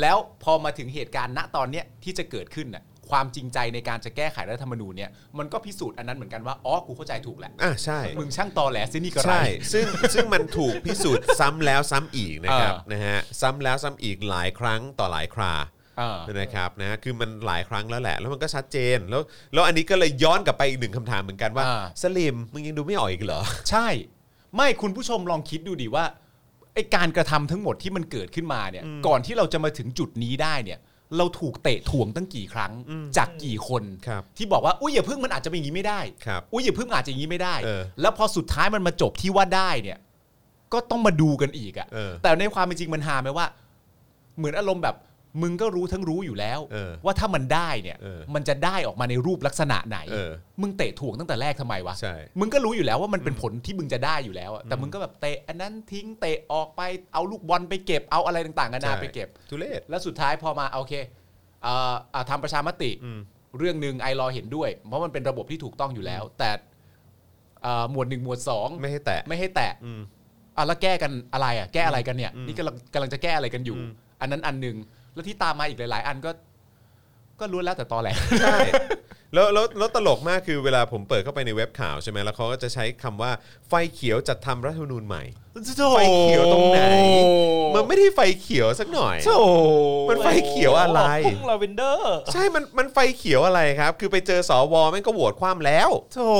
C: แล้วพอมาถึงเหตุการณ์ณตอนเนี้ยที่จะเกิดขึ้นน่ะความจริงใจในการจะแก้ไขรัฐธรรมนูญเนี่ยมันก็พิสูจน์อันนั้นเหมือนกันว่าอ๋อกูเข้าใจถูกแหละ
B: อ่ะใช่
C: มึงช่างตอแหลซินี่กระไร
B: ใช่ ซึ่งซึ่งมันถูกพิสูจน์ซ้ำแล้วซ้ำอีกนะครับ
C: เออ
B: นะฮะซ้ำแล้วซ้ำอีกหลายครั้งต่อหลายครา
C: เออ
B: นะครับนะฮะคือมันหลายครั้งแล้วแหละ แล้วมันก็ชัดเจนแล้วแล้วอันนี้ก็เลยย้อนกลับไปอีกหนึ่งคำถามเหมือนกันว่า
C: อ่า
B: สลิมมึงยังดูไม่ออกอีกเหรอ
C: ใช่ ไม่คุณผู้ชมลองคิดดูดิว่าไอการกระทำทั้งหมดที่มันเกิดขึ้นมาเนี่ย ก่อนที่เราจะมาถึงจุดนี้ได้เนี่ย เราถูกเตะถ่วงตั้งกี่ครั้ง จากกี่คน
B: ครับ
C: ที่บอกว่าอุ้ยอย่าพึ่งมันอาจจะเป็นอย่างนี้ไม่ได้
B: ครับ
C: อุ้ยอย่าพึ่งอาจจะอย่างนี้ไม่ได้
B: เออ
C: แล้วพอสุดท้ายมันมาจบที่ว่าได้เนี่ย ก็ต้องมาดูกันอีก
B: เออ
C: อะ่ะแต่ในความเป็นจริงมันหาไหมว่า เหมือนอารมณ์แบบ มึงก็รู้ทั้งรู้อยู่แล้ว
B: เออ
C: ว่าถ้ามันได้เนี่ย
B: เออ
C: มันจะได้ออกมาในรูปลักษณะไหน
B: เออ
C: มึงเตะถ่วงตั้งแต่แรกทำไมวะ
B: ใช่
C: มึงก็รู้อยู่แล้วว่ามันเป็นผลที่มึงจะได้อยู่แล้วอะแต่มึงก็แบบเตะอันนั้นทิ้งเตะออกไปเอาลูกบอลไปเก็บเอาอะไรต่างๆกันานาไปเก็บ
B: ทุเลศ
C: แล้วสุดท้ายพอมาโอเคเอ่ออ่ะทำประชามติ
B: อืม
C: เรื่องหนึ่งไอรอเห็นด้วย เพราะมันเป็นระบบที่ถูกต้องอยู่แล้ว แต่เอ่อหมวดหนึ่งหมวดสอง
B: ไม่ให้แตะ
C: ไม่ให้แตะ
B: อืม
C: อ่ะแล้วแก้กันอะไรอ่ะแก้อะไรกันเนี่ย นี่กำลังกำลังจะแก้อะไรกันอยู่ อันนั้นอันหนึ่งแล้วที่ตามมาอีกหลาย ๆ อันก็ ก็รู้วนแล้วแต่ตอแหล
B: ใช่แล้วแล้วแล้วตลกมากคือเวลาผมเปิดเข้าไปในเว็บข่าวใช่ไหมแล้วเขาก็จะใช้คำว่าไฟเขียวจัดทำรัฐธรรมนูญใหม่ ไฟเขียวตรงไหน มันไม่ได้ไฟเขียวสักหน่อย
C: โธ่
B: มันไฟเขียวอะไร
D: พุ่งลาเวนเดอร์
B: ใช่มันมันไฟเขียวอะไรครับ คือไปเจอสอวอแม่งก็โหวตความแล้ว
C: โธ่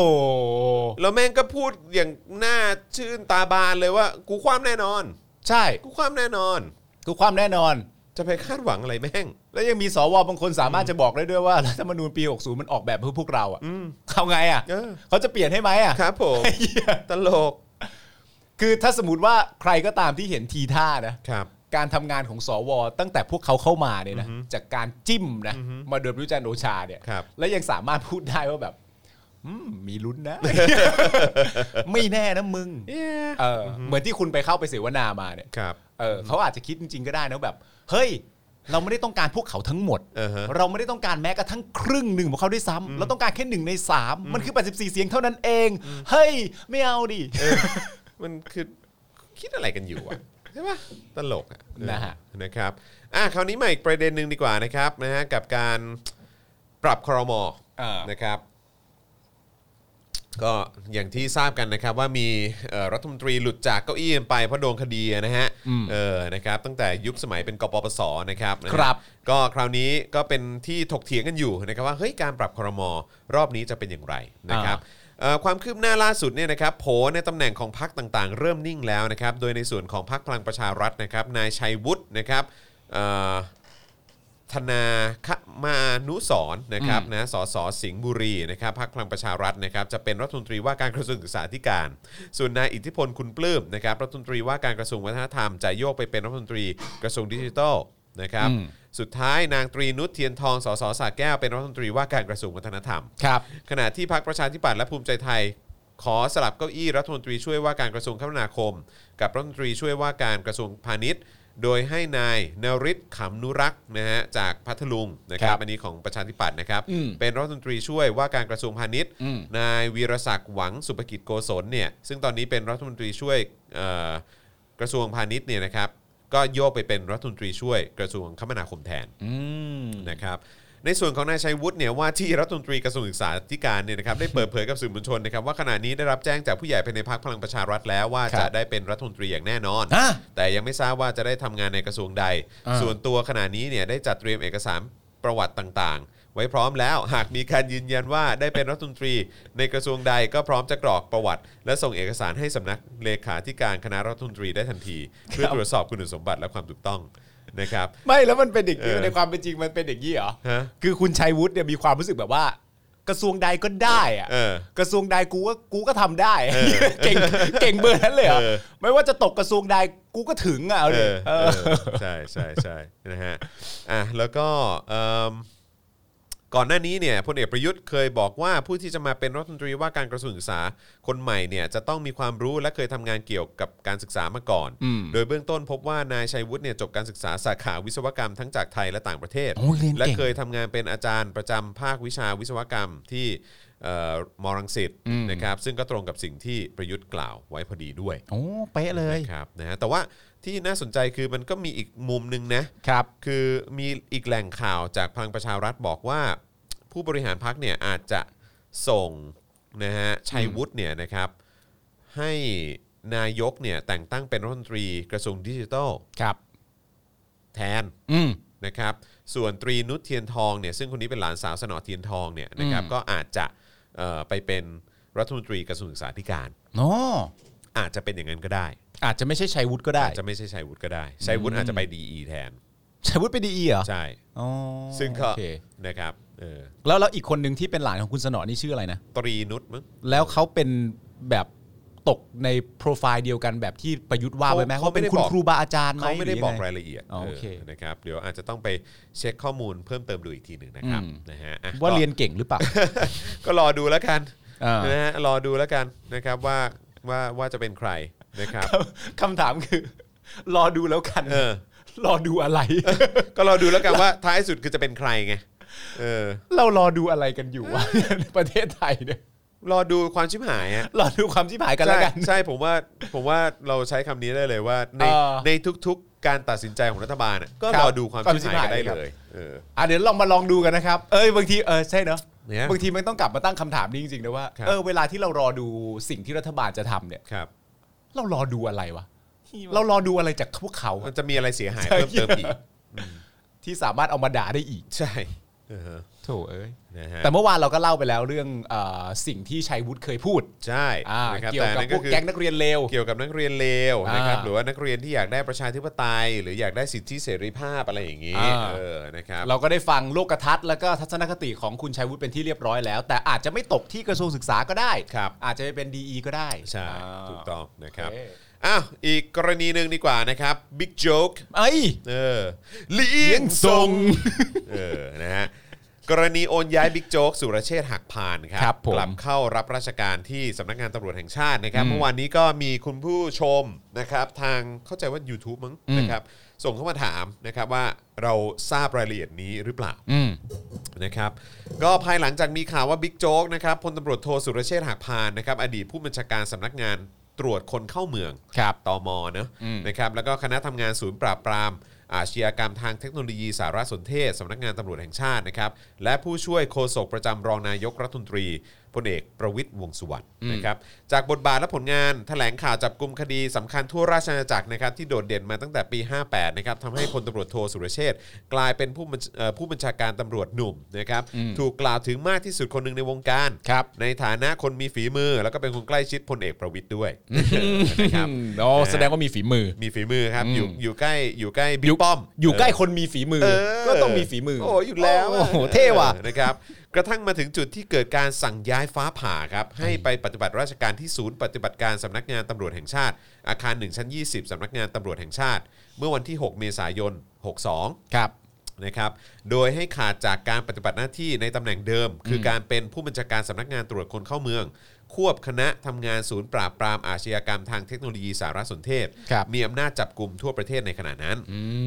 B: แล้วแม่งก็พูดอย่างหน้าชื่นตาบานเลยว่า กูความแน่นอน
C: ใช่
B: กูความแน่นอน
C: กูความแน่นอน
B: จะไปคาดหวังอะไรแม่ง
C: แล้วยังมีสวบางคนสามารถจะบอกได้ด้วยว่ารัฐธรรมนูญปี 60 มันออกแบบเพื่อพวกเราอ่ะเขาไงอ่ะ
B: เออ
C: เขาจะเปลี่ยนให้ไหมอ่ะ
B: ครับผม
C: ไอ้เหี้ย
B: ตลก
C: คือถ้าสมมติว่าใครก็ตามที่เห็นทีท่านะ
B: ครับ
C: การทำงานของสว ตั้งแต่พวกเขาเข้ามาเนี่ยนะจากการจิ้มนะมาโดยรู้จันทร์โอชาเนี่ย
B: ครับ
C: แล้วยังสามารถพูดได้ว่าแบบอืมมีลุ้น นะ ไม่แน่นะมึงเอออเหมือนที่คุณไปเข้าไปเสวนามาเนี่ย
B: ครับ
C: เออเขาอาจจะคิดจริงๆก็ได้นะแบบ เฮ้ย เราไม่ได้ต้องการพวกเขาทั้งหมด
B: เออฮะ
C: เราไม่ได้ต้องการแม้กระทั่งครึ่งหนึ่งของเขาด้วยซ้ำเราต้องการแค่หนึ่งในสามมันคือ 84 เสียงเท่านั้นเอง เฮ้ย ไม่เอาดิ
B: มันคือคิดอะไรกันอยู่อะใช่ปะตลกอะ
C: นะฮะ
B: นะครับอ่ะคราวนี้มาอีกประเด็นหนึ่งดีกว่านะครับนะฮะกับการปรับครมนะครับ ก็อย่างที่ทราบกันนะครับว่ามีเอ่อรัฐมนตรีหลุดจากเก้าอี้ไปเพราะโดนคดีนะฮะเออนะครับตั้งแต่ยุคสมัยเป็นกปปสนะครับนะฮะ
C: ครับ
B: ก็คราวนี้ก็เป็นที่ถกเถียงกันอยู่นะครับว่าเฮ้ยการปรับครมรอบนี้จะเป็นอย่างไรนะครับเอ่อความคืบหน้าล่าสุดเนี่ยนะครับโผในตำแหน่งของพักต่างๆ เริ่มนิ่งแล้วนะครับโดยในส่วนของพักพลังประชารัฐนะครับนายชัยวุฒินะครับเอ่อ ธนาคมานุสรณ์นะครับนะสสสิงห์บุรีนะครับพักพลังประชารัฐนะครับจะเป็นรัฐมนตรีว่าการกระทรวงศึกษาธิการ ส่วนนายอิทธิพลคุณปลื้มนะครับรัฐมนตรีว่าการกระทรวงวัฒนธรรมจะโยกไปเป็นรัฐมนตรีกระทรวงดิจิทัลนะครับสุดท้ายนางตรีนุชเทียนทองสสสาแก้วเป็นรัฐมนตรีว่าการกระทรวงวัฒนธรรม
C: ครับ
B: ขณะที่พรรคประชาธิปัตย์และภูมิใจไทย ขอสลับเก้าอี้รัฐมนตรีช่วยว่าการกระทรวงคมนาคม กับรัฐมนตรีช่วยว่าการกระทรวงพาณิชย์ โดยให้นายนริศขำนุรักษ์นะฮะจากพัทลุงนะครับ
C: ครับ
B: อันนี้ของประชาธิปัตย์นะครับ
C: อืม
B: เป็นรัฐมนตรีช่วยว่าการกระทรวงพาณิชย์
C: อืม
B: นายวีรศักดิ์หวังสุภกิจโกศลเนี่ยซึ่งตอนนี้เป็นรัฐมนตรีช่วยเอ่อกระทรวงพาณิชย์เนี่ยนะครับก็โยกไปเป็นรัฐมนตรีช่วยกระทรวงคมนาคมแทน
C: อืม
B: นะครับในส่วนของนายชัยวุฒิเนี่ยว่าที่รัฐมนตรีกระทรวงศึกษาธิการเนี่ยนะครับได้เปิดเผยกับสื่อมวลชนนะครับว่าขณะนี้ได้รับแจ้งจากผู้ใหญ่ภายในพักพลังประชารัฐแล้วว่า
C: ครับ
B: จะได้เป็นรัฐมนตรีอย่างแน่นอน
C: ฮะ
B: แต่ยังไม่ทราบว่าจะได้ทำงานในกระทรวงใด
C: อ่า
B: ส่วนตัวขณะนี้เนี่ยได้จัดเตรียมเอกสารประวัติต่างๆ ไว้พร้อมแล้วหากมีการยืนยันว่าได้เป็นรัฐมนตรีในกระทรวงใดก็พร้อมจะกรอกประวัติ และส่งเอกสารให้สำนักเลขาธิการคณะรัฐมนตรีได้ทันที เพื่อตรวจสอบคุณสมบัติและความถูกต้องนะครับ
C: ไม่แล้วมันเป็นอย่างนี้
B: เออ
C: ในความเป็นจริงมันเป็นอย่างนี้เหรอ
B: ฮะ
C: คือคุณชัยวุฒิเนี่ยมีความรู้สึกแบบว่า กระทรวงใดก็ได้อะ
B: เออ
C: กระทรวงใดกูก็กูก็ทำได้ เก่งเก่งเบอร์นั้นเลยเหรอ
B: เออ
C: ไม่ว่าจะตกกระทรวงใดกูก็ถึงอ่ะเอา
B: เอ
C: ดิ
B: อ
C: เอ
B: เอ
C: อ
B: อใช่ใช่ใช่นะฮะอ่ะแล้วก็เอิ่มก่อนหน้านี้เนี่ยพลเอกประยุทธ์เคยบอกว่าผู้ที่จะมาเป็นรัฐมนตรีว่าการกระทรวงศึกษาคนใหม่เนี่ยจะต้องมีความรู้และเคยทำงานเกี่ยวกับการศึกษามาก่อน
C: อืม
B: โดยเบื้องต้นพบว่านายชัยวุฒิเนี่ยจบการศึกษาสาขาวิศวกรรมทั้งจากไทยและต่างประเทศ
C: โอ้เรียนเก่ง
B: และเคยทำงานเป็นอาจารย์ประจำภาควิชาวิศวกรรมที่เอ่อมอรังสิตนะครับซึ่งก็ตรงกับสิ่งที่ประยุทธ์กล่าวไว้พอดีด้วย
C: โอ้เป๊ะเลย
B: นะครับนะฮะแต่ว่าที่น่าสนใจคือมันก็มีอีกมุมหนึ่งนะครับ คือมีอีกแหล่งข่าวจากพลังประชารัฐบอกว่า ผู้บริหารพักเนี่ยอาจจะส่งนะฮะชัยวุฒิเนี่ยนะครับ ให้นายกเนี่ยแต่งตั้งเป็นรัฐมนตรีกระทรวงดิจิทัล
C: ครับ
B: แทน
C: อืม
B: นะครับส่วนตรีนุชเทียนทองเนี่ยซึ่งคนนี้เป็นหลานสาวสนอเทียนทองเนี่ยนะครับ
C: อืม
B: ก็อาจจะเอ่อไปเป็นรัฐมนตรีกระทรวงศึกษาธิการ
C: เนาะ
B: อาจจะเป็นอย่างนั้นก็ได้
C: อาจจะไม่ใช่ชัยวุฒิก็ได้
B: อาจจะไม่ใช่ชัยวุฒิก็ได้ชัยวุฒิอาจจะไปดีแทน
C: ชัยวุฒิไปดีอีเหรอ
B: ใช่
C: อ๋อ
B: ซึ่งก็
C: โอเค
B: นะครับเออ
C: แล้วแล้วอีกคนหนึ่งที่เป็นหลานของคุณสนอนี่ชื่ออะไรนะ
B: ตรีนุชมั้ง
C: แล้วเขาเป็นแบบตกในโปรไฟล์เดียวกันแบบที่ประยุทธ์ว่าไว้ไหม
B: เขา
C: เขา
B: ไม่
C: เป็น
B: ได้
C: คุ
B: บ
C: ณ
B: อก
C: ครูบาอาจารย์ไหม
B: เขาไม่ได้
C: หงง
B: บอกรายละเอียด
C: อ๋อโอเค
B: นะครับเดี๋ยวอาจจะต้องไปเช็คข้อมูลเพิ่มเติมดูอีกทีหนึ่งนะครับ
C: อืม
B: นะฮะอ่ะ
C: ว่า
B: ก็
C: เรียนเก่งหรือเปล่า
B: ก็รอดูแล้วกัน
C: อ่าน
B: นะฮะรอดูแล้วกันนะครับว่าว่าว่าจะเป็นใครนะครับ
C: คำถามคือ รอดูแล้วกัน
B: เออ
C: รอดูอะไร
B: ก็รอดูแล้วกันว่าท้ายสุดคือจะเป็นใครไงเออ
C: เรารอดูอะไรกันอยู่ วะ ประเทศไทยเนี่ย
B: รอดูความชิบหายอะ
C: รอดูความชิบหายกันแล้ว
B: ใช่
C: กัน
B: ใช่ผมว่าผมว่าเราใช้คำนี้ได้เลยว่าใน
C: เออ
B: ในทุกๆ การตัดสินใจของรัฐบาลอะก็
C: ครั
B: ร
C: บ
B: อดูความ
C: ความ
B: ชิบ
C: ชิบ
B: หา
C: หาย ย
B: ได้
C: ครับ
B: เลยเออ
C: อ่ะเดี๋ยวลองมาลองดูกันนะครับ เอ้ยบางทีเออใช่เนาะ
B: เนี่ย
C: บางทีมันต้องกลับมาตั้งคำถามนี้จริงๆนะว่าเออเวลาที่เรารอดูสิ่งที่รัฐบาลจะทำเนี่ย
B: ครับ
C: เรารอดูอะไรวะเรารอดูอะไรจากพวกเขา
B: มั
C: อะ
B: นจะมีอะไรเสียหายเพิ่มเติมอีก
C: ที่สามารถเอามาด่าได้อีก
B: ใช่เออฮะ
C: โถเอ้ย
B: นะฮะ
C: แต่เมื่อวานเราก็เล่าไปแล้วเรื่องเออสิ่งที่ชัยวุฒิเคยพูด
B: ใช่
C: อ่า
B: นะครับ
C: เกี่ยว
B: แต่อันนั่น
C: กับพ
B: ก็
C: วก
B: คือ
C: แก๊งนักเรียนเลว
B: เกี่ยวกับนักเรียนเลวนะครับ
C: อ่า
B: หรือว่านักเรียนที่อยากได้ประชาธิปไตย หรืออยากได้สิทธิเสรีภาพอะไรอย่างนี้
C: อ่า
B: เออนะครับ
C: เราก็ได้ฟังโลกทัศน์แล้วก็ทัศนคติของคุณชัยวุฒิเป็นที่เรียบร้อยแล้ว แต่อาจจะไม่ตกที่กระทรวงศึกษาก็ได้
B: ครับ
C: อาจจะไปเป็นดีก็ได้
B: ใช่
C: า
B: ถูกต้องนะครับ
C: โอเค
B: อ้าวอีกกรณีหนึ่งดีกว่านะครับบิ๊กโจ๊ก
C: เอ้ย
B: เออเลี้ยงทรงเออนะฮะกรณีโอนย้ายบิ๊กโจ๊กสุรเชษฐ์หักพานครั
C: ครับผม
B: กลับเข้ารับราชการที่สำนักงานตำรวจแห่งชาตินะครับเมื่อวานนี้ก็มีคุณผู้ชมนะครับทางเข้าใจว่า YouTube มั้ง
C: อืม
B: นะครับส่งเข้ามาถามนะครับว่าเราทราบรายละเอียดนี้หรือเปล่า
C: อืม
B: นะครับก็ภายหลังจากมีข่าวว่าบิ๊กโจ๊กนะครับพลตำรวจโทสุรเชษฐ์หักพานนะครับอดีตผู้บัญชาการสำนักงานตรวจคนเข้าเมือง
C: ครับ
B: ตมเนอะ
C: อืม
B: นะครับแล้วก็คณะทำงานศูนย์ปราบปราม อาชญากรรมทางเทคโนโลยีสารสนเทศสำนักงานตำรวจแห่งชาตินะครับและผู้ช่วยโฆษกประจำรองนายกรัฐมนตรีพลเอกประวิทย์วงษ์สุวรรณนะครับจากบทบาทและผลงานแถลงข่าวจับกลุ่มคดีสำคัญทั่วราชอาณาจักรนะครับที่โดดเด่นมาตั้งแต่ปี 58นะครับทำให้พลตำรวจโทสุรเชษฐ์กลายเป็นผู้บัญชเอ่อผู้บัญชาการตำรวจหนุ่มนะครับถูกกล่าวถึงมากที่สุดคนหนึ่งในวงการ
C: ครับ
B: ในฐานะคนมีฝีมือ แล้วก็เป็นคนใกล้ชิดพลเอกประวิทย์ด้วยนะครับ
C: อ๋อแสดงว่ามีฝีมือ
B: มีฝีมือครับ อยู่
C: อืม
B: อยู่ใกล้อยู่ใกล้
C: อ
B: บิ๊
C: ยู่
B: กป้อม
C: อยู่ใกล้
B: เ
C: คนมีฝีมือ
B: เ
C: ก็ต้องมีฝีมือ
B: โอ้อยู่แล้ว
C: โอ้โหเท่ว่ะ
B: ออนะครับ กระทั่งมาถึงจุดที่เกิดการสั่งย้ายฟ้าผ่าครับ ให้ไปปฏิบัติราชการที่ศูนย์ปฏิบัติการสำนักงานตำรวจแห่งชาติ อาคาร1ชั้น20สำนักงานตำรวจแห่งชาติ เมื่อวันที่ 6 เมษายน 62
C: ครับ
B: นะครับ โดยให้ขาดจากการปฏิบัติหน้าที่ในตำแหน่งเดิม คือการเป็นผู้บัญชาการสำนักงานตรวจคนเข้าเมือง ควบคณะทำงานศูนย์ปราบปรามอาชญากรรมทางเทคโนโลยีสารสนเทศ
C: ครับ
B: มีอำนาจจับกลุ่มทั่วประเทศในขณะนั้น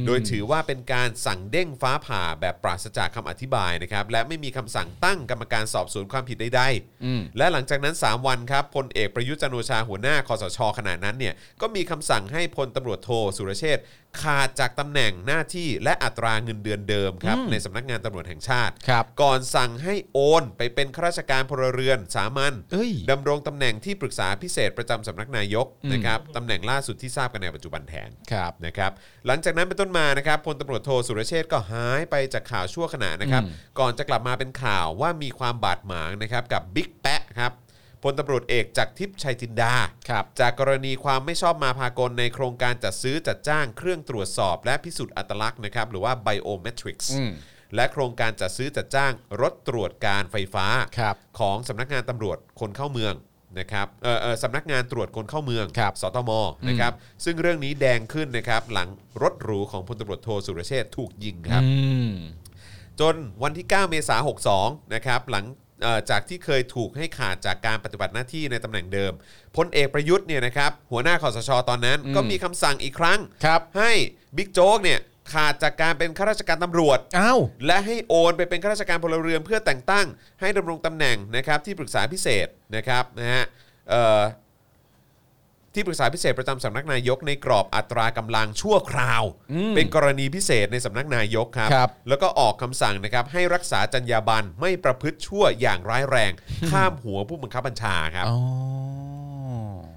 B: โดยถือว่าเป็นการสั่งเด้งฟ้าผ่าแบบปราศจากคำอธิบายนะครับ และไม่มีคำสั่งตั้งกรรมการสอบสวนความผิดใด
C: อืม
B: ๆ และหลังจากนั้น 3 วันครับพลเอกประยุทธ์จันทร์โอชาหัวหน้าคอสชขณะนั้นเนี่ยก็มีคำสั่งให้พลตำรวจโทสุรเชษฐ์ขาดจากตำแหน่งหน้าที่และอัตราเงินเดือนเดิมครับในสำนักงานตำรวจแห่งชาติ
C: ครับ
B: ก่อนสั่งให้โอนไปเป็นข้าราชการพลเรือนสามัญ
C: เอ้ย
B: ดำรงตำแหน่งที่ปรึกษาพิเศษประจำสำนักนายกนะครับตำแหน่งล่าสุดที่ทราบกันในปัจจุบันแทน
C: ครับ
B: นะครับหลังจากนั้นเป็นต้นมานะครับพลตำรวจโทสุรเชษฐ์ก็หายไปจากข่าวชั่วขณะนะครับ ก่อนจะกลับมาเป็นข่าวว่ามีความบาดหมางนะครับกับบิ๊กแปะครับพลตำรวจเอกจากทิพย์ชัยจินดา
C: ครับ
B: จากกรณีความไม่ชอบมาพากลในโครงการจัดซื้อจัดจ้างเครื่องตรวจสอบ และพิสูจน์อัตลักษณ์นะครับหรือว่า biometrics
C: อืม
B: และโครงการจัดซื้อจัดจ้างรถตรวจการไฟฟ้า
C: ครับ
B: ของสำนักงานตำรวจคนเข้าเมืองนะครับเออเอ่อสำนักงานตรวจคนเข้าเมือง
C: ครับ
B: สตมนะครับซึ่งเรื่องนี้แดงขึ้นนะครับหลังรถหรูของพลตำรวจโทสุรเชษฐ์ถูกยิงครับ
C: อืม
B: จนวันที่ 9 เมษายน 62 นะครับหลังเอ่อจากที่เคยถูกให้ขาดจากการปฏิบัติหน้าที่ในตำแหน่งเดิมพลเอกประยุทธ์เนี่ยนะครับหัวหน้าคอสชตอนนั้น
C: อืม
B: ก็มีคำสั่งอีกครั้ง
C: ครับ
B: ให้บิ๊กโจ๊กเนี่ยขาดจากการเป็นข้าราชการตำรวจ
C: อ้าว
B: และให้โอนไปเป็นข้าราชการพลเรือนเพื่อแต่งตั้ง ให้ดำรงตำแหน่งนะครับที่ปรึกษาพิเศษนะครับนะฮะเอ่อที่ปรึกษาพิเศษประจำสำนักนายกในกรอบอัตรากำลังชั่วคราว
C: อืม
B: เป็นกรณีพิเศษในสำนักนายกครับ
C: ครับ
B: แล้วก็ออกคำสั่งนะครับให้รักษาจรรยาบรรณไม่ประพฤติชั่วอย่างร้ายแรง ข้ามหัวผู้บังคับบัญชาครับ
C: อ๋อ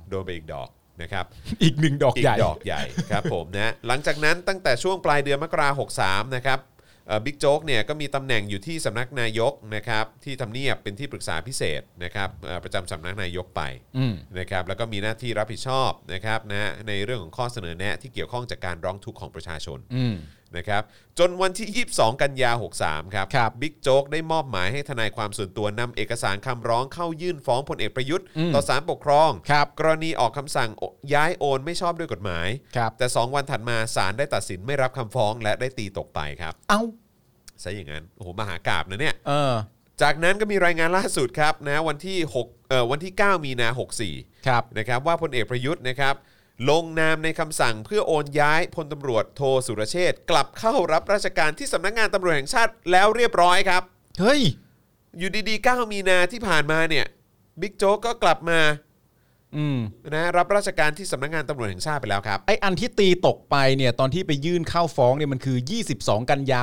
B: โดนไปอีกดอกนะครับ
C: อีกหนึ่งดอก
B: อี
C: ให
B: ก
C: ญ่
B: ดอกใหญ่ ครับผมนะหลังจากนั้นตั้งแต่ช่วงปลายเดือนมกราหกสามนะครับเอ่อบิ๊กโจ๊กเนี่ยก็มีตำแหน่งอยู่ที่สำนักนายกนะครับที่ทำเนียบเป็นที่ปรึกษาพิเศษนะครับเอ่อประจำสำนักนายกไป
C: อืม
B: นะครับแล้วก็มีหน้าที่รับผิดชอบนะครับนะฮะในเรื่องของข้อเสนอแนะที่เกี่ยวข้องจากการร้องทุกข์ของประชาชน
C: อืม
B: นะครับจนวันที่ 22 กันยา 63 ครับ
C: ครับ
B: บิ๊กโจ๊กได้มอบหมายให้ทนายความส่วนตัวนำเอกสารคำร้องเข้ายื่นฟ้องพลเอกประยุทธ์
C: อืม
B: ต่อศาลปกครอง
C: ครับ
B: กรณีออกคำสั่งโอย้ายโอนไม่ชอบด้วยกฎหมาย
C: ครับ
B: แต่ 2 วันถัดมาศาลได้ตัดสินไม่รับคำฟ้องและได้ตีตกไปครับ
C: เอ้า
B: ซะอย่างนั้นโอ้โหมหากราบนะเนี่ย
C: เออ
B: จากนั้นก็มีรายงานล่าสุดครับนะวันที่6เอ่อวันที่ 9 มีนา 64
C: ครับ
B: นะครับว่าพลเอกประยุทธ์นะครับลงนามในคำสั่งเพื่อโอนย้ายพลตำรวจโทสุรเชษฐ์กลับเข้ารับราชการที่สำนักงานตำรวจแห่งชาติแล้วเรียบร้อยครับ
C: เฮ้ย
B: อยู่ดีๆ 9 มีนาที่ผ่านมาเนี่ยบิ๊กโจ๊กก็กลับมา
C: อืม
B: นะรับราชการที่สำนักงานตำรวจแห่งชาติไปแล้วครับ
C: ไออันที่ตีตกไปเนี่ยตอนที่ไปยื่นเข้าฟ้องเนี่ยมันคือ 22 กันยา
B: ใ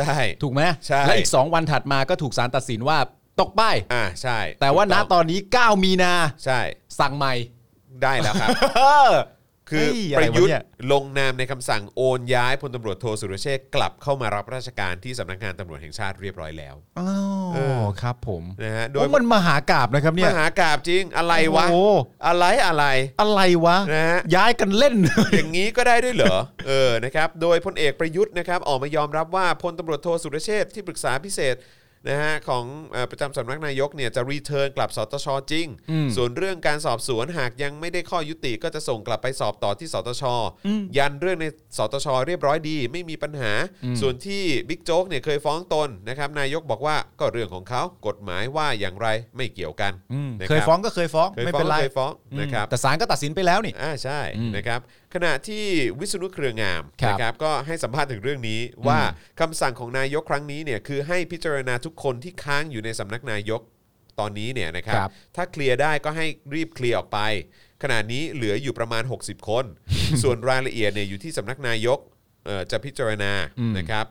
B: ช่
C: 63 ถูกไหม
B: ใช่
C: และอีก 2 วันถัดมาก็ถูกศาลตัดสินว่าตกไป
B: อ่าใช่
C: แต่ว่าณ
B: ถูก
C: ต
B: อง
C: อนนี้ 9 มีนา
B: ใช่
C: สั่งใหม่
B: ได้แล้ว ครับ คือ
C: เฮ้ยอะ
B: ป
C: ไร
B: ระยุท
C: วะเนี่
B: ธ์
C: ย
B: ลงนามในคำสั่งโอนย้ายพลตำรวจโทสุรเชษฐ์กลับเข้ามารับราชการที่สำนักงานตำรวจแห่งชาติเรียบร้อยแล้ว
C: อ๋อ
B: เออ
C: ครับผม
B: นะฮะโด
C: โอ้
B: ย
C: มันมหากราบนะครับเนี่
B: ม
C: ย
B: หากราบจริงอะไรวะ
C: โอ้โห
B: อะไรอะไร
C: อะไรวะ
B: นะฮะ
C: ย้ายกันเล่น
B: อย่างนี้ก็ได้ด้วยเหรอ เออนะครับโดยพลเอกประยุทธ์นะครับออกมายอมรับว่าพลตำรวจโทสุรเชษฐ์ที่ปรึกษาพิเศษนะฮะของเอ่อประจำสำนักนายกเนี่ยจะรีเทิร์นกลับสตชจริง
C: อืม
B: ส่วนเรื่องการสอบสวนหากยังไม่ได้ข้อยุติก็จะส่งกลับไปสอบต่อที่สตช ยันเรื่องในสตช เรียบร้อยดี ไม่มีปัญหา ส่วนที่บิ๊กโจ๊กเนี่ยเคยฟ้องตนนะครับนายกบอกว่าก็เรื่องของเขากฎหมายว่าอย่างไรไม่เกี่ยวกัน
C: อืม
B: นะ
C: เคย
B: รับ
C: ฟ้องก็เคยฟ้อง
B: เคย
C: ไม่
B: ฟ้อ
C: เป็
B: ง
C: นไร
B: เคยฟ้อง
C: อืม
B: นะครับ
C: แต่ศาลก็ตัดสินไปแล้วนี่
B: อ่าใช่
C: อืม
B: นะครับขณะที่วิษณุเครืองาม
C: ครับ
B: นะครับก็ให้สัมภาษณ์ถึงเรื่องนี้ว่าคำสั่งของนายกครั้งนี้เนี่ยคือให้พิจารณาทุกคนที่ค้างอยู่ในสำนักนายกตอนนี้เนี่ยนะครับ
C: ครับ
B: ถ้าเคลียร์ได้ก็ให้รีบเคลียร์ออกไป ขณะนี้เหลืออยู่ประมาณ 60 คน ส่วนรายละเอียดเนี่ยอยู่ที่สำนักนายกเอ่อจะพิจารณา
C: อืม
B: นะครับ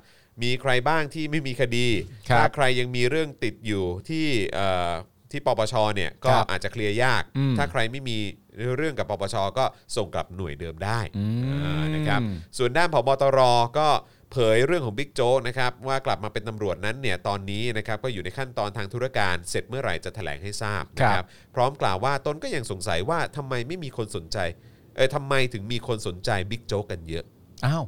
B: มีใครบ้างที่ไม่มีคดี
C: ครับ
B: ถ้าใครยังมีเรื่องติดอยู่ที่เอ่อที่ปปชเนี่ยก็
C: ครับ
B: อาจจะเคลียร์ยาก
C: อืม
B: ถ้าใครไม่มีเรื่องกับปปชก็ส่งกลับหน่วยเดิมได้
C: อืม
B: เออนะครับ ส่วนด้านผบตรก็เผยเรื่องของบิ๊กโจ๊กนะครับว่ากลับมาเป็นตำรวจนั้นเนี่ยตอนนี้นะครับก็อยู่ในขั้นตอนทางธุรการเสร็จเมื่อไหร่จะแถลงให้ทราบนะค
C: ครั
B: รับบ พร้อมกล่าวว่าตนก็ยังสงสัยว่าทำไมไม่มีคนสนใจเออทำไมถึงมีคนสนใจบิ๊กโจ๊กกันเยอะ
C: อ้าว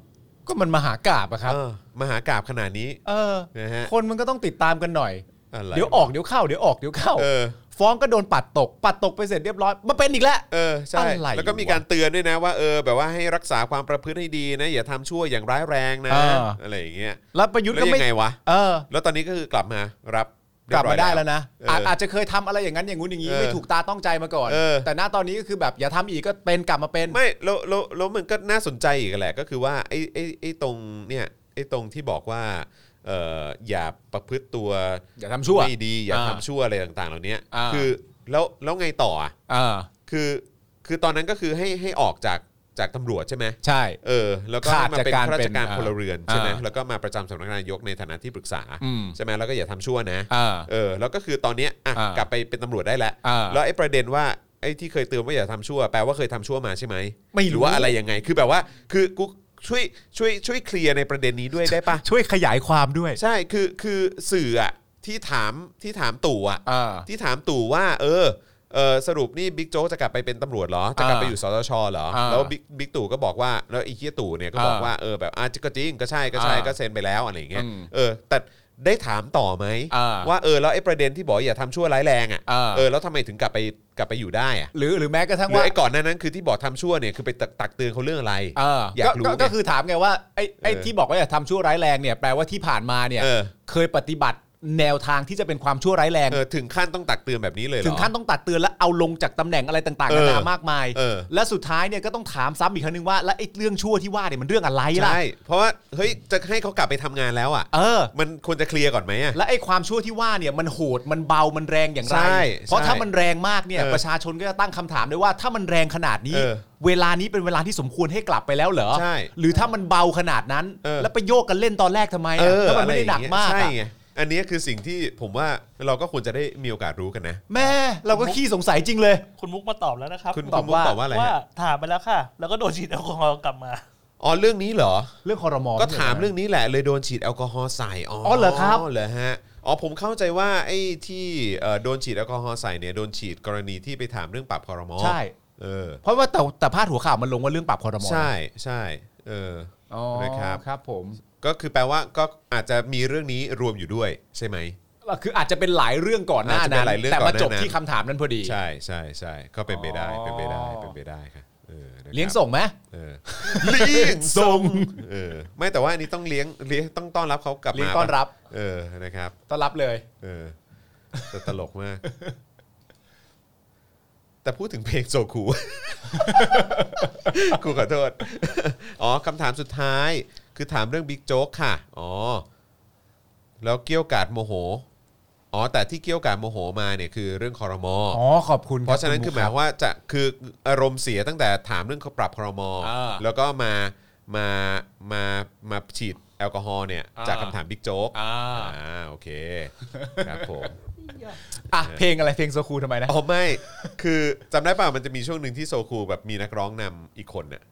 C: ก็มันมหากราบอะครับ
B: เออมหากราบขนาดนี้
C: เออ
B: นะฮะ
C: คนมันก็ต้องติดตามกันหน่อย
B: อะไร
C: เดี๋ยวออกเดี๋ยวเข้าเดี๋ยวออกเดี๋ยวเข้า
B: เออ
C: ฟ้องก็โดนปัดตก ปัดตกไปเสร็จเรียบร้อยมาเป็นอีกแล้ว
B: เออใช่
C: อะไร
B: แล้วก็มีการเตือนด้วยนะว่าเออแบบว่าให้รักษาความประพฤติให้ดีนะอย่าทำชั่วอย่างร้ายแรงนะ
C: เออ
B: อะไรอย่างเงี้ย
C: แล้วประยุทธ์
B: แล้ว
C: ก็
B: ยั
C: ไม่
B: งไงวะ
C: เออ
B: แล้วตอนนี้ก็คือกลับมารับเรี
C: ก
B: ย
C: ลับ
B: ร้อ
C: มาย ได้แล้วนะ
B: เอออ
C: อาจอาจจะเคยทำอะไรอย่างนั้นอย่างงู้นอย่างนี้
B: เออ
C: ไม่ถูกตาต้องใจมาก่อน
B: เออ
C: แต่หน้าตอนนี้ก็คือแบบอย่าทำอีกก็เป็นกลับมาเป็น
B: ไม่แล้วแล้วแล้วมันก็น่าสนใจอีกแหละก็คือว่าไอ้ไอ้ไอ้ตรงเนี่ยไอ้ตรงที่บอกว่าเอ่ออย่าประพฤติตัว
C: อย่าทำชั่ว
B: ไม่ดีอย่า
C: อ่า
B: ทำชั่วอะไรต่าง ๆ เหล่านี้
C: อ่า
B: คือแล้วแล้วไงต่ออ่ะ
C: เออ
B: คือคือตอนนั้นก็คือให้ให้ออกจากจากตำรวจใช่ไหม
C: ใช่
B: เออแล้วก็
C: ขาด
B: มา
C: จาก
B: เป็น
C: การ
B: ข้าราชการ
C: เป็น
B: พลเรือนใช่ไหม
C: อ่า
B: แล้วก็มาประจำสำนักนายกในฐานะที่ปรึกษา
C: อืม
B: ใช่ไหมแล้วก็อย่าทำชั่วนะ
C: เออ
B: เออแล้วก็คือตอนเนี้ยอ่ะ
C: อ่าก
B: ลับไปเป็นตำรวจได้แล้ว
C: อ่า
B: แล้วไอ้ประเด็นว่าไอ้ที่เคยเตือนว่าอย่าทำชั่วแปลว่าเคยทำชั่วมาใช่ไหม
C: ไม่รู้
B: หรือว่าอะไรยังไง คือแบบว่าคือกูช่วยช่วยช่วยเคลียร์ในประเด็นนี้ด้วยได้ปะ
C: ช่วยขยายความด้วย
B: ใช่คือคือสื่ออะที่ถามที่ถามตู่อะ
C: เออ
B: ที่ถามตู่ว่า เออเออสรุปนี่บิ๊กโจ๊กจะกลับไปเป็นตำรวจเหรอจะกลับไปอยู่สตชเหรอ
C: อ่า
B: แล้วบิ๊กบิ๊กตู่ก็บอกว่าแล้วไอ้เฮียตู่เนี่ยก็บอก
C: อ่า
B: ว่าเออแบบอ่ะก็จริงก็ใช่ก็ใช่
C: อ่า
B: ก็เซ็นไปแล้วอะไรอย่างเงี้ย
C: อืม
B: เออแต่ได้ถามต่อไหม
C: อ่า
B: ว่าเออแล้วไอ้ประเด็นที่บอกอย่าทำชั่วร้ายแรงอ่ะ
C: เออ
B: เออแล้วทำไมถึงกลับไปกลับไปอยู่ได้อ่ะ
C: หรือหรือแม้กระทั่ง
B: หรือ
C: ว่า
B: ไอ้ก่อนหน้านั้นคือที่บอกทำชั่วเนี่ยคือไปตักตักเตือนเขาเรื่องอะไร
C: เอออย
B: ากรู้
C: ก็
B: ไง
C: ก็คือถามไงว่าไอ้ไอ้
B: เออ
C: ที่บอกว่าอย่าทำชั่วร้ายแรงเนี่ยแปลว่าที่ผ่านมาเนี่ย
B: เออ
C: เคยปฏิบัติแนวทางที่จะเป็นความชั่วร้ายแรง
B: เออถึงขั้นต้องตักเตือนแบบนี้เลยเหรอ
C: ถึงขั้นต้องตัดเตือนและเอาลงจากตำแหน่งอะไรต่างๆ
B: เออน
C: นาามากมาย
B: เออ
C: และสุดท้ายเนี่ยก็ต้องถามซ้ำอีกครั้งหนึงว่า แล้วไอ้เรื่องชั่วที่ว่าเนี่ยมันเรื่องอะไรล่ะ
B: ใช่เพราะว่าเฮ้ยจะให้เขากลับไปทำงานแล้วอ่ะ
C: เออ
B: มันควรจะเคลียร์ก่อนไหมอะ
C: และไอ้ความชั่วที่ว่าเนี่ยมันโหดมันเบามันแรงอย่างไร
B: ใช่
C: เพราะ
B: ใช่
C: ถ้ามันแรงมากเนี่ย
B: เออ
C: ประชาชนก็จะตั้งคำถามด้วยว่า ถ้ามันแรงขนาดนี้
B: เออ
C: เวลานี้เป็นเวลาที่สมควรให้กลับไปแล้วเหรอ
B: ใช่
C: หรือถ้ามันเบาขนาดนั้น
B: เออ
C: แล้วไปโยกกันเล่นตอนแรกทำไม
B: เอ
C: อะ
B: อ
C: ถ้ามันไม่ได้
B: อะ
C: ห
B: ร
C: นั
B: อกย่ง
C: มาก
B: เงี้ย
C: อะ
B: ใช่ไงอันนี้คือสิ่งที่ผมว่าเราก็ควรจะได้มีโอกาสรู้กันนะ
C: แม่เราก็ขี้สงสัยจริงเลย
D: คุณมุกมาตอบแล้วนะครับ
B: คุณ
C: ต
B: คุ
C: อบ
B: ณมุก
C: ว่า
B: ตอบว่าอะไร
D: ว่า
B: ฮะ
D: ถามไปแล้วค่ะ แล้วก็โดนฉีดแอลกอฮอล์กลับมา
B: อ๋อเรื่องนี้เหรอ
C: เรื่องคอรมอ
B: ก็ถามเรื่องนี้แหละเลยโดนฉีดแอลกอฮอล์ใส่อ๋อ
C: อเหรอครับ
B: เหรอฮะอ๋อผมเข้าใจว่าไอ้ที่เอ่อโดนฉีดแอลกอฮอล์ใส่เนี่ยโดนฉีดกรณีที่ไปถามเรื่องปรับคอรมอ
C: ใช่
B: เออ
C: เพราะว่าแต่แต่พาดหัวข่าวมันลงว่าเรื่องปรับคอรมอ
B: ใช่ใช่เออ
C: อ๋อ
B: นะครับ
C: ครับผม
B: ก็คือแปลว่าก็อาจจะมีเรื่องนี้รวมอยู่ด้วยใช่ไหม
C: คืออาจจะเป็นหลายเรื่องก่อนหน้า
B: อาจจะเป็
C: นั้น
B: นหลายเรื่อง
C: แต่
B: ก่อ
C: มา
B: นหน้า
C: จบ
B: นั้น
C: ที่คำถามนั้นพอดี
B: ใช่ใช่ใช่ก็เป็นไปได้
C: อ๋อ
B: เป็นไปได้เป็นไปได้ค่ะออนะครับ
C: เลี้ยงส่งไหม
B: เออเลี้ยงส่งเออไม่แต่ว่าอันนี้ต้องเลี้ยงเลี้ยงต้องต้อนรับเขากลับมา
C: เลี้ยงต้อนรับ
B: เออนะครับ
C: ต้อนรับเลย
B: เออแต่ตลกมาก แต่พูดถึงเพลงโซคู กูขอโทษ อ๋อคำถามสุดท้าย คือถามเรื่องบิ๊กโจ๊กค่ะ อ๋อ แล้วเกี้ยวกาดโมโห อ๋อ แต่ที่เกี้ยวกาดโมโหมาเนี่ยคือเรื่องคอรมอ
C: อ๋อขอบคุณ
B: เพราะฉะนั้น
C: บ
B: คือหมาย
C: รับ
B: ว่าจะคืออารมณ์เสียตั้งแต่ถามเรื่องปรับครม
C: อ่า
B: แล้วก็มามามามาฉีดแอลกอฮอล์เนี่ย
C: อ่า
B: จากคำถามบิ๊กโจ๊ก
C: อ่า
B: อ่าโอเคครับ ผม
C: อ่ะเพลงอะไรเพลงโซคูทำไมนะ
B: อ๋อไม่คือจำได้ป่ะมันจะมีช่วงหนึ่งที่โซคูแบบมีนักร้องนำอีกคนเนี่ย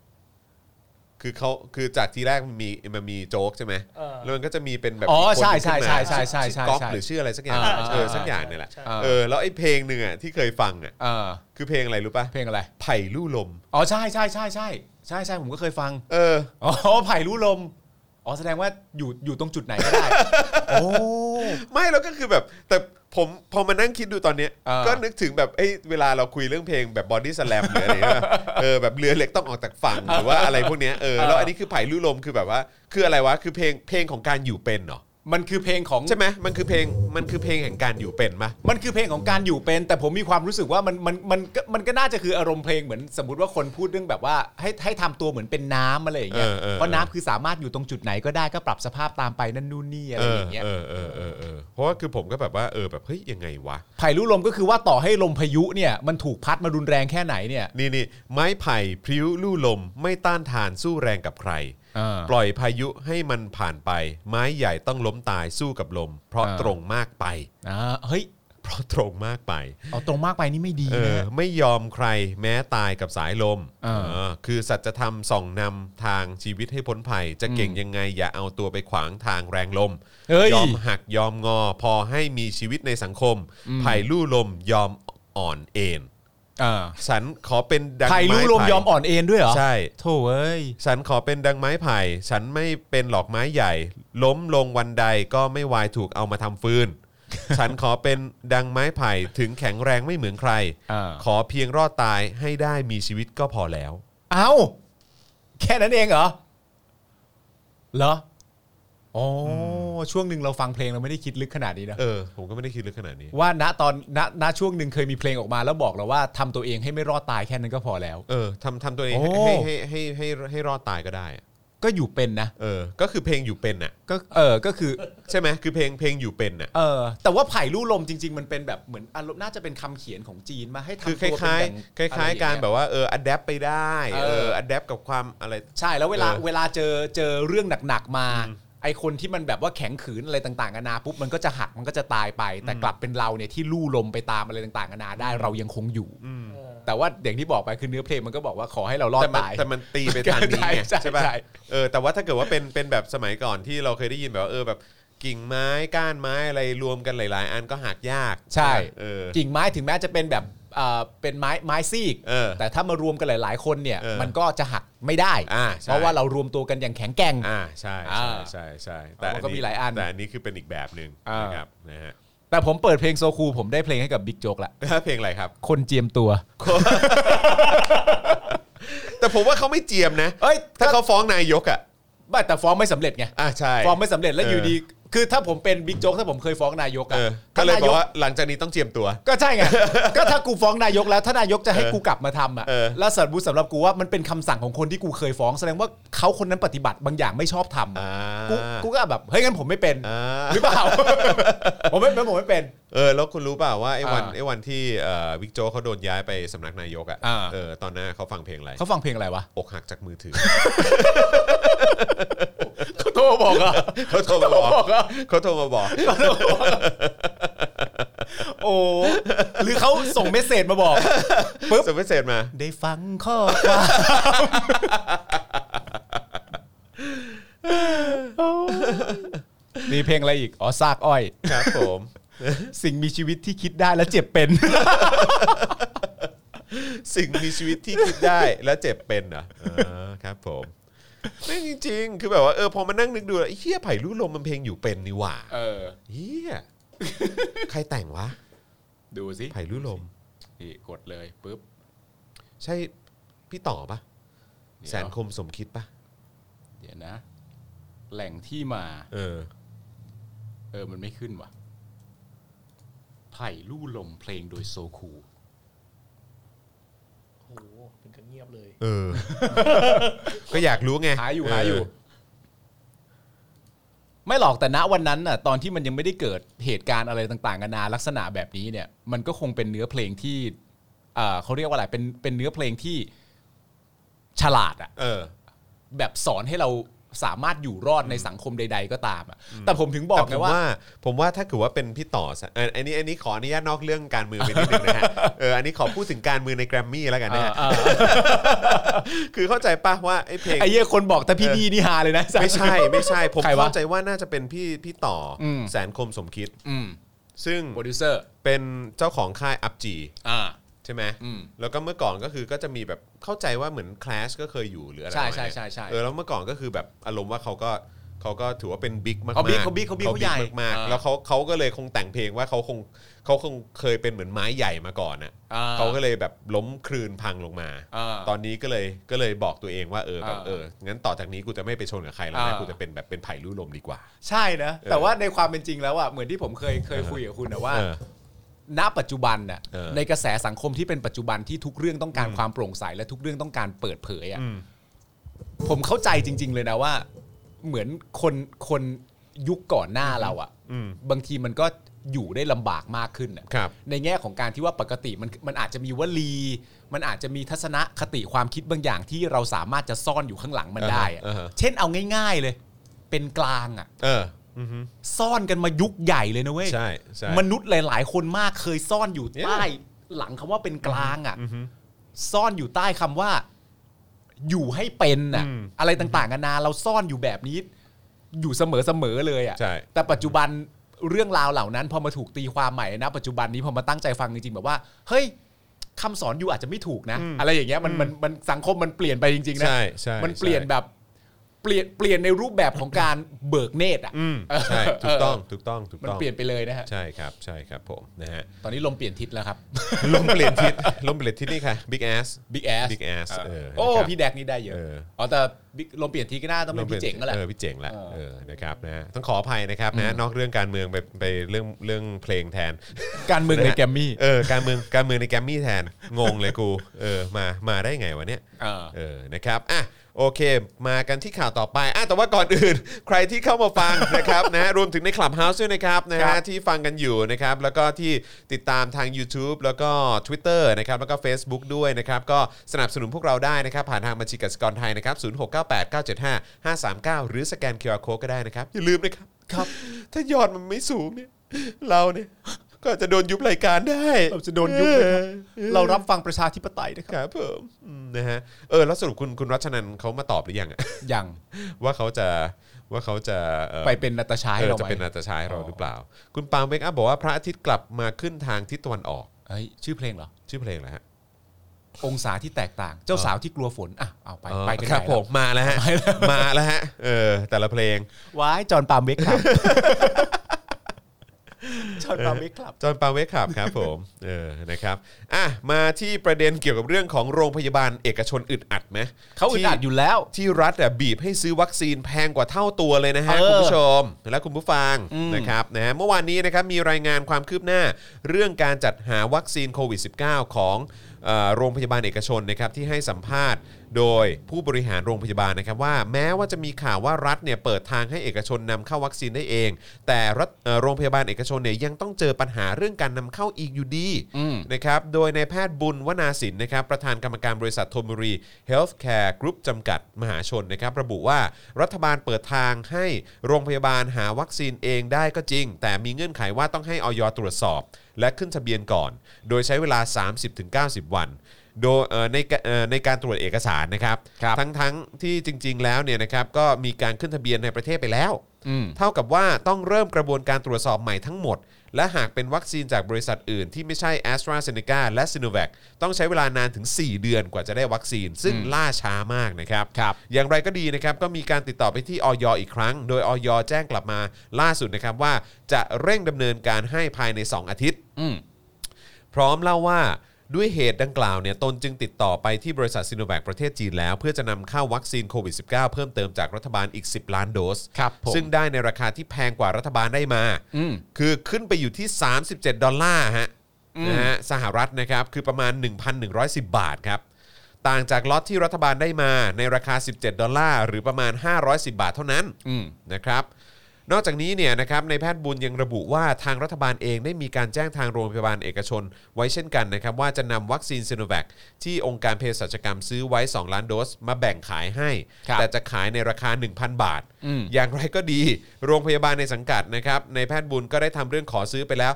B: คือเขาคือจากทีแรกมันมีมันมีโจ๊กใช่ไหม
D: เออ
B: แล้วมันก็จะมีเป็นแบบ
C: อ๋อก
B: คนหนึ่ง
C: ใช่
B: ขึ้นมา
C: ใช่ใช่ใช่
B: ชื่
C: ใช่
B: อก๊อก
C: ใช่
B: หรือชื่ออะไรสักอย่าง
C: อ่า
B: เออสักอย่างเนี่ยแหละ
D: ใช่
C: อ่า
B: เออแล้วไอ้เพลงหนึ่งอ่ะที่เคยฟังอ่ะ
C: อ่า
B: คือเพลงอะไรรู้ป่ะ
C: เพลงอะไร
B: ไผ่ลู่ลม
C: อ๋อใช่ใช่ใช่ใช่ใช่ใช่ผมก็เคยฟัง
B: เออ
C: อ๋อไผ่รู้ลม อ๋อแสดงว่าอยู่อยู่ตรงจุดไหนก็ได้ โอ้
B: ไม่แล้วก็คือแบบ แต่ผมพอมานั่งคิดดูตอนเนี้ย
C: อ่า
B: ก็นึกถึงแบบเอ้ยเวลาเราคุยเรื่องเพลงแบบบอดี้สแลมหรืออะไรเงี้ย เออแบบเรือเล็กต้องออกจาก ฝั่งหรือว่าอะไรพวกเนี้ยเออแล้ว
C: อ่า
B: อันนี้คือไผ่ลู่ลมคือแบบว่า คืออะไรวะคือเพลงเพลงของการอยู่เป็นเหรอ
C: มันคือเพลงของ
B: ใช่ไหมมันคือเพลงมันคือเพลงแห่งการอยู่เป็นมะ
C: มันคือเพลงของการอยู่เป็น แต่ผมมีความรู้สึกว่ามันมันมันก็มันก็น่าจะคืออารมณ์เพลงเหมือนสมมติว่าคนพูดเรื่องแบบว่า ให้ให้ทำตัวเหมือนเป็นน้ำอะไรอย่างเงี้ย
B: เออเออเออ
C: เพราะน้ำคือสามารถอยู่ตรงจุดไหนก็ได้ก็ปรับสภาพตามไปนั่นนู่นนี่อะไรอย่างเงี้ย
B: เออเออเออเออเพราะว่าคือผมก็แบบว่าเออแบบเฮ้ยยังไงวะ
C: ไผ่รู้ลมก็คือว่าต่อให้ลมพายุเนี่ยมันถูกพัดมารุนแรงแค่ไหนเนี่ย
B: นี่นี่ไม้ไผ่พริ้วลู่ลม ไม่ต้านทานสู้แรงกับใคร
C: อ่า
B: ปล่อยพายุให้มันผ่านไป ไม้ใหญ่ต้องล้มตายสู้กับลม เพราะ
C: อ่า
B: ตรงมากไป
C: อ่าเฮ้ย
B: เพราะตรงมากไป
C: เอาตรงมากไปนี่ไม่ดี
B: เออ
C: นะ
B: ไม่ยอมใครแม้ตายกับสายลม
C: เออ
B: เออคือสัจธรรมส่องนำทางชีวิตให้พ้นภัย จะเก่งยังไงอย่าเอาตัวไปขวางทางแรงลม
C: เฮ้ย
B: ยอมหักยอมงอ พอให้มีชีวิตในสังคมไผ่ลู่ลมยอมอ่อนเอ็น
C: อ่า
B: ฉันขอเป็นดัง
C: ไผ่รู้ลม
B: ไผ่
C: ยอมอ่อนเอ็นด้วยเหรอ
B: ใช่
C: โถ่เอ้ย
B: ฉันขอเป็นดังไม้ไผ่ ฉันไม่เป็นหลอกไม้ใหญ่ ล้มลงวันใดก็ไม่วายถูกเอามาทำฟื น ฉันขอเป็นดังไม้ไผ่ถึงแข็งแรงไม่เหมือนใคร
C: อ่า
B: ขอเพียงรอดตายให้ได้มีชีวิตก็พอแล้ว
C: เอา้าแค่นั้นเองเหรอ เหรอ อ๋ออช่วงหนึ่งเราฟังเพลงเราไม่ได้คิดลึกขนาดนี้นะ
B: เออ ผมก็ไม่ได้คิดลึกขนาดนี้
C: ว่าณตอนณณช่วงหนึ่งเคยมีเพลงออกมา แล้วบอกเราว่าทำตัวเองให้ไม่รอดตายแค่นั้นก็พอแล้ว
B: เออทำทำตัวเอง
C: โอ้
B: ให้ให้ให้ให้ให้ให้รอดตายก็ได้อะ
C: ก็อยู่เป็นนะ
B: เออ ก็คือเพลงอยู่เป็นน่ะ
C: ก็เออ ก็คือ
B: ใช่ไหมคือเพลงเพลงอยู่เป็นน่ะ
C: เออ แต่ว่าไผ่ลู่ลมจริง ๆ มันเป็นแบบเหมือนอารมณ์น่าจะเป็นคำเขียนของจีนมาให้ทำ
B: คือค
C: ตัวเป็น
B: ล้าย
C: ดัง
B: ๆคล้าย
C: อะไอง
B: ๆ การ
C: เงี้
B: แบบว่าเอออัดแอปไปได้
C: เออ
B: เอออัดแอปกับความอะไร
C: ใช่แล้วเวลา
B: เออ
C: เวลาเจอเจอเรื่องหนักๆมา ไอคนที่มันแบบว่าแข็งขืนอะไรต่างๆนานาปุ๊บมันก็จะหักมันก็จะตายไป แต่กลับเป็นเราเนี่ยที่ลู่ลมไปตามอะไรต่างๆนานาได้เรายังคงอยู่
D: เออ
C: แต่ว่าอย่างที่บอกไปคือเนื้อเพลงมันก็บอกว่าขอให้เรารอด
B: แต่มัน
C: ตาย
B: แต่มันตีไปทางนี้ไง
C: ใช่ใช่
B: ใช่ป่ะ
C: ใช่
B: เออแต่ว่าถ้าเกิดว่าเป็นเป็นแบบสมัยก่อนที่เราเคยได้ยินแบบว่าเออแบบกิ่งไม้ก้านไม้อะไรรวมกันหลาย ๆ อันก็หักยาก
C: ใช่
B: เออ
C: กิ่งไม้ถึงแม้จะเป็นแบบเอ่อเป็นไม้ไม้ซีก
B: เออ
C: แต่ถ้ามารวมกันหลาย ๆ คนเนี่ย
B: เออ
C: มันก็จะหักไม่ได้
B: อ่าใช่
C: เพราะว่าเรารวมตัวกันอย่างแข็งแกร่ง
B: อ่าใช่ใช่
C: อ่า
B: ใช่ใช่
C: อ๋อมันก็มีหลายอัน
B: แต่อันนี้คือเป็นอีกแบบหนึ่ง
C: อ่าน
B: นะครับนะฮะ
C: แต่ผมเปิดเพลงโซคูผมได้เพลงให้กับบิ๊กโจ๊กละ
B: เพลงอะไรครับ
C: คนเจียมตัว
B: แต่ผมว่าเขาไม่เจียมนะ
C: เอ้ย
B: ถ้าเขาฟ้องนายกอ่ะ
C: ไม่แต่ฟ้องไม่สำเร็จไง
B: อ่าใช่
C: ฟ้องไม่สำเร็จแล้วอยู่ดี คือถ้าผมเป็นบิ๊กโจ๊กถ้าผมเคยฟ้องนายก
B: เออ
C: อะ
B: ก็
C: ถ้า
B: เลย
C: นา
B: บอยก
C: ก
B: ว่าหลังจากนี้ต้องเจียมตัว
C: ก็ใช่ไง ก็ถ้ากูฟ้องนายกแล้วถ้านายกจะให้กูกลับมาทำอ่ะ
B: เออ
C: แล้วสมมติสำหรับกูว่ามันเป็นคำสั่งของคนที่กูเคยฟ้องแสดงว่าเขาคนนั้นปฏิบัติบางอย่างไม่ชอบทำอะ
B: อ่า
C: กูกูก็แบบเฮ้ยงั้นผมไม่เป็น
B: อ่า
C: หรือ เปล่า ผมไม่เป็นผมไม่เป็น
B: เออแล้วคุณรู้เปล่าว่าไอ้วัน
C: อ่า
B: ไอ้วันที่เอ่อวิกโจกเขาโดนย้ายไปสำนักนายก
C: อ่า
B: อะ่ะเออตอนนั้นเขาฟังเพลงอะไร
C: เขาฟังเพลงอะไรวะ
B: อกหักจากมือถือ
C: เขาโทรบอกอ่ะ
B: เขาโทรมาบอกเขาโทรมาบอก
C: โอ้หรือเขาส่งเมสเซจมาบอก
B: ปึ๊บสมมติเสร็จมา
C: ได้ฟังข้อความ มีเพลงอะไรอีก อ๋อซากอ้อย
B: ครับผม
C: สิ่งมีชีวิตที่คิดได้และเจ็บเป็น
B: สิ่งมีชีวิตที่คิดได้และเจ็บเป็นเหรอเออครับผม ไม่จริงๆ คือแบบว่าเออพอมานั่งนึกดูแล้วเฮียไผ่ลู่ลมมันเพลงอยู่เป็นนี่หว่า
C: เออ
B: เฮียใครแต่งวะ
C: ดูสิ
B: ไผ่ลู่ลม
C: นี่กดเลยปุ๊บ
B: ใช่พี่ต่อปะ
C: เดี๋ยว
B: แสนคมสมคิดปะ
C: เดี๋ยวนะ แหล่งที่มา
B: เออ
C: เออ มันไม่ขึ้นว่ะไผ่ลู่ลมเพลงโดยโซคู
D: โอ้โหเป็นกันเงียบเลย
B: เอ อ ก็อยากรู้ไง
C: หาอยู่หาอยู่ ไม่หรอกแต่ณวันนั้นน่ะ ตอนที่มันยังไม่ได้เกิดเหตุการณ์อะไรต่างๆกันานาลักษณะแบบนี้เนี่ย มันก็คงเป็นเนื้อเพลงที่เอ่อเขาเรียกว่าอะไรเป็นเป็นเนื้อเพลงที่ฉลาดอะ
B: เออ
C: แบบสอนให้เราสามารถอยู่รอดในสังคมใด ๆ ก็ตามอ่ะ แต่ผมถึงบอก
B: แต่ผ
C: ไง
B: ม
C: ว่า
B: ว่าผมว่าถ้าเกิดว่าเป็นพี่ต่อสะเอ่ออันนี้อันนี้ขออนุญาตนอกเรื่องการเมืองไปนิดนึง นะฮะ เอออันนี้ขอพูดถึงการเมืองในแกรมมี่แล้วกันนะฮะ
C: เออเออ
B: คือเข้าใจปะว่าไอ้เพลง
C: ไอ้เหี้ยคนบอกแต่พี่ดีนี่ฮาเลยนะ
B: ไม่ ใช่ไม่ใช่ ผม
C: ใครวะ
B: เข้าใจว่าน่าจะเป็นพี่พี่ต่ออ
C: ม
B: แสนคมสมคิด
C: อืม
B: ซึ่ง
C: โปรดิวเซอร์
B: เป็นเจ้าของค่ายอัพจี
C: อ่า
B: ใช่ไหม
C: อืม
B: แล้วก็เมื่อก่อนก็คือก็จะมีแบบเข้าใจว่าเหมือนคลาสก็เคยอยู่หรืออะไร
C: ใช่
B: ประมาณ
C: ใช่
B: เนี้ย
C: ใช่ใช่
B: เออแล้วเมื่อก่อนก็คือแบบอารมณ์ว่าเขาก็เขาก็ถือว่าเป็นบิ๊กมากๆ
C: เขาบิ๊กเขาบิ๊กเขาบิ๊กเขาใหญ่
B: มากๆ
C: อ่า
B: แล้วเขาเขาก็เลยคงแต่งเพลงว่าเขาคงเขาคงเคยเป็นเหมือนไม้ใหญ่มาก่อนน่ะ
C: อ่
B: เขาก็เลยแบบล้มคลืนพังลงมา
C: อ่า
B: ตอนนี้ก็เลยก็เลยบอกตัวเองว่าเออแบบ
C: อ่า
B: เอองั้นต่อจากนี้กูจะไม่ไปชนกับใครแล้วนะ
C: อ่า
B: กูจะเป็นแบบเป็นไผ่ลู่ลมดีกว่า
C: ใช่นะ
B: เออ
C: แต่ว่าในความเป็นจริงแล้วอ่ะเหมือนที่ผมเคยเคยคุยกับคุณนะว่า
B: เออ
C: ณปัจจุบันน่ะ
B: เออ
C: ในกระแสสังคมที่เป็นปัจจุบันที่ทุกเรื่องต้องการความโปร่งใสและทุกเรื่องต้องการเปิดเผยอ่ะ
B: อืม
C: ผมเข้าใจจริง ๆ เลยนะว่า เหมือนคนคนยุคก่อนหน้าเราอ่ะ
B: อืม
C: บางทีมันก็อยู่ได้ลำบากมากขึ้นน่ะ
B: ครับ
C: ในแง่ของการที่ว่าปกติมันมันอาจจะมีวลี มันอาจจะมีทัศนคติความคิดบางอย่างที่เราสามารถจะซ่อนอยู่ข้างหลังมันได้อะ
B: อ่าฮะอ่าฮะ
C: เช่นเอาง่าย ๆเลย เป็นกลางอ่ะ
B: เอออือฮึ
C: ซ่อนกันมายุคใหญ่เลยนะเว้ย
B: ใช่ใช่
C: มนุษย์หลาย ๆ คนมากเคยซ่อนอยู่
B: เนี่ย
C: ใต้หลังคำว่าเป็นกลางอ่ะ
B: อือฮึ
C: ซ่อนอยู่ใต้คำว่า อยู่ให้เป็นน่ะ
B: อืม
C: อะไรต่างๆนานาเราซ่อนอยู่แบบนี้ อยู่เสมอๆเลยอ่ะ
B: ใช่
C: แต่ปัจจุบันเรื่องราวเหล่านั้น พอมาถูกตีความใหม่นะ ปัจจุบันนี้พอมาตั้งใจฟังจริงๆแบบว่า เฮ้ยคำสอนอยู่อาจจะไม่ถูกนะ อะไรอย่างเงี้ยมันมันมันสังคมมันเปลี่ยนไปจริงๆนะ
B: ใช่ใช่
C: มันเปลี่ยน
B: ใช่
C: แบบเปลี่ยนเปลี่ยนในรูปแบบของการเบิกเนตรอ่ะ
B: อืมใช่ถูกต้องถูกต้องถูก
C: มัน
B: ต้อง
C: เปลี่ยนไปเลยนะฮะ
B: ใช่ครับใช่ครับผมนะฮะ
C: ตอนนี้ลมเปลี่ยนทิศแล้วครับ
B: ลมเปลี่ยนทิศลมเปลี่ยนทิศนี่ค่ะ Big Ass
C: Big Ass
B: Big Ass เออ
C: โอ้
B: นะครับ
C: พี่แดกนี่ได้เยอะ
B: เออ
C: อ๋อแต่ Big ลมเปลี่ยนทีก็น่าต้องเป็นพี่เจ๋งก็แหละ
B: ออพี่เจ๋งแหละ
C: เออ
B: เออนะครับนะฮะต้องขออภัยนะครับนะนอกเรื่องการเมืองไปไปเรื่องเรื่องเพลงแทน
C: การเมืองในแกรมมี่
B: เออการเมืองการเมืองในแกรมมี่แทนงงเลยกูเออมามาได้ไงวะเนี่ย
C: เออ
B: เออ นะครับ อ่ะ โอเค มากันที่ข่าวต่อไป อ่ะ แต่ว่าก่อนอื่น ใครที่เข้ามาฟัง นะครับ นะ รวมถึงในคลับเฮาส์ด้วยนะครับ นะ
C: ครั
B: ฮะ
C: บ
B: ที่ฟังกันอยู่นะครับ แล้วก็ที่ติดตามทาง YouTube แล้วก็ Twitter นะครับ แล้วก็ Facebook ด้วยนะครับ ก็สนับสนุนพวกเราได้นะครับ ผ่านทางบัญชีกสิกรไทยนะครับ 0698975539 หรือสแกน QR Code ก็ได้นะครับ อย่าลืมนะครับ ครับ ถ้ายอดมันไม่สูงเนี่ย เราเนี่ย ก็อาจจะโดนยุบรายการได้
C: เราจะโดนยุบไหมครับ
B: ออ
C: เรารับฟังประชาธิปไตยนะค
B: ครับ รับผมอืมนะฮะเออแล้วสรุปคุณคุณรัชนันเขามาตอบหรือยังอะ
C: ยัง
B: ว่าเขาจะว่าเขาจะเอ่อ
C: ไปเป็นนาตาชาให้
B: เออ
C: เรา
B: จะ
C: ไหม
B: เป็นนาตาชายเราหรือเปล่า คุณปาล์มเวกอัพบอกว่าพระอาทิตย์กลับมาขึ้นทางทิศตะวันออก
C: เอ้ยชื่อเพลงเหรอ
B: ชื่อเพลงอะไรฮะ
C: องศาที่แตกต่าง เจ้าสาวที่กลัวฝน อ่ะ เอาไป
B: เออ
C: ไปกัน
B: ครับ
C: ใหญ่
B: ผม
C: แล้ว
B: มาแล้วฮะมาแล้วฮะเออแต่ละเพลง
C: ว้ายจอห์นปาล์มเวกครับ จอห์นปาล์มเวกครับ
B: จอห์นปาล์มเวกขับครับผม เออนะครับอ่ะมาที่ประเด็นเกี่ยวกับเรื่องของโรงพยาบาลเอกชนอึดอัดไหม
C: เขาอึดอัด
B: ที่
C: อยู่แล้ว
B: ที่รัฐอะบีบให้ซื้อวัคซีนแพงกว่าเท่าตัวเลยนะฮะ
C: เออ
B: คุณผู้ชม และคุณผู้ฟัง
C: อืม
B: นะครับนะฮะเมื่อวานนี้นะครับมีรายงานความคืบหน้า เรื่องการจัดหาวัคซีนโควิด -19 ของเอ่อโรงพยาบาลเอกชนนะครับที่ให้สัมภาษณ์โดยผู้บริหารโรงพยาบาลนะครับว่าแม้ว่าจะมีข่าวว่ารัฐเนี่ยเปิดทางให้เอกชนนำเข้าวัคซีนได้เอง แต่รัฐเอ่อโรงพยาบาลเอกชนเนี่ยยังต้องเจอปัญหาเรื่องการนำเข้าอีกอยู่ดี
C: อืม
B: นะครับโดยนายแพทย์บุญวนาสินนะครับประธานกรรมการบริษัทธนบุรี Healthcare Group จำกัดมหาชนนะครับระบุว่ารัฐบาลเปิดทางให้โรงพยาบาลหาวัคซีนเองได้ก็จริง แต่มีเงื่อนไขว่าต้องให้ออยตรวจสอบ และขึ้นทะเบียนก่อน โดยใช้เวลา 30-90 วัน โดยเอ่อในกะเอ่อในการตรวจเอกสารนะครับ
C: ครับ
B: ทั้งทั้งที่จริง ๆ แล้วเนี่ยนะครับก็มีการขึ้นทะเบียนในประเทศไปแล้ว
C: อืม
B: เท่ากับว่าต้องเริ่มกระบวนการตรวจสอบใหม่ทั้งหมด และหากเป็นวัคซีนจากบริษัทอื่นที่ไม่ใช่ a s t r a z เซ e c a และ s i n o v a c ต้องใช้เวลานานถึง 4 เดือนกว่าจะได้วัคซีน ซึ่งล่าช้ามากนะครับ
C: ครับ
B: อย่างไรก็ดีนะครับ ก็มีการติดต่อไปที่ออยอีกครั้ง โดยออยแจ้งกลับมาล่าสุดนะครับว่าจะเร่งดำเนินการให้ภายใน 2 อาทิตย์
C: อืม
B: พร้อมเล่าว่าด้วยเหตุดังกล่าวเนี่ยตนจึงติดต่อไปที่บริษัทซิโนแวคประเทศจีนแล้ว เพื่อจะนำเข้าวัคซีนโควิด -19 เพิ่มเติมจากรัฐบาลอีก 10 ล้านโดส
C: ครับผม
B: ซึ่งได้ในราคาที่แพงกว่ารัฐบาลได้มา
C: อืม
B: คือขึ้นไปอยู่ที่ 37 ดอลลาร์ฮะ
C: อืม
B: นะฮะสหรัฐนะครับ คือประมาณ 1,110 บาทครับ ต่างจากล็อตที่รัฐบาลได้มาในราคา 17 ดอลลาร์ หรือประมาณ 510 บาทเท่านั้น
C: อืม
B: นะครับ นอกจากนี้เนี่ยนะครับในแพทย์บุญยังระบุว่าทางรัฐบาลเองได้มีการแจ้งทางโรงพยาบาลเอกชน ไว้เช่นกันนะครับว่าจะนำวัคซีนซ i โนแวคที่องค์การเภสัชกรรมซื้อไว้ 2 ล้านโดส มาแบ่งขายให้
C: ครับ
B: แต่จะขายในราคา 1,000 บาท
C: อืม
B: อย่างไรก็ดี โรงพยาบาลในสังกัดนะครับในแพทย์บุญก็ได้ทำเรื่องขอซื้อไปแล้ว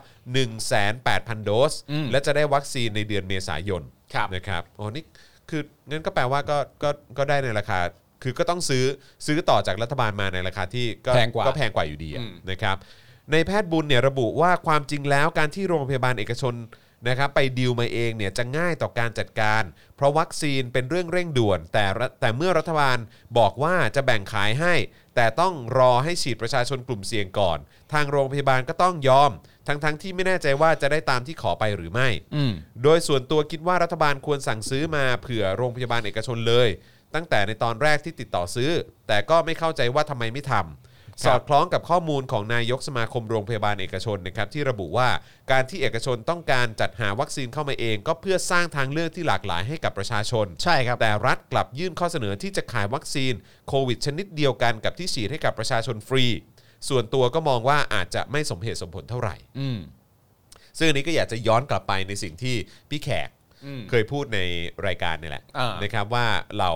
B: 1,800,000 โดส และจะได้วัคซีนในเดือนเมษายน
C: ครับ
B: นะครับอ๋อนี่คืองั้นก็แปลว่าก็ก็ก็ได้ในราคา คือก็ต้องซื้อซื้อต่อจากรัฐบาลมาในราคาที่
C: แพงกว่า
B: ก็แพงกว่าอยู่ดีอะ
C: อืม
B: นะครับ ในแพทย์บุญเนี่ยระบุว่าความจริงแล้วการที่โรงพยาบาลเอกชนนะครับไปดีลมาเองเนี่ยจะง่ายต่อการจัดการ เพราะวัคซีนเป็นเรื่องเร่งด่วน แต่รัฐแต่เมื่อรัฐบาลบอกว่าจะแบ่งขายให้ แต่ต้องรอให้ฉีดประชาชนกลุ่มเสี่ยงก่อน ทางโรงพยาบาลก็ต้องยอม ทั้งๆที่ไม่แน่ใจว่าจะได้ตามที่ขอไปหรือไม่
C: อืม
B: โดยส่วนตัวคิดว่ารัฐบาลควรสั่งซื้อมาเผื่อโรงพยาบาลเอกชนเลย ตั้งแต่ในตอนแรกที่ติดต่อซื้อ แต่ก็ไม่เข้าใจว่าทำไมไม่ทำ
C: ครับ
B: สอดคล้องกับข้อมูลของนายกสมาคมโรงพยาบาลเอกชนนะครับที่ระบุว่าการที่เอกชนต้องการจัดหาวัคซีนเข้ามาเอง ก็เพื่อสร้างทางเลือกที่หลากหลายให้กับประชาชน
C: ใช่ครับ
B: แต่รัฐกลับยื่นข้อเสนอที่จะขายวัคซีนโควิดชนิดเดียวกันกับที่ฉีดให้กับประชาชนฟรี ส่วนตัวก็มองว่าอาจจะไม่สมเหตุสมผลเท่าไหร่
C: อืม
B: ซึ่งอันนี้ก็อยากจะย้อนกลับไปในสิ่งที่พี่แขก
C: อืม
B: เคยพูดในรายการนี่แหละ
C: อ่าน
B: นะครับว่าเรา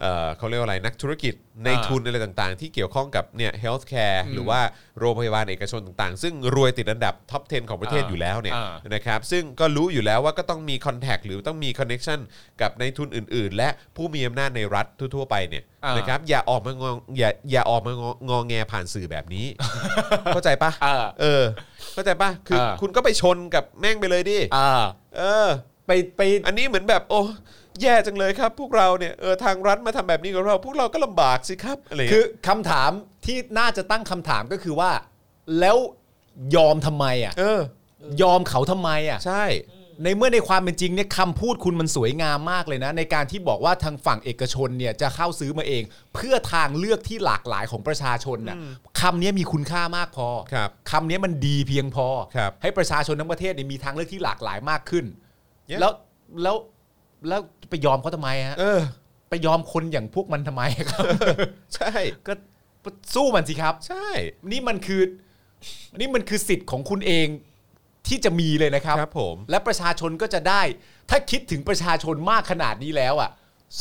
B: เอ่อเขาเรียกว่าอะไรนักธุรกิจใน
C: อ่า
B: ทุนอะไรต่างๆ ที่เกี่ยวข้องกับเนี่ยเฮลท์แคร์
C: อืม
B: หรือว่าโรงพยาบาลเอกชนต่างๆ ซึ่งรวยติดอันดับท็อป 10 ของประเทศ
C: อ่า
B: อยู่แล้วเนี่ย
C: อ่า
B: นะครับซึ่งก็รู้อยู่แล้วว่าก็ต้องมีคอนแทคหรือต้องมีคอนเน็ชันกับในทุนอื่น ๆ และผู้มีอำนาจในรัฐทั่วๆไปเนี่ย
C: อ่าน
B: นะครับอย่าออกมางองอย่าอย่าออกมางองอแงผ่านสื่อแบบนี้ เข้าใจปะ
C: เออ
B: เออเข้าใจปะคืออา คุณก็ไปชนกับแม่งไปเลยดิ
C: เออ
B: เออ
C: ไปไป
B: อันนี้เหมือนแบบโอ้แย่จังเลยครับ พวกเราเนี่ยเออทางรัฐมาทำแบบนี้กับเรา พวกเราก็ลำบากสิครับอะไร
C: คื
B: เงี้ย
C: อคำถามที่น่าจะตั้งคำถามก็คือว่า แล้วยอมทำไมอ่ะ
B: เออ
C: ยอมเขาทำไมอ่ะ
B: ใช่
C: ในเมื่อในความเป็นจริงเนี่ยคำพูดคุณมันสวยงามมากเลยนะ ในการที่บอกว่าทางฝั่งเอกชนเนี่ยจะเข้าซื้อมาเอง เพื่อทางเลือกที่หลากหลายของประชาชนนะคำนี้มีคุณค่ามากพอ
B: ครับ
C: ำนี้มันดีเพียงพอ
B: ครับ
C: ให้ประชาชนทั้งประเทศเนี่ยมีทางเลือกที่หลากหลายมากขึ้น
B: Yeah
C: แล้วแล้วแล้วไปยอมเขาทำไมฮะ
B: เออ
C: ไปยอมคนอย่างพวกมันทำไมครับ
B: ใช่
C: ก็สู้มันสิครับ
B: ใช่
C: นี่มันคือ นี่มันคือสิทธิ์ของคุณเองที่จะมีเลยนะครับ
B: ครับผม
C: และประชาชนก็จะได้ ถ้าคิดถึงประชาชนมากขนาดนี้แล้วอ่ะ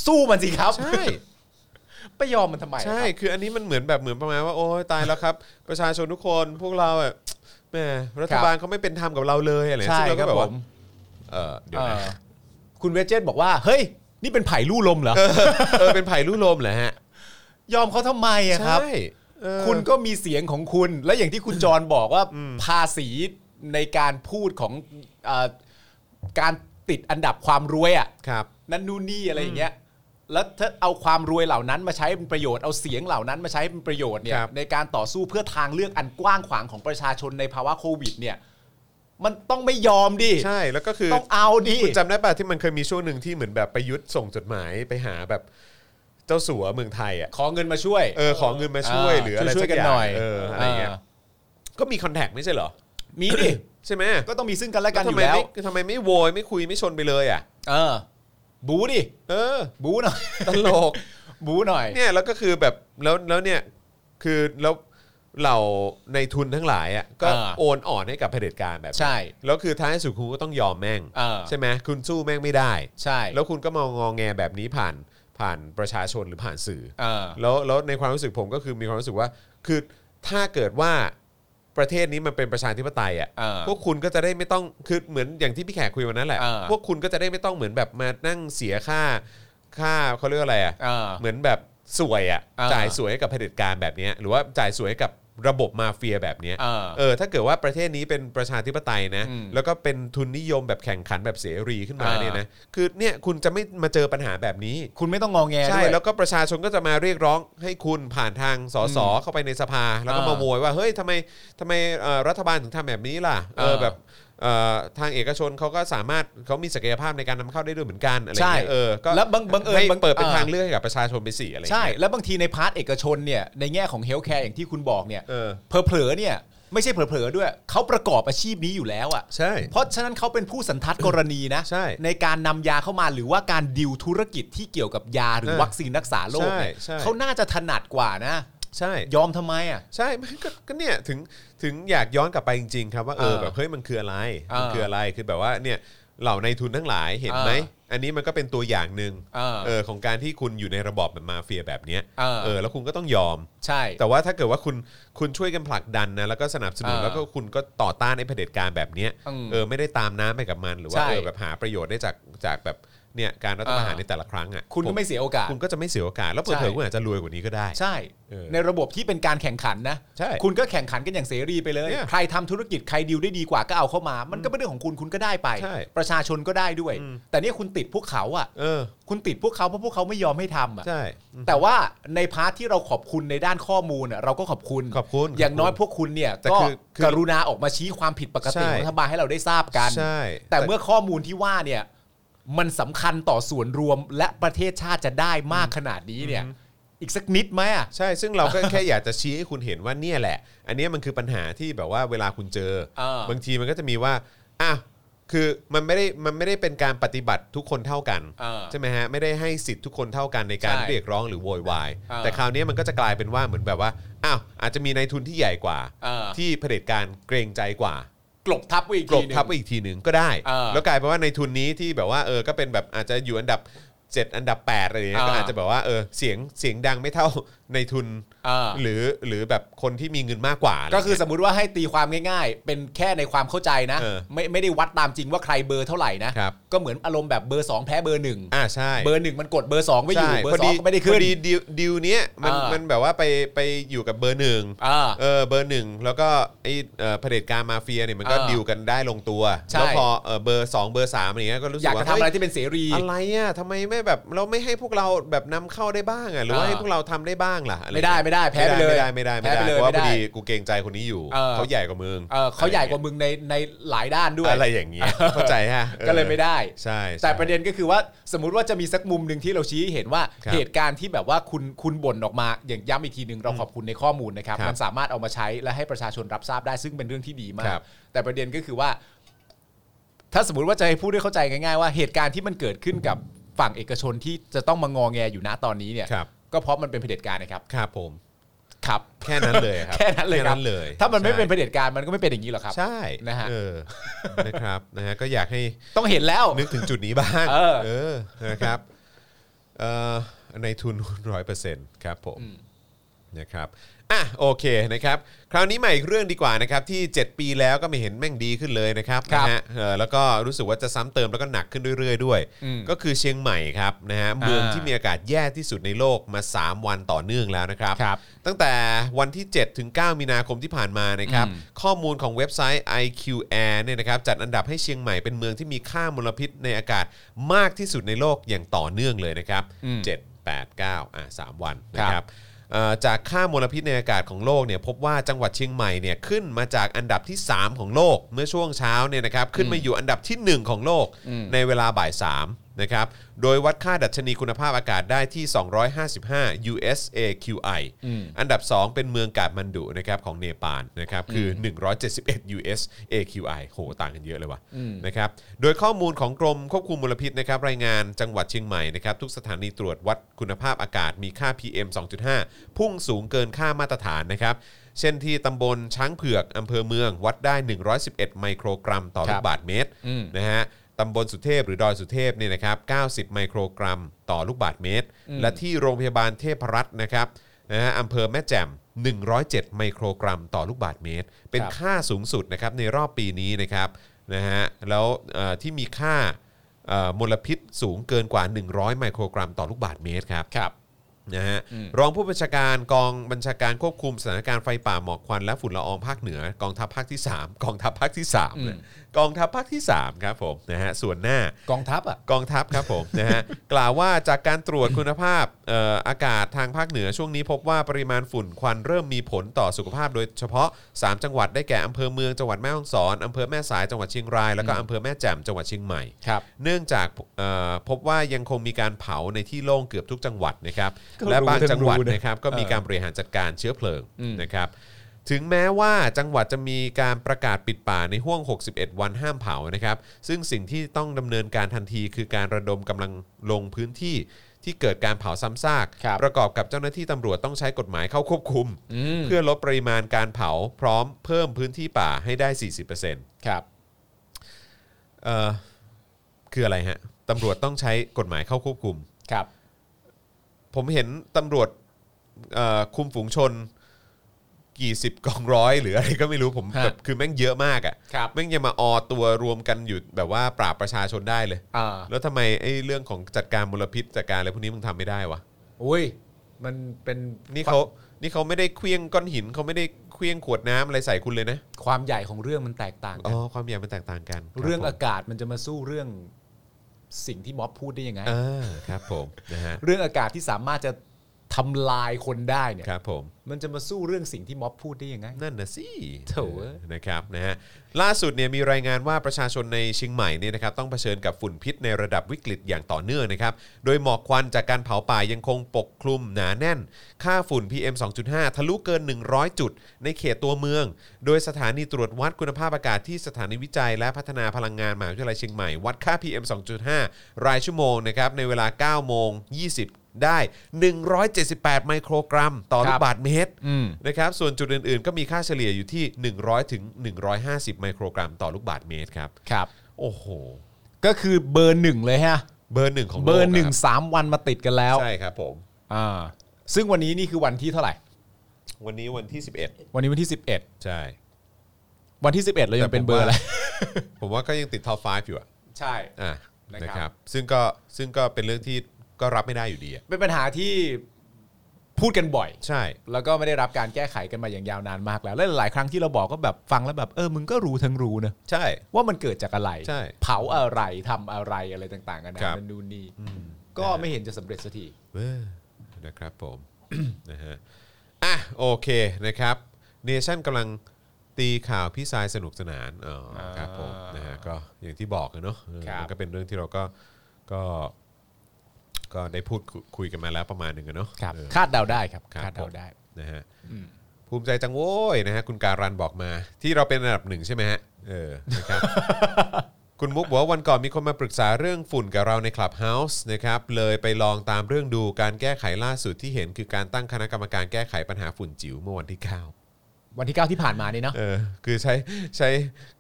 C: สู้มันสิครับ
B: ใช่
C: ไปยอมมันทำไมอะครับ
B: ใช่คืออันนี้มันเหมือนแบบเหมือนประมาณว่าโอ้ยตายแล้วครับ ประชาชนทุกคนพวกเราอ่ะแหมรัฐบาลเขาไม่เป็นธรรมกับเราเลยอะไรเงี้ย
C: ใช่
B: ซึ่งเรา
C: ค
B: ก็
C: รับ
B: แบบ
C: ผ
B: ว่าม เออเดี๋ยว
C: เอ่
B: นะ
C: อคุณเวจเจตบอกว่า เฮ้ย นี่เป็นไผ่ลู่ลมเหรอ
B: เออเป็นไผ่ลู่ลมเหรอฮะ
C: ยอมเขาทำไมอะครับ
B: ใช่เออ
C: คุณก็มีเสียงของคุณ และอย่างที่คุณจรบอกว่าภาษีในการพูดของเออการติดอันดับความรวยอ่ะ
B: ครับ
C: นั่นนู่นนี่อะไรอย่างเงี้ย แล้วถ้าเอาความรวยเหล่านั้นมาใช้เป็นประโยชน์ เอาเสียงเหล่านั้นมาใช้เป็นประโยชน์เนี่
B: ค
C: ย
B: รับ
C: ในการต่อสู้เพื่อทางเลือกอันกว้างขวางของประชาชนในภาวะโควิด เนี่ย มันต้องไม่ยอมดิ
B: ใช่แล้วก็คือ
C: ต้องเอาดิ
B: คุณจำได้ป่ะที่มันเคยมีช่วงหนึ่งที่เหมือนแบบประยุทธ์ส่งจดหมายไปหาแบบเจ้าสัวเมืองไทยอ่ะ
C: ขอเงินมาช่วย
B: เออขอเงินมาช่วยหรืออะไร
C: ช่วยๆกันหน่อย
B: เอออะไรเงี้ยก็มีคอนแทคไม่ใช่เหรอ
C: มีดิ
B: ใช่ไหม
C: ก็ต้องมีซึ่งกันและกันอ
B: ทำ
C: ยู่
B: ไม
C: แล้ว
B: ไม่ทำไมไม่โวย ไม่คุยไม่ชนไปเลยอ่ะ
C: เออ บูดิ
B: เออ
C: บูหน่อย
B: ตลก
C: บูหน่อย
B: เนี่ยแล้วก็คือแบบแล้วแล้วเนี่ยคือแล้วเหล่าในทุนทั้งหลายอ่ะก็
C: อ่า
B: โอนอ่อนให้กับเผด็จการแบบนี้
C: ใช่
B: แล้วคือท้ายสุดคุณก็ต้องยอมแม่ง
C: เออ
B: ใช่ไหมคุณสู้แม่งไม่ได้
C: ใช่
B: แล้วคุณก็มางองแงแบบนี้ผ่านผ่านประชาชนหรือผ่านสื่อ
C: เออ
B: แล้วแล้วในความรู้สึกผมก็คือมีความรู้สึกว่า คือถ้าเกิดว่า ประเทศนี้มันเป็นประชาธิปไตยอ่ะ
C: เออ
B: พวกคุณก็จะได้ไม่ต้องคือเหมือนอย่างที่พี่แขกคุยวันนั้นแหละ
C: เออ
B: พวกคุณก็จะได้ไม่ต้องเหมือนแบบมานั่งเสียค่าค่าเขาเรียกว่าอะไรอ่ะ
C: เออ
B: เหมือนแบบสวยอ่ะ
C: อ่า
B: จ่ายสวยให้กับเผด็จการแบบเนี้ยหรือว่าจ่ายสวยให้กับระบบมาเฟียแบบเนี้ย
C: เออ
B: เออถ้าเกิดว่าประเทศนี้เป็นประชาธิปไตยนะ
C: อืม
B: แล้วก็เป็นทุนนิยมแบบแข่งขันแบบเสรีขึ้นมา
C: อ่า
B: เนี่ยนะคือเนี่ยคุณจะไม่มาเจอปัญหาแบบนี้
C: คุณไม่ต้องงอแง
B: ใช่
C: ด้วย
B: แล้วก็ประชาชนก็จะมาเรียกร้องให้คุณผ่านทางสสเข้าไปในสภา แล้วก็มา
C: อ่า
B: โวยว่าเฮ้ยทำไมทำไมเอ่อรัฐบาลถึงทำแบบนี้ล่ะเออ
C: อ่า
B: แบบเอ่อทางเอกชนเขาก็สามารถเขามีศักยภาพในการนำเข้าได้ด้วยเหมือนกันอะไรอย่างเงี้ย
C: ใช่
B: เออก็
C: แล้วบังบังเอิญ
B: ให้
C: บัง
B: เปิดเป็นทางเลือกให้กับประชาชนไปสิอะไรอย่าง
C: ใช่
B: เงี้ย
C: แล้วบางทีในพาร์ทเอกชนเนี่ยในแง่ของเฮลท์แคร์อย่างที่คุณบอกเนี่ย
B: เออ
C: เผลอๆเนี่ยไม่ใช่เผลอๆด้วยเขาประกอบอาชีพนี้อยู่แล้วอ่ะ
B: ใช่
C: เพราะฉะนั้นเขาเป็นผู้สันทัดกรณีนะ
B: ใช่
C: การนำยาเข้ามาหรือว่าการดิวธุรกิจที่เกี่ยวกับยาหรือ
B: เออ
C: วัคซีนรักษาโรคเนี่ย
B: ใช่ใช่
C: เขาน่าจะถนัดกว่านะ
B: ใช่
C: ยอมทำไมอ่ะ
B: ใช่มันก็ก็เนี่ยถึงถึงอยากย้อนกลับไปจริง ๆ ครับว่าเออ
C: เออ
B: แบบเฮ้ยมันคืออะไร
C: เออ
B: มันคืออะไรคือแบบว่าเนี่ยเหล่าในทุนทั้งหลายเห็นไหม
C: เอ
B: อันนี้มันก็เป็นตัวอย่างหนึ่ง
C: เออ
B: เออของการที่คุณอยู่ในระบอบแบบมาเฟียแบบเนี้ย
C: เออ
B: เออแล้วคุณก็ต้องยอม
C: ใช่
B: แต่ว่าถ้าเกิดว่าคุณคุณช่วยกันผลักดันนะแล้วก็สนับสนุน
C: เออ
B: แล้วก็คุณก็ต่อต้านไอ้เผด็จการแบบเนี้ย
C: อืม
B: เออไม่ได้ตามน้ำไปกับมันหรือว่า
C: ใช่
B: เออแบบหาประโยชน์ได้จากจากแบบเนี่ยการรัฐประหาร
C: เออ
B: ในแต่ละครั้งอ่ะ
C: คุณก็ไม่
B: ผ
C: เสียโอกาส
B: คุณก็จะไม่เสียโอกาสแล้วเผ
C: ใช่
B: ลอๆคุณอาจจะรวยกว่านี้ก็ได้
C: ใช่
B: เออ
C: ในระบบที่เป็นการแข่งขันนะ
B: ใช่
C: คุณก็แข่งขันกันอย่างเสรีไปเลย
B: เนี่ย
C: ใครทำธุรกิจใครดีลได้ดีกว่าก็เอาเข้ามา มันก็เป็นเรื่องของคุณคุณก็ได้ไป
B: ใช่
C: ประชาชนก็ได้ด้วย แต่เนี่ยคุณติดพวกเขาอ่ะ
B: เออ
C: คุณติดพวกเขาเพราะพวกเขาไม่ยอมให้ทำอ่ะ
B: ใช่
C: แต่ว่าในพาร์ทที่เราขอบคุณในด้านข้อมูลอะเราก็ขอบคุณ
B: ขอบคุณ
C: อย่า
B: ข
C: ง
B: อบคุณ
C: น้อยพวกคุณเนี่ย
B: แต่
C: ก็
B: คือคือก
C: รุณาออกมาชี้ความผิดปกติ
B: ใช่
C: ของรัฐบาลให้เราได้ทราบกัน
B: ใช่
C: แต่เมื่อข้อมูลที่ว่าเนี่ยมันสำคัญต่อส่วนรวมและประเทศชาติจะได้มากขนาดนี้เนี่ย อีกสักนิดไหมอะ
B: ใช่ ซึ่งเราก็ แค่อยากจะชี้ให้คุณเห็นว่าเนี่ยแหละ อันเนี้ยมันคือปัญหาที่แบบว่าเวลาคุณเจอ
C: เออบ
B: างทีมันก็จะมีว่าอ่ะคือมันไม่ได้มันไม่ได้เป็นการปฏิบัติทุกคนเท่ากัน
C: เออ
B: ใช่ไหมฮะไม่ได้ให้สิทธิ์ทุกคนเท่ากันในการ
C: ใช่
B: เรียกร้องหรือโวยวาย
C: เออ
B: แต่คราวเนี้ยมันก็จะกลายเป็นว่าเหมือนแบบว่าอ้าวอาจจะมีนายทุนที่ใหญ่กว่า
C: เออ
B: ที่เผด็จการเกรงใจกว่า
C: กลบทับไว้อีก
B: กลบ
C: ทีหนึง
B: ทับไปอีกทีหนึ่งก็ได้
C: เออ
B: แล้วกลายเป็นว่าในทุนนี้ที่แบบว่าเออก็เป็นแบบอาจจะอยู่อันดับ 7 อันดับ 8 อะไรอย่างเงี้ย
C: เออ
B: ก็อาจจะแบบว่าเออเสียงเสียงดังไม่เท่าในทุน
C: เออ
B: หรือหรือแบบคนที่มีเงินมากกว่าะไร
C: ก็คือส
B: เงี้ย
C: มมติว่าให้ตีความง่ายๆ เป็นแค่ในความเข้าใจนะ
B: เออ
C: ไม่ไม่ได้วัดตามจริงว่าใครเบอร์เท่าไหร่นะครับ ก็เหมือนอารมณ์แบบเบอร์สองแพ้เบอร์หนึ่ง
B: อ่าใช่
C: เบอร์หนึ่งมันกดเบอร์สองไว้อยู่
B: ใช่
C: เบอร์สองก็ไม่ได้
B: พ
C: ขึ้น
B: อดีดิวดิวเนี้ยมัน
C: เออ
B: มันแบบว่าไปไปอยู่กับเบอร์หนึ่ง
C: อ่า
B: เออเบอร์หนึ่งแล้วก็ไอ้เอ่อเผด็จการมาเฟียเนี่ยมันก็
C: เออ
B: ดิวกันได้ลงตัว
C: ใช่
B: แล้วพอเออเบอร์สองเบอร์สามอะไรเงี้ยก็รู้สึ
C: อก ยาก
B: ว่า
C: จะทำอะไร
B: เฮ้ย
C: ที่เป็นเสรี
B: อะไรอ่ะทำไมไม่แบบเราไม่ให้พวกเราแบบนำเข้าได้บ้างอ่ะหรือว่า
C: อ่า
B: ให้พวกเราทำได้บ้างล่ะอะร
C: ไม่ได้ไม่ได้แพ้ไปเลย
B: ไม่ได้ไม่ได้ไม่ได้
C: แพ้ไปเลย
B: เพราะว่า
C: ไม่
B: พอ
C: ได้
B: ดีกูเกรงใจคนนี้อยู่
C: เออ
B: เขาใหญ่กว่ามึง
C: เออเขาใหญ่กว่ามึงในในหลายด้านด้วย
B: อะไรอย่างเงี้ยเข้าใจฮะออ
C: ก็เลยไม่ได้
B: ใช่ใช่
C: แต่ประเด็นก็คือว่าสมมุติว่าจะมีสักมุมหนึ่งที่เราชี้ให้เห็นว่า
B: ครับ
C: เหตุการณ์ที่แบบว่าคุณคุณบ่นออกมาอย่างย้ำอีกทีหนึ่งเราขอบคุณในข้อมูลนะครับ
B: ครับ
C: มันสามารถเอามาใช้และให้ประชาชนรับทราบได้ซึ่งเป็นเรื่องที่ดีมา
B: ครั
C: ก
B: บ
C: แต่ประเด็นก็คือว่า ถ้าสมมติว่าจะให้พูดให้เข้าใจง่ายๆว่าเหตุการณ์ที่มันเกิดขึ้นกับฝั่งเอกชนที่จะต้องมางอแงอยู่นะตอนนี้เนี่ย
B: ครับ
C: ก็เพราะมันเป็นเผด็จการนะครับ
B: ครับผม
C: ครับ
B: แค่นั้นเลยครับ
C: แค่นั้นเลยครับ
B: เลย
C: ถ้ามันไม่เป็นเผ
B: ใช่
C: ด็จการมันก็ไม่เป็นอย่างนี้หรอกครับ
B: ใช่
C: นะฮะ
B: เออนะครับนะฮะก็อยากให้
C: ต้องเห็นแล้ว
B: นึกถึงจุดนี้บ้าง
C: เออ
B: เออ นะครับเอ่อในทุนร้อยเปอร์เซ็นต์ครับผม นะครับ อ่ะ โอเค นะครับ คราวนี้มาอีกเรื่องดีกว่านะครับ ที่ 7 ปีแล้วก็ไม่เห็นแม่งดีขึ้นเลยนะครับ
C: ครับ
B: นะฮะเออแล้วก็รู้สึกว่าจะซ้ำเติมแล้วก็หนักขึ้นเรื่อยๆด้วย ก็คือเชียงใหม่ครับ นะฮะ เมืองที่มีอากาศแย่ที่สุดในโลกมา 3 วันต่อเนื่องแล้วนะครับ
C: ครับ
B: ตั้งแต่วันที่ 7 ถึง 9 มีนาคมที่ผ่านมานะครับ ข้อมูลของเว็บไซต์ IQAir เนี่ยนะครับจัดอันดับให้เชียงใหม่เป็นเมืองที่มีค่ามลพิษในอากาศมากที่สุดในโลกอย่างต่อเนื่องเลยนะครับ 7 8 9อ่า3วันนะครับเอ่อจากค่ามลพิษในอากาศของโลกเนี่ยพบว่าจังหวัดเชียงใหม่เนี่ยขึ้นมาจากอันดับที่ 3 ของโลก เมื่อช่วงเช้าเนี่ยนะครับขึ้นมาอยู่อันดับที่ 1 ของโลกในเวลาบ่าย 3 นะครับโดยวัดค่าดัชนีคุณภาพอากาศได้ที่ 255 USAQI อันดับ 2 เป็นเมืองกาดมันดุนะครับของเนปาลนะครับคือ 171 USAQI โหต่างกันเยอะเลยว่ะนะครับโดยข้อมูลของกรมควบคุมมลพิษนะครับรายงานจังหวัดเชียงใหม่นะครับทุกสถานีตรวจวัดคุณภาพอากาศมีค่า PM 2.5 พุ่งสูงเกินค่ามาตรฐานนะครับ เช่นที่ตำบลช้างเผือกอำเภอเมืองวัดได้ 111 ไมโครกรัมต่อลู
C: ครั
B: ก
C: บ
B: บาทเมตรนะฮะตำบลสุเทพหรือดอยสุเทพเนี่ยนะครับ90 ไมโครกรัมต่อลูกบาทเมตร และที่โรงพยาบาลเทพรัตน์นะครับนะฮะอำเภอแม่แจ่ม 107 ไมโครกรัมต่อลูกบาทเมตร เป็น
C: ครับ
B: ค่าสูงสุดนะครับในรอบปีนี้นะครับนะฮะแล้วเอ่อที่มีค่าเอ่อมลพิษสูงเกินกว่า 100 ไมโครกรัมต่อลูกบาทเมตรครับ
C: ครับ
B: นะฮะ
C: อืม
B: รองผู้บัญชาการกองบัญชาการควบคุมสถานการณ์ไฟป่าหมอกควันและฝุ่นละอองภาคเหนือกองทัพภาคที่ 3 กองทัพภาคที่3เลยกองทัพภาคที่ 3 ครับผมนะฮะส่วนหน้า
C: กองทัพอ่ะ
B: กองทัพครับผม นะฮะกล่าวว่าจากการตรวจคุณภาพเอ่ออากาศทางภาคเหนือช่วงนี้พบว่าปริมาณฝุ่นควันเริ่มมีผลต่อสุขภาพโดยเฉพาะ 3 จังหวัดได้แก่อำเภอเมืองจังหวัดแม่ฮ่องสอนอำเภอแม่สายจังหวัดเชียงรายแล้วก็อำเภอแม่แจ่มจังหวัดเชียงใหม่
C: ครับ
B: เนื่องจากเอ่อพบว่ายังคงมีการเผาในที่โล่งเกือบทุกจังหวัดนะครับ
C: ก็
B: และบาง
C: รู้ทั้ง
B: จังหวัด
C: รู้นะ
B: นะครับก็มี
C: เออ
B: การบริหารจัดการเชื้อเพลิง
C: อืม
B: นะครับถึงแม้ว่าจังหวัดจะมีการประกาศปิดป่าในห่วง 61 วันห้ามเผานะครับซึ่งสิ่งที่ต้องดำเนินการทันทีคือการระดมกำลังลงพื้นที่ที่เกิดการเผาซ้ำซาก
C: ครับ
B: ประกอบกับเจ้าหน้าที่ตำรวจต้องใช้กฎหมายเข้าควบคุม
C: อืม
B: เพื่อลดปริมาณการเผาพร้อมเพิ่มพื้นที่ป่าให้ได้ 40%
C: ครับ
B: เอ่อคืออะไรฮะตำรวจต้องใช้กฎหมายเข้าควบคุม
C: ครับ
B: ผมเห็นตำรวจเอ่อคุมฝูงชน กี่สิบ กองร้อย หรืออะไรก็ไม่รู้ผม
C: ฮะ
B: แบบคือแม่งเยอะมากอะ
C: ค
B: ะ
C: รั่บ
B: แม่งยังมาออตัวรวมกันอยู่แบบว่าปราบประชาชนได้เลย
C: อ่า
B: แล้วทำไมไอ้เรื่องของจัดการมลพิษจัดการอะไรพวกนี้มึงทำไม่ได้วะ
C: อุ้ย มันเป็น
B: นี่เขานี่เขาไม่ได้เคลี้ยงก้อนหินเขาไม่ได้เคลี้ยงขวดน้ำอะไรใส่คุณเลยนะ
C: ความใหญ่ของเรื่องมันแตกต่าง
B: อ๋
C: กัน
B: อความใหญ่มันแตกต่างกันคบ
C: เรื่อง
B: ผม
C: อากาศมันจะมาสู้เรื่องสิ่งที่ม็อบพูดได้ยังไง
B: อ่าครับผมนะฮะ
C: เรื่องอากาศที่สามารถจะทำลายคนได้เนี่ย
B: ครับผม
C: มันจะมาสู้เรื่องสิ่งที่ม็อบพูดได้ยังไง
B: นั่นนะสิ
C: โถ่เอ้ย
B: นะครับนะฮะล่าสุดเนี่ยมีรายงานว่าประชาชนในเชียงใหม่เนี่ยนะครับต้องเผชิญกับฝุ่นพิษในระดับวิกฤตอย่างต่อเนื่องนะครับ โดยหมอกควันจากการเผาป่ายังคงปกคลุมหนาแน่น ค่าฝุ่น PM 2.5 ทะลุเกิน 100 จุด ในเขตตัวเมือง โดยสถานีตรวจวัดคุณภาพอากาศที่สถานีวิจัยและพัฒนาพลังงานมหาวิทยาลัยเชียงใหม่วัดค่า PM 2.5 รายชั่วโมงนะครับในเวลา 9 โมง 20 ได้ 178 ไมโครกรัม ต่อลูก
C: ครับ
B: บาทเมตร
C: อืม
B: นะครับส่วนจุดอื่นๆ ก็มีค่าเฉลี่ยอยู่ที่ 100ถึง150 ไมโครกรัมต่อลูกบาทเมตรครับ
C: ครับ
B: โอ้โห
C: ก็คือเบอร์หนึ่งเลยฮะ
B: เบอร์หนึ่งของโลก
C: เบอร์หนึ่ง
B: ะค
C: สามวันมาติดกันแล้
B: รั
C: ว
B: บใช่ครับผม
C: อ่าซึ่งวันนี้นี่คือวันที่เท่าไหร่
B: วันนี้วันที่
C: วันนี้วันที่
B: 11 ใช่
C: 11 วันที่ 11เรายังเป็นเบอร์อะไร
B: ผมว่าก็ยังติดท็อป 5 อยู่อะ
C: ใช่
B: อ่ะ
C: นะครับ
B: นะครับซึ่งก็ซึ่งก็เป็นเรื่องที่ก็รับไม่ได้อยู่ดีอะ
C: เป็นปัญหาที่พูดกันบ่อย
B: ใช่
C: แล้วก็ไม่ได้รับการแก้ไขกันมาอย่างยาวนานมากแล้ว และหลายครั้งที่เราบอกก็แบบฟังแล้วแบบเออมึงก็รู้ทั้งรู้นะ
B: ใช่
C: ว่ามันเกิดจากอะไร
B: ใช่
C: เผาอะไรทำอะไรอะไรต่างๆกันา
B: ครั
C: นะ
B: บ
C: มันนู่นนี่ก็ไม่เห็นจะสำเร็จสักที
B: เออนะครับผม นะฮะอ่ะโอเคนะครับเนชั่นกำลังตีข่าวพี่ทรายสนุกสนานอ๋อครับผม
C: อ่าน
B: นะฮะก็อย่างที่บอกนะเนอะเออ
C: ครับ
B: มันก็เป็นเรื่องที่เราก็ก็ก็ได้พูดคุคุยกันมาแล้วประมาณหนึ่งอะเนาะเออ
C: คาดเดาได้ครับ
B: ครับ
C: คาดเดาได้
B: นะฮะ
C: อืม
B: ภูมิใจจังโว้ยนะฮะคุณการันบอกมาที่เราเป็นอันดับหนึ่งใช่ไหมฮะเออนะครับ คุณมุกบอกว่าวันก่อนมีคนมาปรึกษาเรื่องฝุ่นกับเราในคลับเฮาส์นะครับเลยไปลองตามเรื่องดูการแก้ไขล่าสุดที่เห็นคือการตั้งคณะกรรมการแก้ไขปัญหาฝุ่นจิ๋วเมื่อวันที่ 9
C: วันที่เก้าที่ผ่านมานี่เนาะ
B: เออ คือใช้ใช้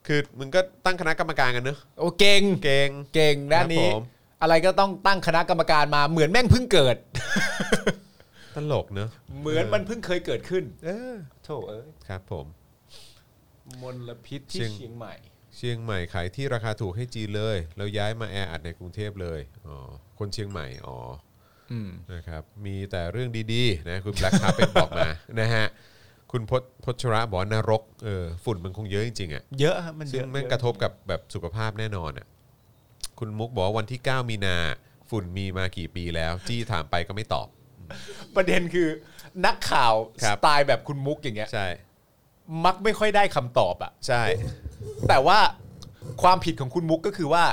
B: คือมึงก็ตั้งคณะกรรมการกันเนอะ
C: โอเก่ง
B: เก่ง
C: เก่งด้าน
B: ค
C: นี้
B: รับผม
C: อะไรก็ต้องตั้งคณะกรรมการมาเหมือนแม่งเพิ่งเกิด
B: ตลกเนอะ
C: เหมือนมันเพิ่งเคยเกิดขึ้น
B: เออ
C: โถเอ้ย
B: ครับผม
C: มลพิษที่
B: เชียง
C: เชียงใหม่
B: เชียงใหม่ขายที่ราคาถูกให้จีนเลยแล้วย้ายมาแออัดในกรุงเทพเลยอ๋อคนเชียงใหม่อ๋อ
C: อืม
B: นะครับมีแต่เรื่องดีๆนะคุณแบล็คคาเป็นบอกมา นะฮะคุณพจพจชระบอกว่านรกเออฝุ่นมันคงเยอะจริงๆอ่ะ
C: เยอะฮะมันเย
B: ซึ่ง
C: อะ
B: แม่งกระทบกับแบบสุขภาพแน่นอนอ่ะคุณมุกบอกว่าวันที่ 9 มีนาฝุ่นมีมากี่ปีแล้ว จี้ถามไปก็ไม่ตอบ
C: ประเด็นคือนักข่าว
B: ครั
C: ส
B: บ
C: ไตล์แบบคุณมุกอย่างเงี้ย
B: ใช่
C: มักไม่ค่อยได้คำตอบอะ
B: ใช่
C: แต่ว่าความผิดของคุณมุกก็คือว่า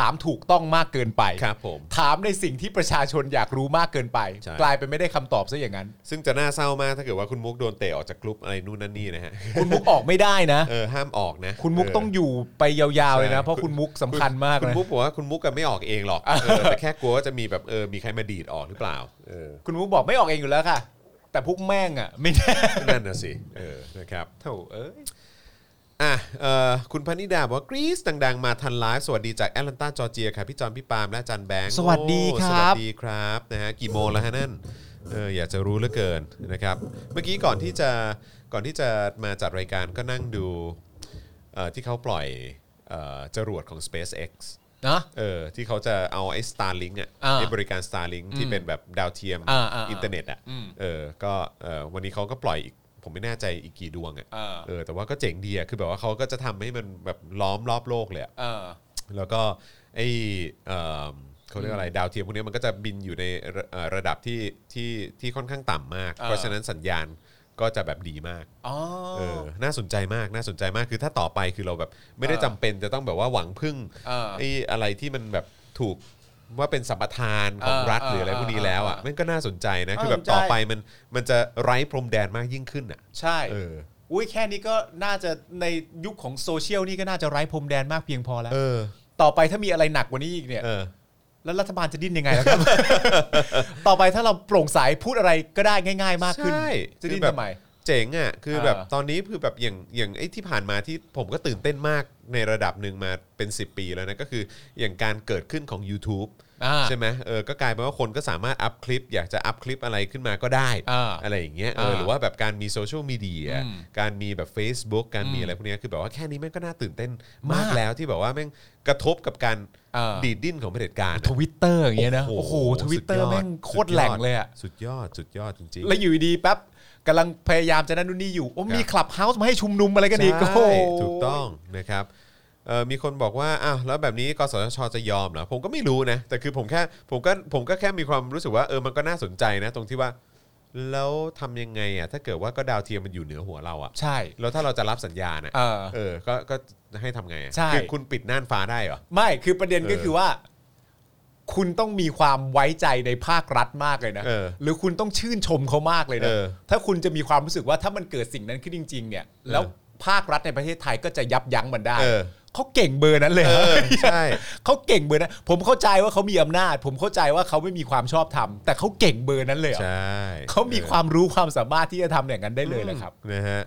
C: ถามถูกต้องมากเกินไป
B: ครับผม
C: ถามในสิ่งที่ประชาชนอยากรู้มากเกินไป
B: ใช่
C: กลายเป็นไม่ได้คำตอบซะอย่างนั้น
B: ซึ่งจะน่าเศร้ามากถ้าเกิดว่าคุณมุกโดนเตะออกจากกลุ่มอะไรนู่นนั่นนี่นะฮะ
C: คุณมุกออกไม่ได้นะ
B: เออห้ามออกนะ
C: คุณมุก
B: เ
C: ต้องอยู่ไปยาวๆเลยนะ
B: ใช่
C: เพราะคุณมุกสำคัญมาก
B: คุณ
C: นะ
B: มุกบอกว่าคุณมุกก็ไม่ออกเองหรอกเออแต่แค่กลัวว่าจะมีแบบเออมีใครมาดีดออกหรือเปล่าเออ
C: คุณมุกบอกไม่ออกเองอยู่แล้วค่ะ แต่พวกแม่งอะไม่ได้
B: นั่นน่ะสิ เออ นะครับ
C: โถเอ้ย
B: อ่ะเอ่อคุณพนิดาบอกว่ากรีซดัง ๆ มาทันไลฟ์สวัสดีจากแอตแลนตาจอร์เจียค่ะพี่จอนพี่ปาล์มและอาจันแบงค์
C: สวัสดีครับ
B: โอ้สวัสดีครับนะฮะกี่โมงแล้วฮะนั่น เอออยากจะรู้เหลือเกินนะครับ เมื่อกี้ก่อนที่จะก่อนที่จะมาจัดรายการก็นั่งดูเอ่อที่เขาปล่อยเอ่อจรวดของ SpaceX
C: นะ
B: เออที่เขาจะเอาไอ้ Starlink อ่ะ
C: อ่า
B: ไอ้บริการ Starlink ที่เป็นแบบดาวเทียม
C: อ่าอ่าอ่า
B: อินเทอร์เน็ตอ่ะ
C: อืม
B: เออก็เออวันนี้เขาก็ปล่อยอีก ผมไม่แน่ใจอีกกี่ดวงอ่ะ
C: อ่า
B: เออแต่ว่าก็เจ๋งดีอ่ะคือแบบว่าเขาก็จะทำให้มันแบบล้อมรอบโลกเลยอะ
C: เออ
B: แล้วก็ไอเอิ่มเขาเรียกอะไรดาวเทียมพวกนี้มันก็จะบินอยู่ในระเอ่อระดับที่ที่ที่ค่อนข้างต่ำมาก
C: เออ
B: เพราะฉะนั้นสัญญาณก็จะแบบดีมาก
C: อ๋อ
B: เออน่าสนใจมากน่าสนใจมากคือถ้าต่อไปคือเราแบบไม่ได้
C: เออ
B: จำเป็นจะต้องแบบว่าหวังพึ่ง
C: เออ
B: ไอ้อะไรที่มันแบบถูกว่าเป็นสัมปทานของ
C: เออ
B: รัฐ
C: เออ
B: หรืออะไรพวกนี้
C: เออ
B: แล้วอ่ะ
C: เออ
B: มันก็น่าสนใจนะคือ
C: น่าสนใจ
B: แบบต่อไปมันมันจะไร้พรมแดนมากยิ่งขึ้นอ่ะ
C: ใช่
B: เออ
C: อุ้ยแค่นี้ก็น่าจะในยุคของโซเชียลนี่ก็น่าจะไร้พรมแดนมากเพียงพอแล้ว
B: เออ
C: ต่อไปถ้ามีอะไรหนักกว่านี้อีกเนี่ย
B: เออ
C: แล้วรัฐบาลจะดิ้นยังไงแล้วครับ ต่อไปถ้าเราโปร่งใสพูดอะไรก็ได้ง่าย ๆ มากขึ้น
B: ใช่
C: จะดิ้นทำไม
B: เจ๋งอ่ะคือ
C: เออ
B: แบบตอนนี้คือแบบอย่างอย่างไอ้ที่ผ่านมาที่ผมก็ตื่นเต้นมากในระดับหนึ่งมาเป็น 10 ปีแล้วนะ ก็คืออย่างการเกิดขึ้นของ YouTube
C: อ่า
B: ใช่ไหมเออก็กลายเป็นว่าคนก็สามารถอัพคลิป อยากจะอัพคลิปอะไรขึ้นมาก็ได้
C: อ่า
B: อะไรอย่างเงี้ยเออ
C: อ่า
B: หรือว่าแบบการมีโซเชียลมีเดีย
C: อืม
B: การมีแบบ Facebook การมี
C: อืม
B: อะไรพวกเนี้ยคือแบบว่าแค่นี้แม่งก็น่าตื่นเต้นมาม
C: าก ก
B: แล้วที่แบบว่าแม่งกระทบกับการ
C: เออ
B: ดีดดิ้นของเผด็จการ
C: ทวิตเตอร์อย่างเงี้ยนะ
B: ะ
C: โอ้โหทวิตเตอร์แม่งโคตรแหลงเลยอะ
B: สุดยอดสุดยอดจริงๆ
C: แล้วอยู่ดีๆแป๊บกำลังพยายามจะนั่นนู่นนี่อยู่ โอ้
B: ครับ
C: มีคลับเฮาส์มาให้ชุมนุมอะไรกันอีกโอ้โห
B: ใช่ถูกต้องนะครับเอ่อมีคนบอกว่าอ้าวแล้วแบบนี้กสทชจะยอมเหรอผมก็ไม่รู้นะ แต่คือผมแค่ผมก็ผมก็แค่มีความรู้สึกว่าเออมันก็น่าสนใจนะ ตรงที่ว่า แล้วทำยังไงอ่ะถ้าเกิดว่าก็ดาวเทียมมันอยู่เหนือหัวเราอ่ะ
C: ใช่
B: แล้วถ้าเราจะรับสัญญาณอ่ะ
C: เออ
B: เออก็ก็ให้ทำไงอะ
C: ใช่
B: คือคุณปิดน่านฟ้าได้เหรอ
C: ไม่ คือประเด็นก็
B: เออ
C: คือว่า คุณต้องมีความไว้ใจในภาครัฐมากเลยนะ
B: เออ
C: หรือคุณต้องชื่นชมเขามากเลยนะ
B: เออ
C: ถ้าคุณจะมีความรู้สึกว่าถ้ามันเกิดสิ่งนั้นขึ้นจริง ๆ เนี่ย แล้วภาครัฐในประเทศไทยก็จะยับยั้งมันได้
B: เออ
C: เขาเก่งเบอร์นั้นเลย
B: เออใช่
C: เขาเก่งเบอร์นั้นผมเข้าใจว่าเขามีอำนาจ ผมเข้าใจว่าเขาไม่มีความชอบธรรมแต่เขาเก่งเบอร์นั้นเลยเหรอ
B: ใช่
C: เขามีความรู้ความสามารถที่จะทำอย่างนั้นได้เลยแหละครับ
B: นะฮะ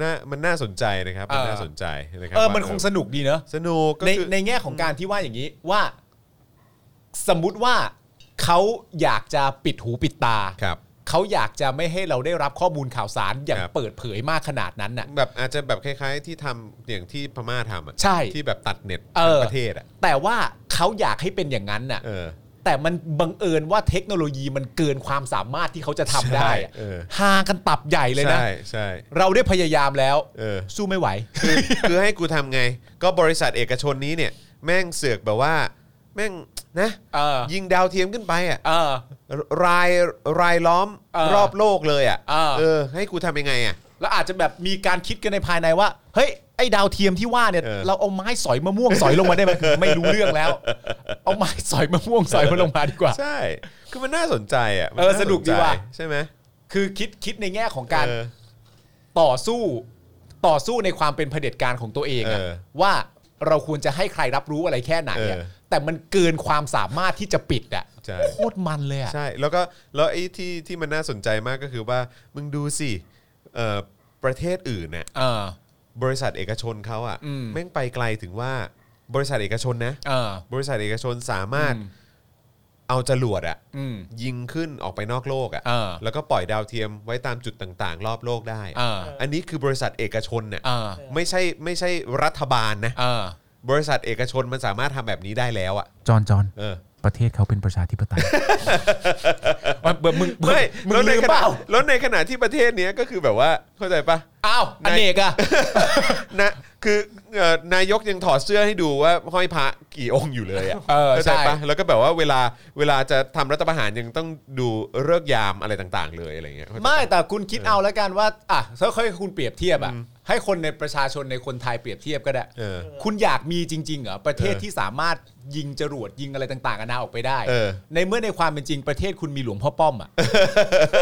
B: น่ามันน่าสนใจนะครับมัน
C: เออ
B: น่าสนใจนะครับ
C: เออมันคงส
B: ว่า
C: นุกดีเนอะ
B: สนุกก็
C: ใน
B: คือ
C: ในแง่ของการที่ว่าอย่างนี้ว่าสมมุติว่าเขาอยากจะปิดหูปิดตา
B: ครับ
C: เขาอยากจะไม่ให้เราได้รับข้อมูลข่าวสารอย่าง
B: ครับ
C: เปิดเผยมากขนาดนั้นน่ะ
B: แบบอาจจะแบบคล้ายๆที่ทำอย่างที่พม่าทำอ่ะ
C: ใช่
B: ที่แบบตัดเน็ต
C: เอ
B: ทั้
C: อ
B: งประเทศอ่ะ
C: แต่ว่าเขาอยากให้เป็นอย่างนั้นน่ะ
B: เออ
C: แต่มันบังเอิญว่าเทคโนโลยีมันเกินความสามารถที่เขาจะทำได้อะ
B: ใช่เออ
C: หากันตับใหญ่เลยนะ
B: ใช่ใช่
C: เราได้พยายามแล้ว
B: เออ
C: สู้ไม่ไหว
B: คือ คือให้กูทำไง ก็บริษัทเอกชนนี้เนี่ย แม่งเสือกแบบว่า แม่งนะ
C: เออ
B: ยิงดาวเทียมขึ้นไปอ่ะ
C: เออ
B: รายรายล้อม
C: เออ
B: รอบโลกเลยอ่ะ
C: เออ
B: เออ ให้กูทำยังไงอ่ะ
C: แล้วอาจจะแบบมีการคิดกันในภายในว่า เฮ้ย ไอ้ดาวเทียมที่ว่าเนี่ย
B: เออ
C: เราเอาไม้สอยมะม่วงสอยลงมาได้ไหม ไม่รู้เรื่องแล้ว เอาไม้สอยมะม่วงสอยมันลงมาดีกว่า
B: ใช่ คือมันน่าสนใจอ่ะมั
C: เออ
B: น่า
C: สนุกดีว่ะ
B: ใจใช่ไหม
C: คือคิดคิดในแง่ของการ
B: เออ
C: ต่อสู้ต่อสู้ในความเป็นเผด็จการของตัวเองอะ
B: เออ
C: ว่าเราควรจะให้ใครรับรู้อะไรแค่ไหนอะ
B: เออ
C: แต่มันเกินความสามารถที่จะปิดอ่ะ
B: ใช่
C: โคตรมันเลยอ่ะ
B: ใช่แล้วก็แล้วไอ้ที่ที่มันน่าสนใจมากก็คือว่ามึงดูสิเอ่อประเทศอื่นเนี่ย
C: เออ
B: บริษัทเอกชนเขาอะ
C: อืม
B: แม่งไปไกลถึงว่าบริษัทเอกชนนะ
C: เออบ
B: ริษัทเอกชนสามารถ
C: อืม
B: เอาจรวดอะ
C: อืม
B: ยิงขึ้นออกไปนอกโลกอะ
C: เออ
B: แล้วก็ปล่อยดาวเทียมไว้ตามจุดต่างๆ รอบโลกได้
C: เออ
B: อันนี้คือบริษัทเอกชนเนี่ย
C: เออ
B: ไม่ใช่ไม่ใช่รัฐบาลนะ
C: เออบ
B: ริษัทเอกชนมันสามารถทำแบบนี้ได้แล้วอะ
E: จอนจอน
B: เออ
E: ประเทศเขาเป็นประชาธิปไตย
C: มันเบื่อมึงเบื่อ
B: ไม่
C: มึง
B: แล้วใน
C: ลืม
B: ขณะ
C: เปล่า
B: แล้วในขณะที่ประเทศเนี้ยก็คือแบบว่าเข้าใจปะ
C: อ้าวอเนกอะ
B: นะคือเอ่อนายกยังถอดเสื้อให้ดูว่าห้อยพระกี่องค์อยู่เลยอ่ะ
C: เออ
B: เข้าจ
C: ใช่
B: ปะแล้วก็แบบว่าเวลาเวลาจะทำรัฐประหารยังต้องดูเลิกษ์ยามอะไรต่างๆ เลยอะไรเงี้ยเข้าใจปะ
C: ไม่แต่คุณคิดเอาแล้วกันว่าอ่ะถ้าค่อยคุณเปรียบเทียบอ่ะให้คนในประชาชนในคนไทยเปรียบเทียบก็ได้
B: เออ
C: คุณอยากมีจริงๆเหรอประเทศ
B: เออ
C: ที่สามารถยิงจรวดยิงอะไรต่างๆนานาออกไปได้
B: เออ
C: ในเมื่อในความเป็นจริงประเทศคุณมีหลวงพ่อป้อมอ่ะ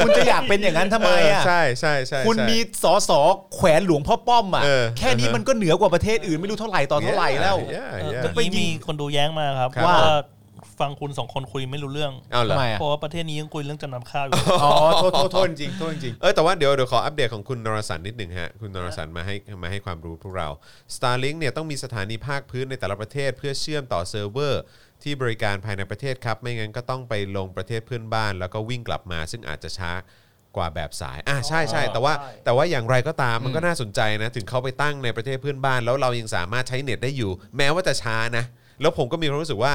C: คุณจะอยากเป็นอย่างนั้นทำไมอ่ะ
B: เใช่ใช่ใช่ใช่
C: คุณมีสอสอแขวนหลวงพ่อป้อมอ่ะ
B: เออ
C: แค่นี้มันก็เหนือกว่าประเทศอื่นไม่รู้เท่าไหร่ต่อเท่าไหร่แล้ว
B: Yeah, yeah,
D: เออ
B: yeah
D: เมื่อกี้มีคนดูแย้งมาครับ
B: ครับ
D: ว่า ฟังคุณสองคนคุยไม่รู้เรื่อง
B: เอาเหรอ
C: ทำไมอ่ะ
D: เพราะว่าประเทศนี้ยังคุยเรื่องจำนำข้าวอยู่
C: อ๋อ โทษโทษโทษจริงโทษจริง
B: เออแต่ว่าเดี๋ยวเดี๋ยวขออัปเดตของคุณนรสันนิดหนึ่งฮะคุณนรสันมาให้มาให้ความรู้พวกเรา Starlink เนี่ยต้องมีสถานีภาคพื้นในแต่ละประเทศ เพื่อเชื่อมต่อเซิร์ฟเวอร์ ที่บริการภายในประเทศครับ ไม่งั้นก็ต้องไปลงประเทศเพื่อนบ้าน แล้วก็วิ่งกลับมา ซึ่งอาจจะช้ากว่าแบบสายอ่ะใช่ใช่แต่ว่า
D: ใช่
B: แต่ว่าอย่างไรก็ตามมันก็น่าสนใจนะ ถึงเขาไปตั้งในประเทศเพื่อนบ้าน แล้วเรายังสามารถใช้เน็ตได้อยู่ แม้ว่าจะช้านะแล้วผมก็มีความรู้สึกว่า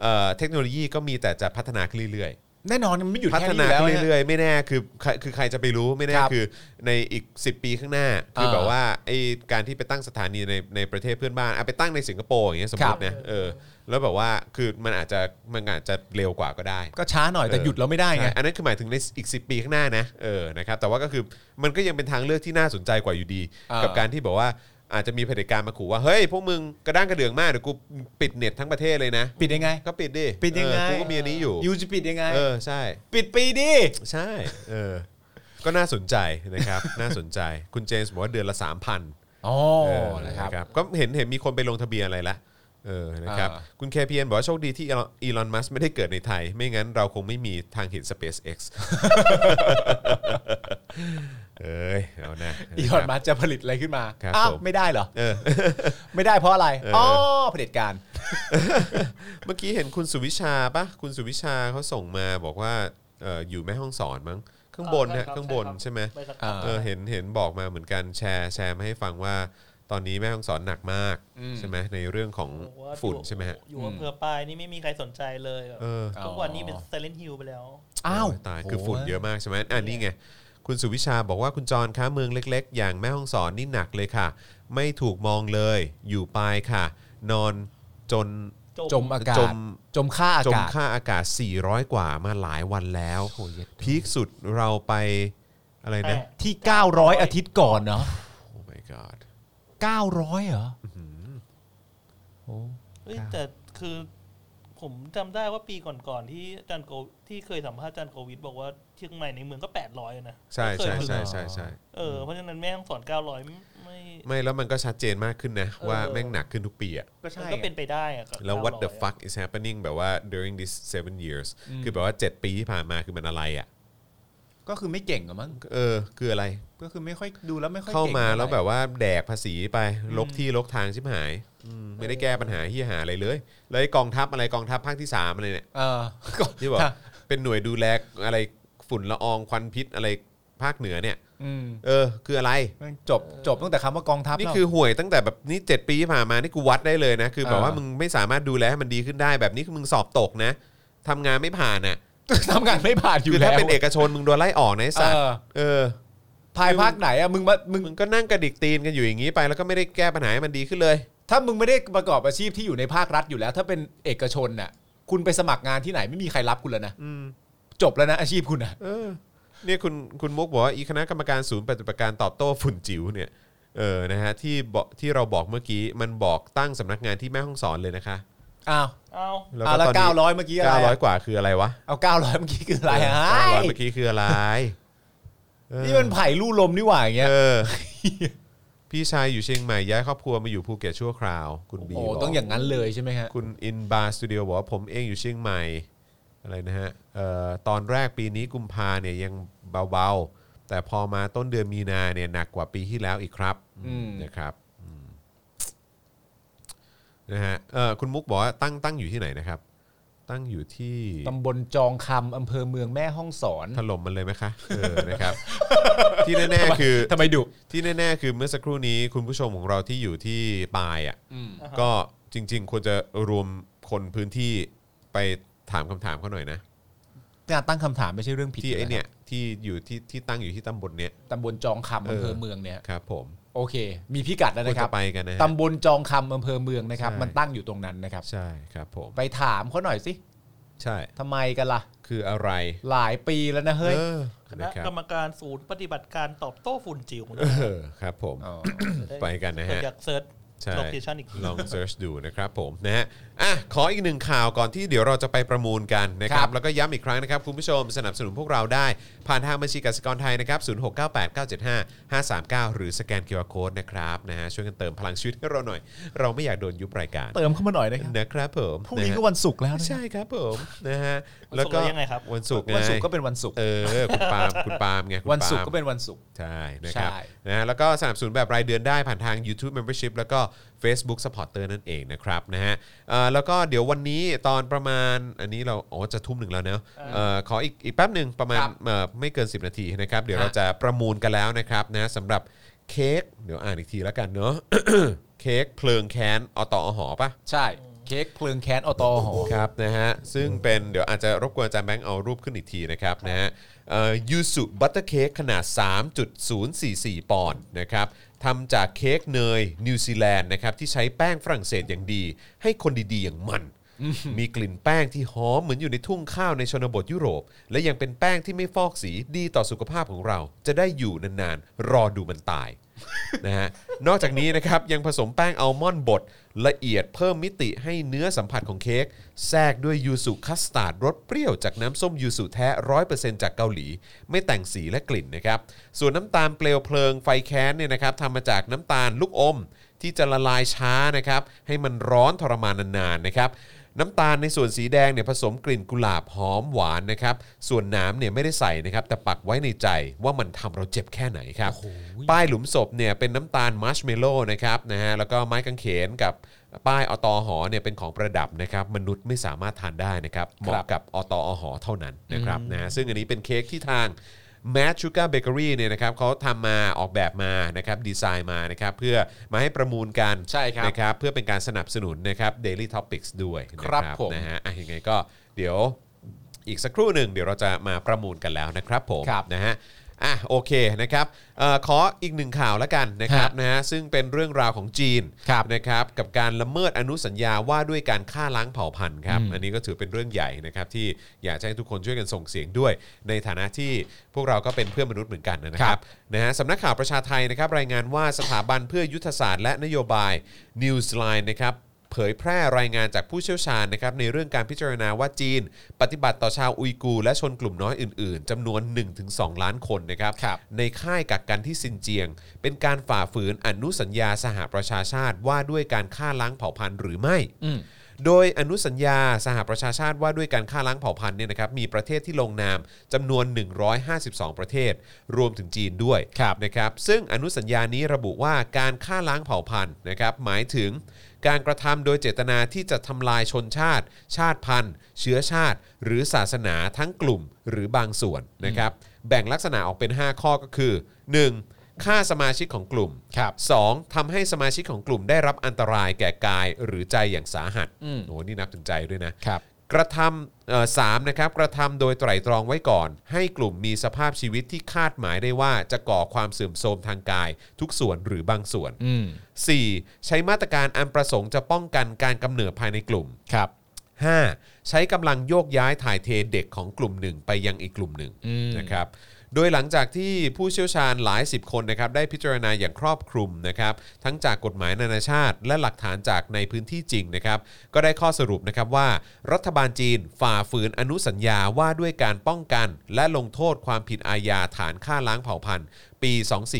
B: เอ่อเทคโนโลยีก็มีแต่จะพัฒนาขึ้นเรื่อยๆ
C: แน่นอนมันไม่หยุด
B: พั
C: แค่
B: ฒนา
C: นี้อยู่แล้ว
B: ขึ้น
C: นะ
B: เรื่อยๆ ไม่แน่คือใครคือใครจะไปรู้ไม่แน่
C: ครับ
B: คือในอีก 10 ปีข้างหน้า คือ
C: เออ
B: แบบว่าไอการที่ไปตั้งสถานีในในประเทศเพื่อนบ้านอ่ะไปตั้งในสิงคโปร์อย่างเงี้ยสมม
C: ครั
B: ติ
C: บ
B: นะเออแล้วแบบว่าคือมันอาจจะมันอาจจะเร็วกว่าก็ได้
C: ก็ช้าหน่อยแต่หยุดเราไม่ได้ไง
B: ใช่อันนั้นคือหมายถึงในอีก 10 ปีข้างหน้านะเออนะครับแต่ว่าก็คือมันก็ยังเป็นทางเลือกที่น่าสนใจกว่าอยู่ดี
C: เออ
B: กับการที่แบบว่าอาจจะมีเผด็จการมาขู่ว่าเฮ้ยพวกมึงกระด้างกระเดืองมากเดี๋ยวกูปิดเน็ตทั้งประเทศเลยนะ
C: ปิดยังไง
B: ก็ปิดดิ
C: ปิดยังไง
B: เออกูก็มีอันนี้อยู่
C: ยูจะปิดยังไง
B: เออใช่
C: ปิดปีดิ
B: ใช่ เออ ก็น่าสนใจนะครับ น่าสนใจ คุณเจมส์บอกว่าเดือนละ 3,000
C: อ๋อ
B: เออ
C: นะครับ
B: ก็เห็นเห็นมีคนไปลงทะเบียนอะไรละ เออ นะครับ
C: อ่า
B: คุณเคพีนบอกว่าโชคดีที่อีลอน มัสไม่ได้เกิดในไทย ไม่งั้นเราคงไม่มีทางเห็น SpaceX เอ้ย เอานะ
C: อีลอนมัสก์จะผลิตอะไรขึ้นมา
B: ครับ
C: อ้าว
B: ผม
C: ไม่ได้เหรอ
B: เออ
C: ไม่ได้เพราะอะไร
B: เอออ๋
C: อ๋อเผด็จการ
B: เมื่อกี้เห็นคุณสุวิชาปะคุณสุวิชาเขาส่งมาบอกว่าเอ่ออยู่แม่ห้องสอนมั้ง ข้างบนนะข้างบนใช่ไหม
D: ปสัก
C: อ่า
B: เออเห็นเห็นบอกมาเหมือนกันแชร์แชร์มาให้ฟังว่า ตอนนี้แม่ฮ่องสอนหนักมาก
C: อืม
B: ใช่ไหมในเรื่องของ
D: บอกว่า
B: ฝุ่น
D: อยู่
B: ใช่ไหมฮะ
D: อยู่อำเภอปลายนี่ไม่มีใครสนใจเลยแบบ
B: เออ
D: ทุกวันนี้เป็นเซเลนฮิลไปแล้ว
C: อ้าว
B: โยตายคือฝุ่นเยอะมากใช่ไหมอ่ะนี่ไง คุณสุวิชาบอกว่าคุณจรค้าเมืองเล็ก ๆ อย่างแม่ฮ่องสอนนี่หนักเลยค่ะ ไม่ถูกมองเลย อยู่ปลายค่ะ นอนจน
C: จมอากาศ
B: จม
C: จมค่าอา
B: จม
C: กาศ
B: ค่าอากาศ 400 กว่ามาหลายวันแล้ว
C: โอ้ยเย็ด
B: พีคสุดเราไปอะไรนะ
D: แปด
C: ที่ 900 อาทิตย์ก่อนเนาะ
B: โอ้ my god
C: 900 เหรอโอ้
D: เอ้ยแต่คือผมจำได้ว่าปีก่อนๆที่อาจันโกที่เคยสัมภาษณ์อาจันโควิด บอกว่าเชียงใหม่ในเมืองก็แปดร้อยนะ
B: ใช่ใช่
D: ไม่เคย
B: ใช่
D: ถึง
B: ใช่ใช่
D: เออเพราะฉะนั้นแม่ต้องสอนเก้าร้อยไม่
B: ไม่แล้วมันก็ชัดเจนมากขึ้นนะ
D: เออ
B: ว่าแม่งหนักขึ้นทุกปีอะ
C: ก็ใช่
D: มันก็เป็นไปได้อะกับ
B: แล้ว what the
D: 900อะ
B: fuck is happening แบบว่า during these seven years
C: อืม
B: คือแบบว่า 7 ปีที่ผ่านมาคือมันอะไรอะ
C: ก็คือไม่เก่งเหรอมั้ง
B: เออ คืออะไร
C: ก็คือไม่ค่อยดูแล้วไม่ค่อย
B: เข้ามาแล้วแบบ
C: เก่ง
B: ว่าแดกภาษีไปลกที่ลกทางชิบหายอืมไม่ได้แก้ปัญหาที่หาอะไรเลย แล้วไอ้กองทัพอะไรกองทัพภาคที่ 3 อะไรเนี่ย
C: เออก็
B: ที่บอก
C: ฮะ
B: เป็นหน่วยดูแลอะไรฝุ่นละอองควันพิษอะไรภาคเหนือเนี่ย
C: อืม
B: เออ คืออะไร
C: แม่งจบจบตั้งแต่คำว่ากองทัพ
B: นี่
C: แล้ว
B: คือห่วยตั้งแต่แบบนี่7ปีที่ผ่านมานี่กูวัดได้เลยนะ คือแบบ
C: เออ
B: ว่ามึงไม่สามารถดูแลให้มันดีขึ้นได้แบบนี้คือมึงสอบตกนะทำงานไม่ผ่านอ่ะ
C: ทำงานไม่ผ่านอยู่
B: คือ
C: แล้ว
B: ถ้าเป็นเอกชนมึงโดนไล่ออกนะไอ้สัต
C: เอ
B: ว์
C: อ
B: เออ
C: ภายภาคไหนอะมึงมามึง
B: มึงก็นั่งกระดิกตีนกันอยู่อย่างนี้ไป แล้วก็ไม่ได้แก้ปัญหาให้มันดีขึ้นเลย
C: ถ้ามึงไม่ได้ประกอบอาชีพที่อยู่ในภาครัฐอยู่แล้ว ถ้าเป็นเอกชนน่ะ คุณไปสมัครงานที่ไหนไม่มีใครรับคุณแล้วนะจบแล้วนะอาชีพคุณนะ
B: เออเนี่ยคุณคุณมุกบอกว่าอีคณะกรรมการศูนย์ปฏิบัติการตอบโต้ฝุ่นจิ๋วเนี่ยเออนะฮะที่บอกที่เราบอกเมื่อกี้มันบอกตั้งสำนักงานที่แม่ห้องสอนเลยนะคะ
C: อ้าว
D: เอา
C: อ้าวแล้ว
B: ตน
C: เก้า
B: นี้
C: ร้อยเมื่อกี้อะไร
B: เก้าร้อย
C: อะ
B: กว่าคืออะไรวะ
C: เอาเก้าร้อยเมื่อกี้คืออะไรฮะ
B: เก้าร้อยเมื่อกี้คืออะไรเออ
C: นี่มันไผ่ลู่ลมนี่หว่าอย่างเงี้ย
B: เออ พี่ชายอยู่เชียงใหม่ย้ายครอบครัวมาอยู่ภูเก็ตชั่วคราว คุณบี
C: โอ้
B: บก
C: ต้องอย่างนั้นเลยใช่ไหมฮะ
B: คุณอินบาร์สตูดิโอบอกว่าผมเองอยู่เชียงใหม่อะไรนะฮะเอ่อตอนแรกปีนี้กุมภาเนี่ยยังเบาๆ แต่พอมาต้นเดือนมีนาเนี่ยหนักกว่าปีที่แล้วอีกครับนะครับอืมนะฮะเอ่อคุณมุกบอกว่าตั้งตั้งอยู่ที่ไหนนะครับ ตั้งอยู่ที่
C: ตำบลจองคำอำเภอเมืองแม่ห้องสอน
B: ถล่มมันเลยไหมคะเออนะครับ ที่แน่ๆคือ
C: ทำไมดุ
B: ที่แน่ๆ คือเมื่อสักครู่นี้คุณผู้ชมของเราที่อยู่ที่ปายอ่ะ
D: อ่าฮะ
B: ก็จริง ๆ ควรจะรวมคนพื้นที่ไปถามคำถามเขาหน่อยนะ
C: การตั้งคำถามไม่ใช่เรื่องผิด
B: ที่ไอเนี่ยที่อยู่ที่ที่ตั้งอยู่ที่ตำบลเนี้ย
C: ตำบลจองคำ
B: เออ
C: อำเภอเมืองเนี่ย
B: ครับผม
C: โอเค มีพิกัดแล้ว
B: ควร
C: นะครั
B: จะ
C: บ
B: ไปกันนะฮะ
C: ตำบลจองคำอำเภอเมืองนะครับ
B: ใช่
C: มันตั้งอยู่ตรงนั้นนะครับ
B: ใช่ครับผม
C: ไปถามเขาหน่อยสิ
B: ใช่
C: ทำไมกันล่ะ
B: คืออะไร
C: หลายปีแล้วนะเฮ้ย
B: เออ
D: ค
B: นะ
D: ณะ
B: ครั
D: กร
B: บ
D: รมการศูนย์ปฏิบัติการตอบโต้ฝุ่นจิ๋วนะ
B: เออครับผม
C: อ๋อ
B: ไปกันนะฮะ
D: อยากเซิร์ช
B: ใช่
D: โลเคชั่นอีกที
B: ลองเ e ิร์ชดูนะครับผมนะฮะอ่ะขออีกหนึ่งข่าวก่อนที่เดี๋ยวเราจะไปประมูลกันนะครับ
C: ครับ
B: แล้วก็ย้ำอีกครั้งนะครับ คุณผู้ชมสนับสนุนพวกเราได้ ผ่านทางบัญชีกสิกรไทยนะครับ 0698975539 หรือสแกน QR Code นะครับนะฮะช่วยกันเติมพลังชีวิตให้เราหน่อย เราไม่อยากโดนยุบรายการ
C: เติมเข้ามาหน่อยนะครับ
B: นะครับผม
C: พรุ่ง
B: ะ
C: นี้
B: ฮะ
C: ก็วันศุกร์แล้วนะ
B: ใช่ครับผมนะฮะ
D: วันศุกร์แล้วยังไงครับ
B: วันศุกร์ไง
C: วันศุกร์ก็เป็นวันศุกร์
B: เออคุณปาล์มคุณปาล์มไงคุณ
C: วันศุก
B: ปาล์ม
C: ร์ก็เป็นวันศุกร์
B: ใช่นะครับ
C: ใช่
B: นะฮะแล้วก็สนับสนุนแบบรายเดือนได้ผ่านทาง YouTube Membership แล้วก็ Facebook Supporter นั่นเองนะครับนะฮะเอ่อแล้วก็เดี๋ยววันนี้ตอนประมาณอันนี้เราอ๋อจะทุ่มหนึ่งแล้วเนอะเอ่อขออีกอีกแป๊บหนึ่งประมาณ
C: ครับ
B: เอ่อไม่เกิน 10 นาทีนะครับ เดี๋ยว
C: ฮะ
B: เราจะประมูลกันแล้วนะครับนะสำหรับเค้กเดี๋ยวอ่านอีกทีแล้วกันเนอะ เค้กเพลิงแค้นอตอหอปะ
C: ใช่เค้กเพลิงแค้นอตอหอ
B: ครับนะฮะซึ่งเป็นเดี๋ยวอาจจะรบกวนอาจารย์แบงค์เอารูปขึ้นอีกทีนะครับนะฮะยูสุบัตเตอร์เค้กขนาด 3.044 ปอนด์นะครับทำจากเค้กเนยนิวซีแลนด์นะครับที่ใช้แป้งฝรั่งเศสอย่างดี ให้คนดีๆอย่างมัน มีกลิ่นแป้งที่หอมเหมือนอยู่ในทุ่งข้าวในชนบทยุโรป และยังเป็นแป้งที่ไม่ฟอกสีดีต่อสุขภาพของเรา จะได้อยู่นานๆ รอดูมันตาย นะฮะนอกจากนี้นะครับ ยังผสมแป้งอัลมอนด์บดละเอียดเพิ่มมิติให้เนื้อสัมผัสของเค้กแทรกด้วยยูสุคัสตาร์ดรสเปรี้ยวจากน้ำส้มยูสุแท้ร้อยเปอร์เซ็นต์จากเกาหลี ไม่แต่งสีและกลิ่นนะครับ ส่วนน้ำตาลเปลวเพลิงไฟแค้นเนี่ยนะครับทำมาจากน้ำตาลลูกอม ที่จะละลายช้านะครับ ให้มันร้อนทรมานนานๆนะครับ น้ำตาลในส่วนสีแดงเนี่ยผสมกลิ่นกุหลาบหอมหวานนะครับ ส่วนน้ำเนี่ยไม่ได้ใส่นะครับ แต่ปักไว้ในใจว่ามันทำเราเจ็บแค่ไหนครับ ป้ายหลุมศพเนี่ยเป็นน้ำตาลมัชเมลโล่นะครับนะฮะแล้วก็ไม้กางเขนกับป้ายอตอหอเนี่ยเป็นของประดับนะครับ มนุษย์ไม่สามารถทานได้นะครับเหมาะกับอตอหอเท่านั้นนะครับนะฮะซึ่งอันนี้เป็นเค้กที่ทาง แมทชูการ์เบเกอรี่เนี่ยนะครับเขาทำมาออกแบบมานะครับดีไซน์มานะครับเพื่อมาให้ประมูลกัน
C: ใช่ครับ
B: นะครับเพื่อเป็นการสนับสนุนนะครับ Daily Topics ด้วยนะครับ
C: ผม
B: นะฮะอ่ะยังไงก็เดี๋ยวอีกสักครู่หนึ่งเดี๋ยวเราจะมาประมูลกันแล้วนะครับผม
C: ครับ
B: นะฮะ อ่ะโอเคนะครับเออขออีกหนึ่งข่าวแล้วกันนะครับ
C: ฮะ
B: นะฮะซึ่งเป็นเรื่องราวของจีน
C: ครับ
B: นะครับกับการละเมิดอนุสัญญาว่าด้วยการฆ่าล้างเผ่าพันธุ์ครับอันนี้ก็ถือเป็นเรื่องใหญ่นะครับที่อยากจะให้ทุกคนช่วยกันส่งเสียงด้วย ในฐานะที่พวกเราก็เป็นเพื่อนมนุษย์เหมือนกันนะค
C: ค
B: รั
C: รั
B: บบ นะฮะสำนักข่าวประชาไทยนะครับรายงานว่าสถาบันเพื่อยุทธศาสตร์และนโยบาย Newsline นะครับ เผยแพร่รายงานจากผู้เชี่ยวชาญนะครับในเรื่องการพิจารณาว่าจีน ปฏิบัติต่อชาวอุยกูร์และชนกลุ่มน้อยอื่นๆจำนวน 1-2 ล้านคนนะครับ
C: ครับ
B: ในค่ายกักกันที่ซินเจียง เป็นการฝ่าฝืนอนุสัญญาสหประชาชาติว่าด้วยการฆ่าล้างเผ่าพันธุ์หรือไม่
C: อืม
B: โดยอนุสัญญาสหประชาชาติว่าด้วยการฆ่าล้างเผ่าพันธุ์เนี่ยนะครับมีประเทศที่ลงนามจำนวน 152 ประเทศ รวมถึงจีนด้วย
C: ครับ
B: นะครับซึ่งอนุสัญญานี้ระบุว่าการฆ่าล้างเผ่าพันธุ์นะครับหมายถึงการกระทำโดยเจตนาที่จะทำลายชนชาติ ชาติพันธุ์ เชื้อชาติ หรือศาสนาทั้งกลุ่มหรือบางส่วนนะครับแบ่งลักษณะออกเป็น 5 ข้อก็คือหนึ่งฆ่าสมาชิกของกลุ่ม
C: ครับ
B: สองทำให้สมาชิกของกลุ่มได้รับอันตรายแก่กายหรือใจอย่างสาหัส
C: อืม
B: โอ้โหนี่นับถึงใจด้วยนะ
C: ครับ
B: กระทำเอ่อสามนะครับกระทำโดยไตร่ตรองไว้ก่อน ให้กลุ่มมีสภาพชีวิตที่คาดหมายได้ว่าจะก่อความเสื่อมโทรมทางกาย ทุกส่วนหรือบางส่วน
C: อืม
B: 4. ใช้มาตรการอันประสงค์จะป้องกันการกำเนิดภายในกลุ่ม
C: ครับ
B: 5. ใช้กำลังโยกย้ายถ่ายเทเด็กของกลุ่มหนึ่งไปยังอีกกลุ่มหนึ่ง
C: อืม
B: นะครับ โดยหลังจากที่ผู้เชี่ยวชาญหลายสิบคนนะครับได้พิจารณาอย่างครอบคลุมนะครับทั้งจากกฎหมายนานาชาติ และหลักฐานจากในพื้นที่จริงนะครับก็ได้ข้อสรุปนะครับว่า รัฐบาลจีนฝ่าฝืนอนุสัญญาว่าด้วยการป้องกัน และลงโทษความผิดอาญาฐานฆ่าล้างเผ่าพันธุ์ ปี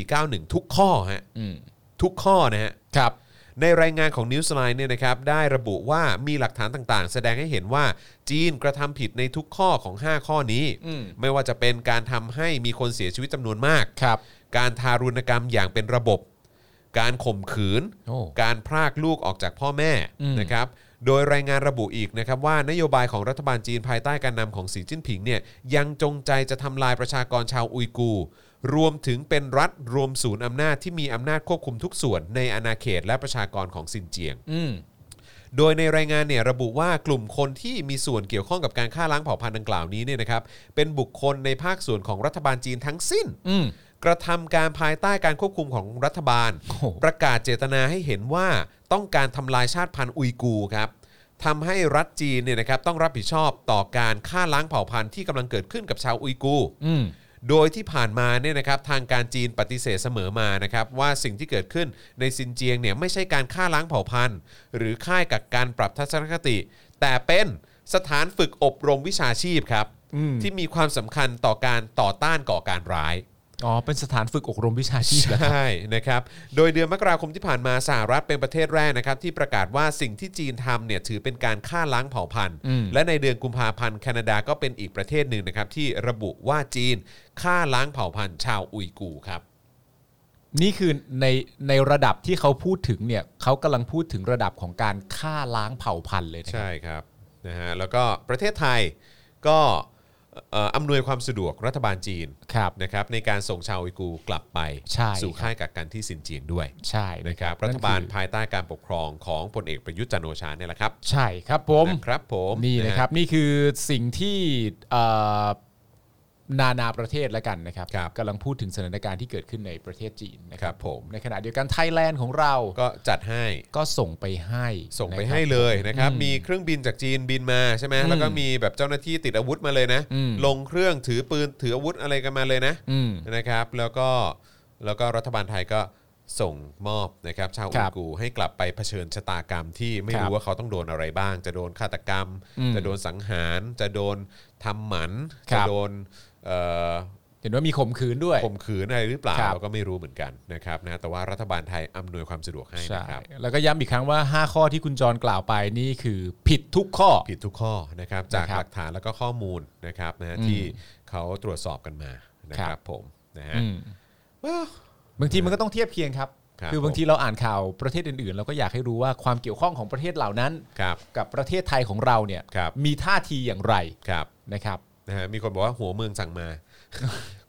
B: 2491 ทุกข้อฮะ
C: อืม
B: ทุกข้อนะฮะ
C: ครับ
B: ในรายงานของ Newsline เนี่ยนะครับได้ระบุว่ามีหลักฐานต่างๆ แสดงให้เห็นว่าจีนกระทำผิดในทุกข้อของ 5 ข้อนี้
C: อืม
B: ไม่ว่าจะเป็นการทำให้มีคนเสียชีวิตจำนวนมาก
C: ครับ
B: การทารุณกรรมอย่างเป็นระบบ การข่มขืน
C: โอ้
B: การพรากลูกออกจากพ่อแม่
C: อืม
B: นะครับ โดยรายงานระบุอีกนะครับว่านโยบายของรัฐบาลจีนภายใต้การนำของสีจิ้นผิงเนี่ยยังจงใจจะทำลายประชากรชาวอุยกูร์รวมถึงเป็นรัฐรวมศูนย์อำนาจที่มีอำนาจควบคุมทุกส่วนในอาณาเขตและประชากรของซินเจียง
C: อืม
B: โดยในรายงานเนี่ยระบุว่ากลุ่มคนที่มีส่วนเกี่ยวข้องกับการฆ่าล้างเผ่าพันธุ์ดังกล่าวนี้เนี่ยนะครับเป็นบุคคลในภาคส่วนของรัฐบาลจีนทั้งสิ้น
C: อืม
B: กระทำการภายใต้การควบคุมของรัฐบาล
C: โอ้โห
B: ประกาศเจตนาให้เห็นว่าต้องการทำลายชาติพันธุ์อุยกูร์ครับทำให้รัฐจีนเนี่ยนะครับต้องรับผิดชอบต่อการฆ่าล้างเผ่าพันธุ์ที่กำลังเกิดขึ้นกับชาวอุยกูร์
C: อืม
B: โดยที่ผ่านมาเนี่ยนะครับทางการจีนปฏิเสธเสมอมานะครับว่าสิ่งที่เกิดขึ้นในซินเจียงเนี่ยไม่ใช่การฆ่าล้างเผ่าพันธุ์ หรือค่ายกักการปรับทัศนคติ แต่เป็นสถานฝึกอบรมวิชาชีพครับที่มีความสำคัญต่อการต่อต้านก่อการร้าย
C: อ๋อเป็นสถานฝึกอบรมวิชาชีพเหรอครับ
B: ใช่นะครับ โดยเดือนมกราคมที่ผ่านมาสหรัฐเป็นประเทศแรกนะครับที่ประกาศว่าสิ่งที่จีนทำเนี่ยถือเป็นการฆ่าล้างเผ่าพันธุ์ และในเดือนกุมภาพันธ์แคนาดาก็เป็นอีกประเทศหนึ่งนะครับที่ระบุว่าจีนฆ่าล้างเผ่าพันธุ์ชาวอุยกูร์ครับ
C: นี่คือในในระดับที่เขาพูดถึงเนี่ยเขากำลังพูดถึงระดับของการฆ่าล้างเผ่าพันธุ์เลยนะครับ
B: ใช่ครับนะฮะแล้วก็ประเทศไทยก็เอ่ออำนวยความสะดวกรัฐบาลจีน
C: ครับ
B: นะครับในการส่งชาวอุยกูร์กลับไป
C: ใช่
B: สู่
C: ครับ
B: ค่ายกักกันที่ซินเจียงด้วย
C: ใช่
B: นะครับรัฐบาล
C: นั่นคือ
B: ภายใต้การปกครองของพลเอกประยุทธ์จันทร์โอชาเนี่ยแหละครับ
C: ใช่ครับผม
B: นะครับผม
C: นี่นะครับนี่คือสิ่งที่เอ่อนานาประเทศแล้วกันนะครับ
B: ครับ
C: กำลังพูดถึงสถานการณ์ที่เกิดขึ้นในประเทศจีนนะครั
B: ครับ บผม
C: ในขณะเดียวกันไทยแลนด์ของเรา
B: ก็จัดให้
C: ก็ส่งไปให้
B: ส่งไป
C: นะครับ
B: ให้เลยนะครับ มีเครื่องบินจากจีนบินมาใช่ไหม
C: อืม
B: แล้วก็มีแบบเจ้าหน้าที่ติดอาวุธมาเลยนะ
C: อืม
B: ลงเครื่องถือปืนถืออาวุธอะไรกันมาเลยนะ
C: อืม
B: นะครับ แล้วก็แล้วก็รัฐบาลไทยก็ส่งมอบนะครับ ชาวอุ
C: ครั
B: ย
C: บ
B: กูร์ให้กลับไปเผชิญชะตากรรมที่ไม่
C: ครับ
B: รู้ว่าเขาต้องโดนอะไรบ้าง จะโดนฆาตกรรม
C: อืม
B: จะโดนสังหาร จะโดนทำหมัน
C: ครั
B: จะ
C: บ
B: โดนเอ่อ
C: เห็นว่ามีข่มขืนด้วย
B: ข่มขืนอะไรหรือเปล่า
C: ครับ
B: เราก็ไม่รู้เหมือนกันนะครับนะแต่ว่ารัฐบาลไทยอำนวยความสะดวกให้
C: ใช่
B: นะครับ
C: แล้วก็ย้ำอีกครั้งว่า 5 ข้อที่คุณจรกล่าวไปนี่คือผิดทุกข้อ
B: ผิดทุกข้อนะครับจาก
C: นะครับ
B: หลักฐานแล้วก็ข้อมูลนะครับนะ
C: อืม
B: ที่เขาตรวจสอบกันมานะค
C: ครั
B: รับบ ผมนะฮะ
C: อืม
B: ว้าว
C: บางทีมันก็ต้องเทียบเคียงครับ
B: ครับ
C: คือบาง
B: ผม
C: ทีเราอ่านข่าวประเทศอื่นๆ เราก็อยากให้รู้ว่าความเกี่ยวข้องของประเทศเหล่านั้น
B: ครับ
C: กับประเทศไทยของเราเนี่ย
B: ครับ
C: มีท่าทีอย่างไร
B: ครับ
C: นะครับ
B: นะฮะมีคนบอกว่าหัวเมืองสั่งมา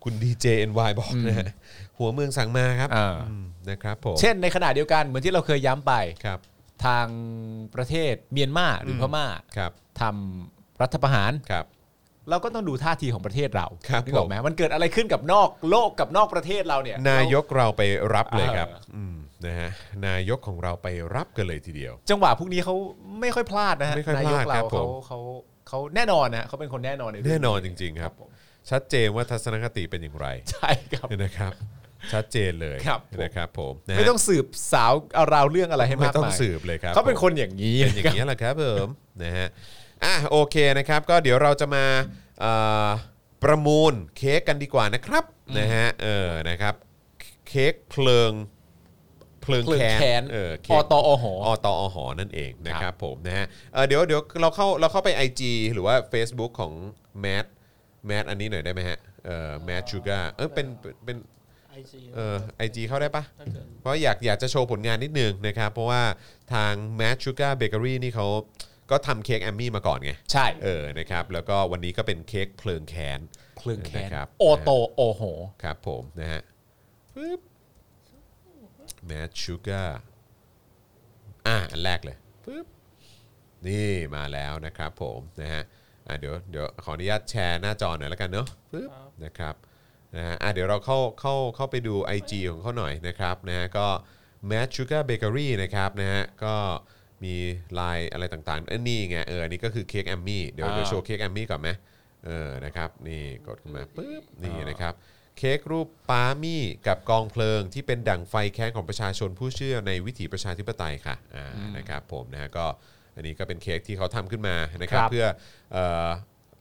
B: คุณดีเจเอ็นวบอกนะฮะหัวเมืองสั่งมาครับ
C: อ่า
B: อืมนะครับผม
C: เช่นในขณะเดียวกันเหมือนที่เราเคยย้ำไป
B: ครับ
C: ทางประเทศเมียนมาหรือพม่า
B: ครับ
C: ทำรัฐประหาร
B: ครับ
C: เราก็ต้องดูท่าทีของประเทศเรา
B: ครับ
C: นึกออ
B: ผม
C: กไหมมันเกิดอะไรขึ้นกับนอกโลกกับนอกประเทศเราเนี่ย
B: นายกเราไปรับเลยครับ
C: เออ
B: มนะฮะนายกของเราไปรับกันเลยทีเดียว
C: จังหวะพวกนี้เขาไม่ค่อยพลาดนะฮะ
B: ไม่ค่อยพลาด
C: นายก
B: ครั
C: เรา
B: บผม
C: เขาเขาเขาแน่นอนนะฮะเขาเป็นคนแน่นอนในเรื่
B: แน่
C: ง
B: นอนจริง ๆ ครับ
C: ผม
B: ชัดเจนว่าทัศนคติเป็นอย่างไร
C: ใช่ครับ
B: นะครับ ชัดเจนเลย
C: ครับผม
B: นะครับผมนะฮะ
C: ไม่ต้องสืบสาวเอาราวเรื่องอะไรให้
B: ไม่
C: มาก
B: ต้อง
C: มาย
B: สืบเลยครับ
C: เขาเป็น
B: ผม
C: คนอย่างนี้
B: เป็นอย่าง
C: นี้
B: นี้ยแหละครับผมนะฮะอ่ะโอเคนะครับ ก็เดี๋ยวเราจะมาเอ่อประมูลเค้กกันดีกว่านะครับนะฮะเออนะครับเค้กเพลิงเพลิง
C: เพลิง
B: แค้
C: แค้
B: น
C: น
B: เออเค้ก
C: อตออห
B: อตออหอนั่นเองนะครับผมนะฮะเอ่อเดี๋ยวเดี๋ยวเราเข้าเราเข้าไป IG หรือว่า Facebook ของแมทแมทอันนี้หน่อยได้ไหมฮะเอ่อแมทชูการ์เออเป็นเป็น
D: ไอซี
B: เออไอจีเข้าได้ปะ
D: ถ้าเกิด
B: เพราะอยากอยากจะโชว์ผลงานนิดนึงนะครับ เพราะว่าทาง Mad Sugar Bakery นี่เขาก็ทำเค้กแอมมี่มาก่อนไง
C: ใช่
B: เออนะครับแล้วก็วันนี้ก็เป็นเค้กเพลิงแคน
C: เพลิงแค้น
B: นะครับ
C: โอโตโอโห
B: ครับผมนะฮะปึ๊บ Mad Sugar อ่ะอันแรกเลยปึ๊บนี่มาแล้วนะครับผมนะฮะอ่ะเดี๋ยวเดี๋ยวขออนุญาตแชร์หน้าจอหน่อยแล้วกันเนาะปึ๊บนะครับนะฮะอ่ะเดี๋ยวเราเข้าเข้าเข้าไปดู IG ของเขาหน่อยนะครับนะฮะก็ Mad Sugar Bakery นะครับนะฮะก็มีลายอะไรต่างๆเออนี่ไงเอออันนี้ก็คือเค้กแอมมี่เดี๋ยว
C: อ่า
B: เดี๋ยวโชว์เค้กแอมมี่ก่อนไหมเออนะครับนี่กดขึ้นมาปึ๊บนี่นะครับเค้กรูปปามี่กับกองเพลิงที่เป็นดั่งไฟแค้นของประชาชนผู้เชื่อในวิถีประชาธิปไตยค่ะอ่านะครับผมนะฮะก็อันนี้ก็เป็นเค้กที่เขาทำขึ้นมานะครับ
C: ครับ
B: เพื่อเอ่อ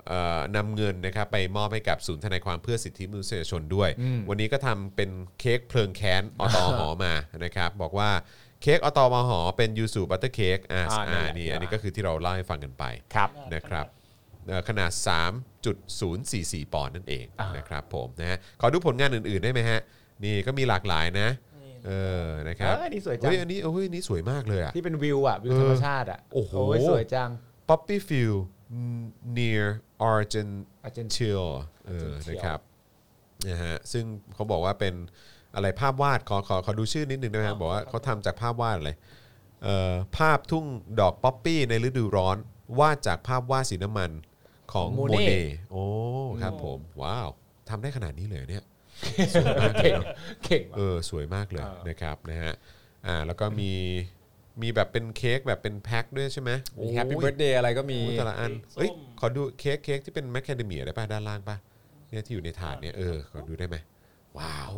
B: เอ่อนำเงินนะครับไปมอบให้กับศูนย์ทนายความเพื่อสิทธิมนุษยชนด้วย วันนี้ก็ทำเป็นเค้กเพลิงแค้นอตอหอมานะครับบอกว่าเค้กอตอมหอเป็นยูสูบัตเตอร์เค้กอ่า
C: อ่า
B: อ่า
C: นั่นแหละ
B: นี่อันนี้ก็คือที่เราเล่าให้ฟังกันไป
C: ครับ
B: นะครับเอ่อขนาด 3.044 ปอนด์นั่นเอง
C: อ่าน
B: นะครับผมนะฮะขอดูผลงานอื่นๆได้ไหมฮะ นี่ก็มีหลากหลายนะ
D: นี่
B: เออนะครับ
C: เอ้ยนี่สวยจัง
B: เฮ้ยอันนี้เฮ้ยอันนี้สวยมากเลยอะ
C: ที่เป็นวิวอ่ะ วิวธรรมชาติอ่ะ
B: โอ้โห
C: ยสวยจัง
B: Poppy Field near Argent
C: Argent-
B: Chill เออ
C: Argent Chill
B: นะครับนะฮะซึ่งเขาบอกว่าเป็นอะไรภาพวาดขอขอขอดูชื่อนิดนึงได้ไหมครับบอกว่าเขาทำจากภาพวาดอะไรเอ่อภาพทุ่งดอกป๊อปปี้ในฤดูร้อน วาดจากภาพวาดสีน้ำมันของโม
C: โมเน่
B: เน่โอ้ครับผม ว้าวทำได้ขนาดนี้เลยเหรอเนี่ย
C: เก่งเก่งว่ะ
B: เออสวยมากเลย
C: เออ
B: นะครับนะฮะอ่าแล้วก็มีมีแบบเป็นเค้กแบบเป็นแพ็คด้วยใช่ไหม
C: มีแฮปปี้
B: โอ้ย
C: เบิร์ดเดย์อะไรก็มี
B: โอ้ยแต่ละอันเอ้ย ขอดูเค้กเค้กที่เป็นแมคคาเดเมียได้ป่ะ ด้านล่างป่ะ เนี่ยที่อยู่ในถาดเนี่ยเออขอดูได้ไหมว้าว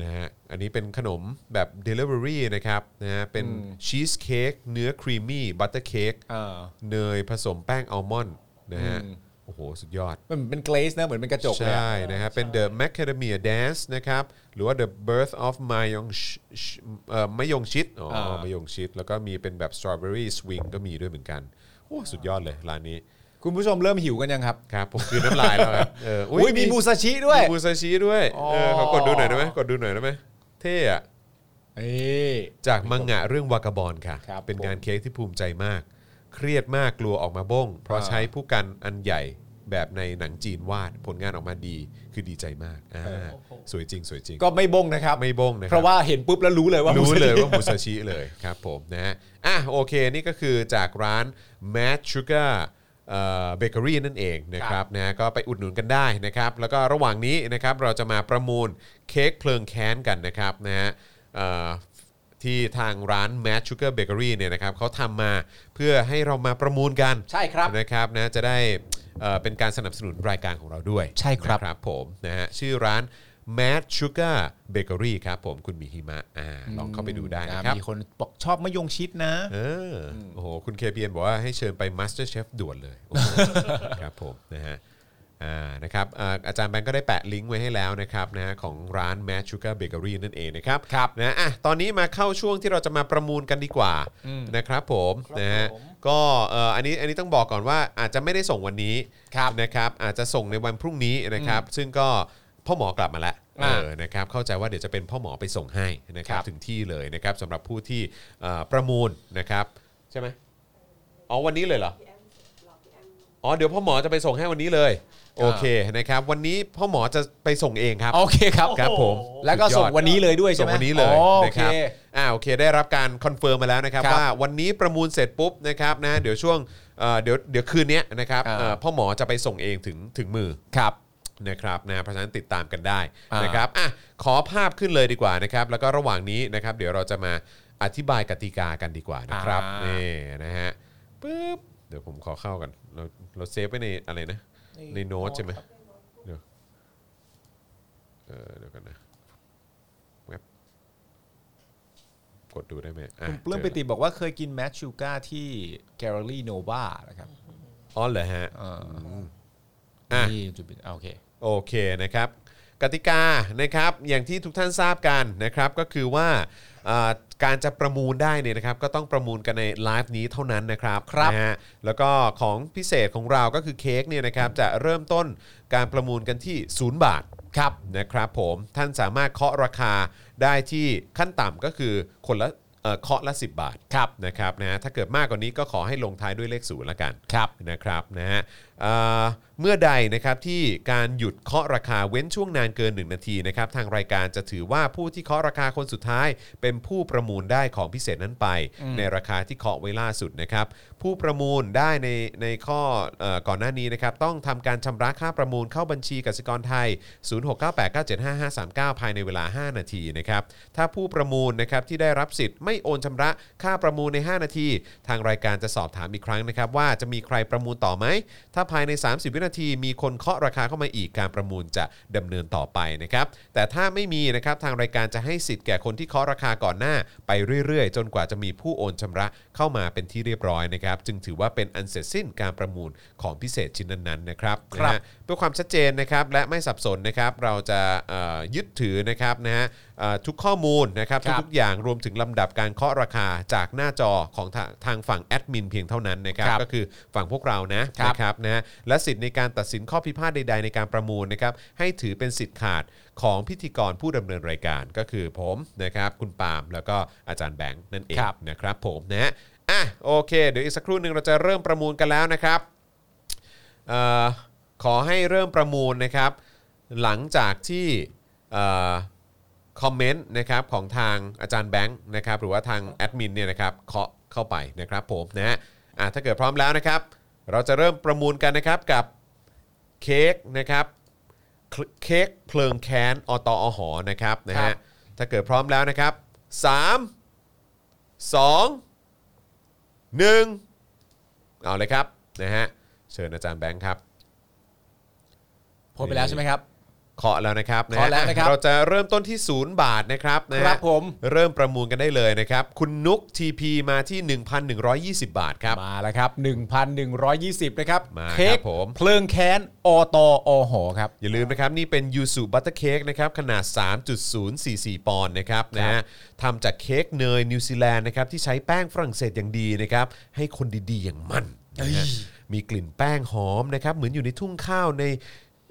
B: นะฮะอันนี้เป็นขนมแบบ Delivery นะครับนะฮะเป็น
C: อืม
B: ชีสเค้กเนื้อครีมมี่บัตเตอร์เค้ก
C: อ่า
B: เนยผสมแป้งอัลมอนด์นะฮะ
C: อืม
B: โอ้โห สุดยอด
C: มันเป็นเกรซนะเหมือนเป็นกระจกเลยอะ
B: ใช่นะครับเป็น The Macadamia Dance นะครับ หรือว่า The Birth of Mayong Sh- Sh- เอ่อมะยงชิดอ๋ออา มะยงชิด แล้วก็มีเป็นแบบ Strawberry Swing ก็มีด้วยเหมือนกัน โอ้สุดยอดเลยร้านนี้
C: คุณผู้ชมเริ่มหิวกันยังครับ
B: ครับผมคือน้ำลายแล้ว ครับเออ
C: อุ้ยมีมูซาชิด้วย
B: มีมูซาชิด้วย
C: อ๋อ
B: เออขอกดดูหน่อยได้ไหมกดดูหน่อยได้ไหมเท่อะ
C: เอ้ย
B: จากมังงะเรื่องวากาบอนค่ะ
C: ครับ
B: เป็น
C: ผม
B: งานเค้กที่ภูมิใจมาก เครียดมากกลัวออกมาบ้ง เพราะ
C: อ่า
B: ใช้ผู้กันอันใหญ่แบบในหนังจีนวาดผลงานออกมาดีคือดีใจมากอ่า
D: โอ้โห
B: สวยจริงสวยจริง
C: ก็ไม่บงนะครับ
B: ไม่บ้งนะคบ
C: เพราะว่าเห็นปุ๊บแล้วรู้เลยว่า
B: รู้
C: มูซา
B: เลย
C: ชิ
B: ว่ามูซาชิเลยครับผมนะฮะอ่ะโอเคนี่ก็คือจากร้าน Mad Sugar เบเกอรี่อ Bakery นั่นเองนะค
C: ครั
B: รับบ นะฮะก็ไปอุดหนุนกันได้นะครับ แล้วก็ระหว่างนี้นะครับเราจะมาประมูลเค้กเพลิงแค้นกันนะครับนะฮะเอ่อที่ทางร้าน Mad Sugar Bakery เนี่ยนะครับเขาทำมาเพื่อให้เรามาประมูลกัน
C: ใช่ครับ
B: นะครับนะจะได้เอ่อเป็นการสนับสนุนรายการของเราด้วย
C: ใช่ครับ
B: นะครับผมนะฮะชื่อร้าน Mad Sugar Bakery ครับผมคุณมีหิมะอ่าลองเข้าไปดูได้นะครับ
C: มีคนบอกชอบมะยงชิดนะ
B: เออโอ้โห คุณเคเพียนบอกว่าให้เชิญไป Master Chef ด่วนเลยโอ้ โหครับผมนะฮะอ่านะครับอ่าอาจารย์แบงค์ก็ได้แปะลิงก์ไว้ให้แล้วนะครับนะฮะของร้าน Mad Sugar Bakery นั่นเองนะครับ
C: ครับ
B: นะอ่ะตอนนี้มาเข้าช่วงที่เราจะมาประมูลกันดีกว่านะครับผม
D: ครับ
B: นะฮะ
D: ผม
B: ก็เอ่ออันนี้อันนี้ต้องบอกก่อนว่าอาจจะไม่ได้ส่งวันนี้
C: ครับ
B: นะครับอาจจะส่งในวันพรุ่งนี้นะครับ ซึ่งก็พ่อหมอกลับมาแล้ว
C: อ่า
B: เออนะครับเข้าใจว่าเดี๋ยวจะเป็นพ่อหมอไปส่งให้นะครับ
C: ครับ
B: ถึงที่เลยนะครับสำหรับผู้ที่เอ่อประมูลนะครับใช่ไหมอ๋อวันนี้เลยเหรออ๋อเดี๋ยวพ่อหมอจะไปส่งให้วันนี้เลย
C: อ่า
B: โอเคนะครับวันนี้พ่อหมอจะไปส่งเองครับ
C: โอเคครับ
D: โอ้
B: ครับผม
C: แล้วก็ส่ง
B: สุดยอด
C: วันนี้เลยด้วยใช่ไหม
B: ส่งวันนี้เลย
C: อ๋อโอ
B: นะ
C: เค
B: ครับอ่าโอเคได้รับการคอนเฟิร์มมาแล้วนะครับ
C: ครับ
B: ว่าวันนี้ประมูลเสร็จปุ๊บนะครับนะเดี๋ยวช่วงเอ่อเดี๋ยวเดี๋ยวคืนเนี้ยนะครับ
C: อ่า
B: เอ่อพ่อหมอจะไปส่งเองถึงถึงมือ
C: ครับ
B: นะครับนะเพราะฉะนั้นติดตามกันได้
C: อ่าน
B: นะครับอ่ะขอภาพขึ้นเลยดีกว่านะครับแล้วก็ระหว่างนี้นะครับเดี๋ยวเราจะมาอธิบายกติกากันดีกว่านะครับนี่นะฮะปึ๊บเดี๋ยวผมขอเข้ากันเราเราเซฟไว้ในอะไรนะ ในโน้ตใช่ไหมเดี๋ยวเออเดี๋ยวกันนะแว็บกดดูได้ไหมอ่ะ
C: คุณปลื้ม
B: เจอ
C: ปิติบอกว่าเคยกินแมชชูก้าที่แกลเลอรี่โนวานะครับ
B: อ๋อเหรอฮะ
C: เอออ
B: อ่ะ
C: นี่จุดเปลี่ยนอ่ะโอเค
B: โอเคนะครับ กติกานะครับอย่างที่ทุกท่านทราบกันนะครับก็คือว่าอ่าการจะประมูลได้เนี่ยนะครับก็ต้องประมูลกันในไลฟ์นี้เท่านั้นนะครับ
C: ครับ
B: นะฮะแล้วก็ของพิเศษของเราก็คือเค้กเนี่ยนะครับจะเริ่มต้นการประมูลกันที่ 0 บาทครับนะครับผมท่านสามารถเคาะราคาได้ที่ขั้นต่ำก็คือคนละเอ่อเคาะละ 10 บาทครับนะครับนะฮะถ้าเกิดมากกว่านี้ก็ขอให้ลงท้ายด้วยเลขศูนย์ละกัน
C: ครับ
B: นะครับนะฮะเอ่อเมื่อใดนะครับที่การหยุดเคาะราคาเว้นช่วงนานเกิน 1 นาทีนะครับทางรายการจะถือว่าผู้ที่เคาะราคาคนสุดท้าย เป็นผู้ประมูลได้ของพิเศษนั้นไป ในราคาที่เคาะไว้ล่าสุดนะครับผู้ประมูลได้ในในข้อเอ่อก่อนหน้านี้นะครับต้องทำการชำระค่าประมูลเข้าบัญชีกสิกรไทย 0698975539 ภายในเวลา 5 นาทีนะครับถ้าผู้ประมูลนะครับที่ได้รับสิทธิ์ไม่โอนชำระค่าประมูลใน 5 นาที ทางรายการจะสอบถามอีกครั้งนะครับว่าจะมีใครประมูลต่อไหม ถ้าภายใน 30 วินาที มีคนเคาะราคาเข้ามาอีกการประมูลจะดำเนินต่อไปนะครับ แต่ถ้าไม่มีนะครับทางรายการจะให้สิทธิ์แก่คนที่เคาะราคาก่อนหน้า ไปเรื่อยๆ จนกว่าจะมีผู้โอนชำระเข้ามาเป็นที่เรียบร้อยนะครับ จึงถือว่าเป็นอันเสร็จสิ้นการประมูลของพิเศษชิ้นนั้นๆนะครับ
C: ครับ
B: นะฮะ เพื่อความชัดเจนนะครับและไม่สับสนนะครับเราจะเอ่อยึดถือนะครับนะฮะเอ่อทุกข้อมูลนะครับ
C: ครับ
B: ทุกๆอย่างรวมถึงลำดับการเคาะราคาจากหน้าจอของทาทางฝั่งแอดมินเพียงเท่านั้นนะครับ
C: ครับ
B: ก็คือฝั่งพวกเรานะครับ นะครับนะฮะและสิทธิ์ในการตัดสินข้อพิพาทใด ๆ ในการประมูลนะครับให้ถือเป็นสิทธิ์ขาดของพิธีกรผู้ดำเนินรายการก็คือผมนะครับคุณปาล์มแล้วก็อาจารย์แบงค์นั่นเองนะครับผมนะฮะอ่ะโอเค เดี๋ยวอีกสักครู่หนึ่งเราจะเริ่มประมูลกันแล้วนะครับ เอ่อขอให้เริ่มประมูลนะครับ หลังจากที่เอ่อคอมเมนต์นะครับของทางอาจารย์แบงค์นะครับหรือว่าทางแอดมินเนี่ยนะครับเคาะเข้าไปนะครับผมนะฮะอ่ะถ้าเกิดพร้อมแล้วนะครับ เราจะเริ่มประมูลกันนะครับกับเค้กนะครับเค้กเพลิงแค้นอตอหอนะครับนะ
C: ครั
B: ฮะ
C: บ
B: ถ้าเกิดพร้อมแล้วนะครับ 3 2 1 เอาเลยครับนะฮะเชิญอาจารย์แบงค์ครับ
C: พอไปแล้วใช่ไหมครับ
B: เคาะแล้วนะครับ
C: เคาะแล้วนะครับ
B: เราจะเริ่มต้นที่ 0 บาทนะครับนะฮะ
C: ครับผม
B: เริ่มประมูลกันได้เลยนะครับ คุณนุก TP มาที่ 1,120 บาทครับ
C: มาแล้วครับ 1,120 นะครับ
B: มาครับ
C: เค้ก
B: ผม
C: เพลิงแค้นอตอหอครับ
B: อย่าลืมนะครับ นี่เป็นยูสุบัตเตอร์เค้กนะครับ ขนาด 3.044 ปอนด์นะครับนะฮะทำจากเค้กเนยนิวซีแลนด์นะครับ ที่ใช้แป้งฝรั่งเศสอย่างดีนะครับ ให้คนดีๆอย่างมันนะฮะมีกลิ่นแป้งหอมนะครับ เหมือนอยู่ในทุ่งข้าวใน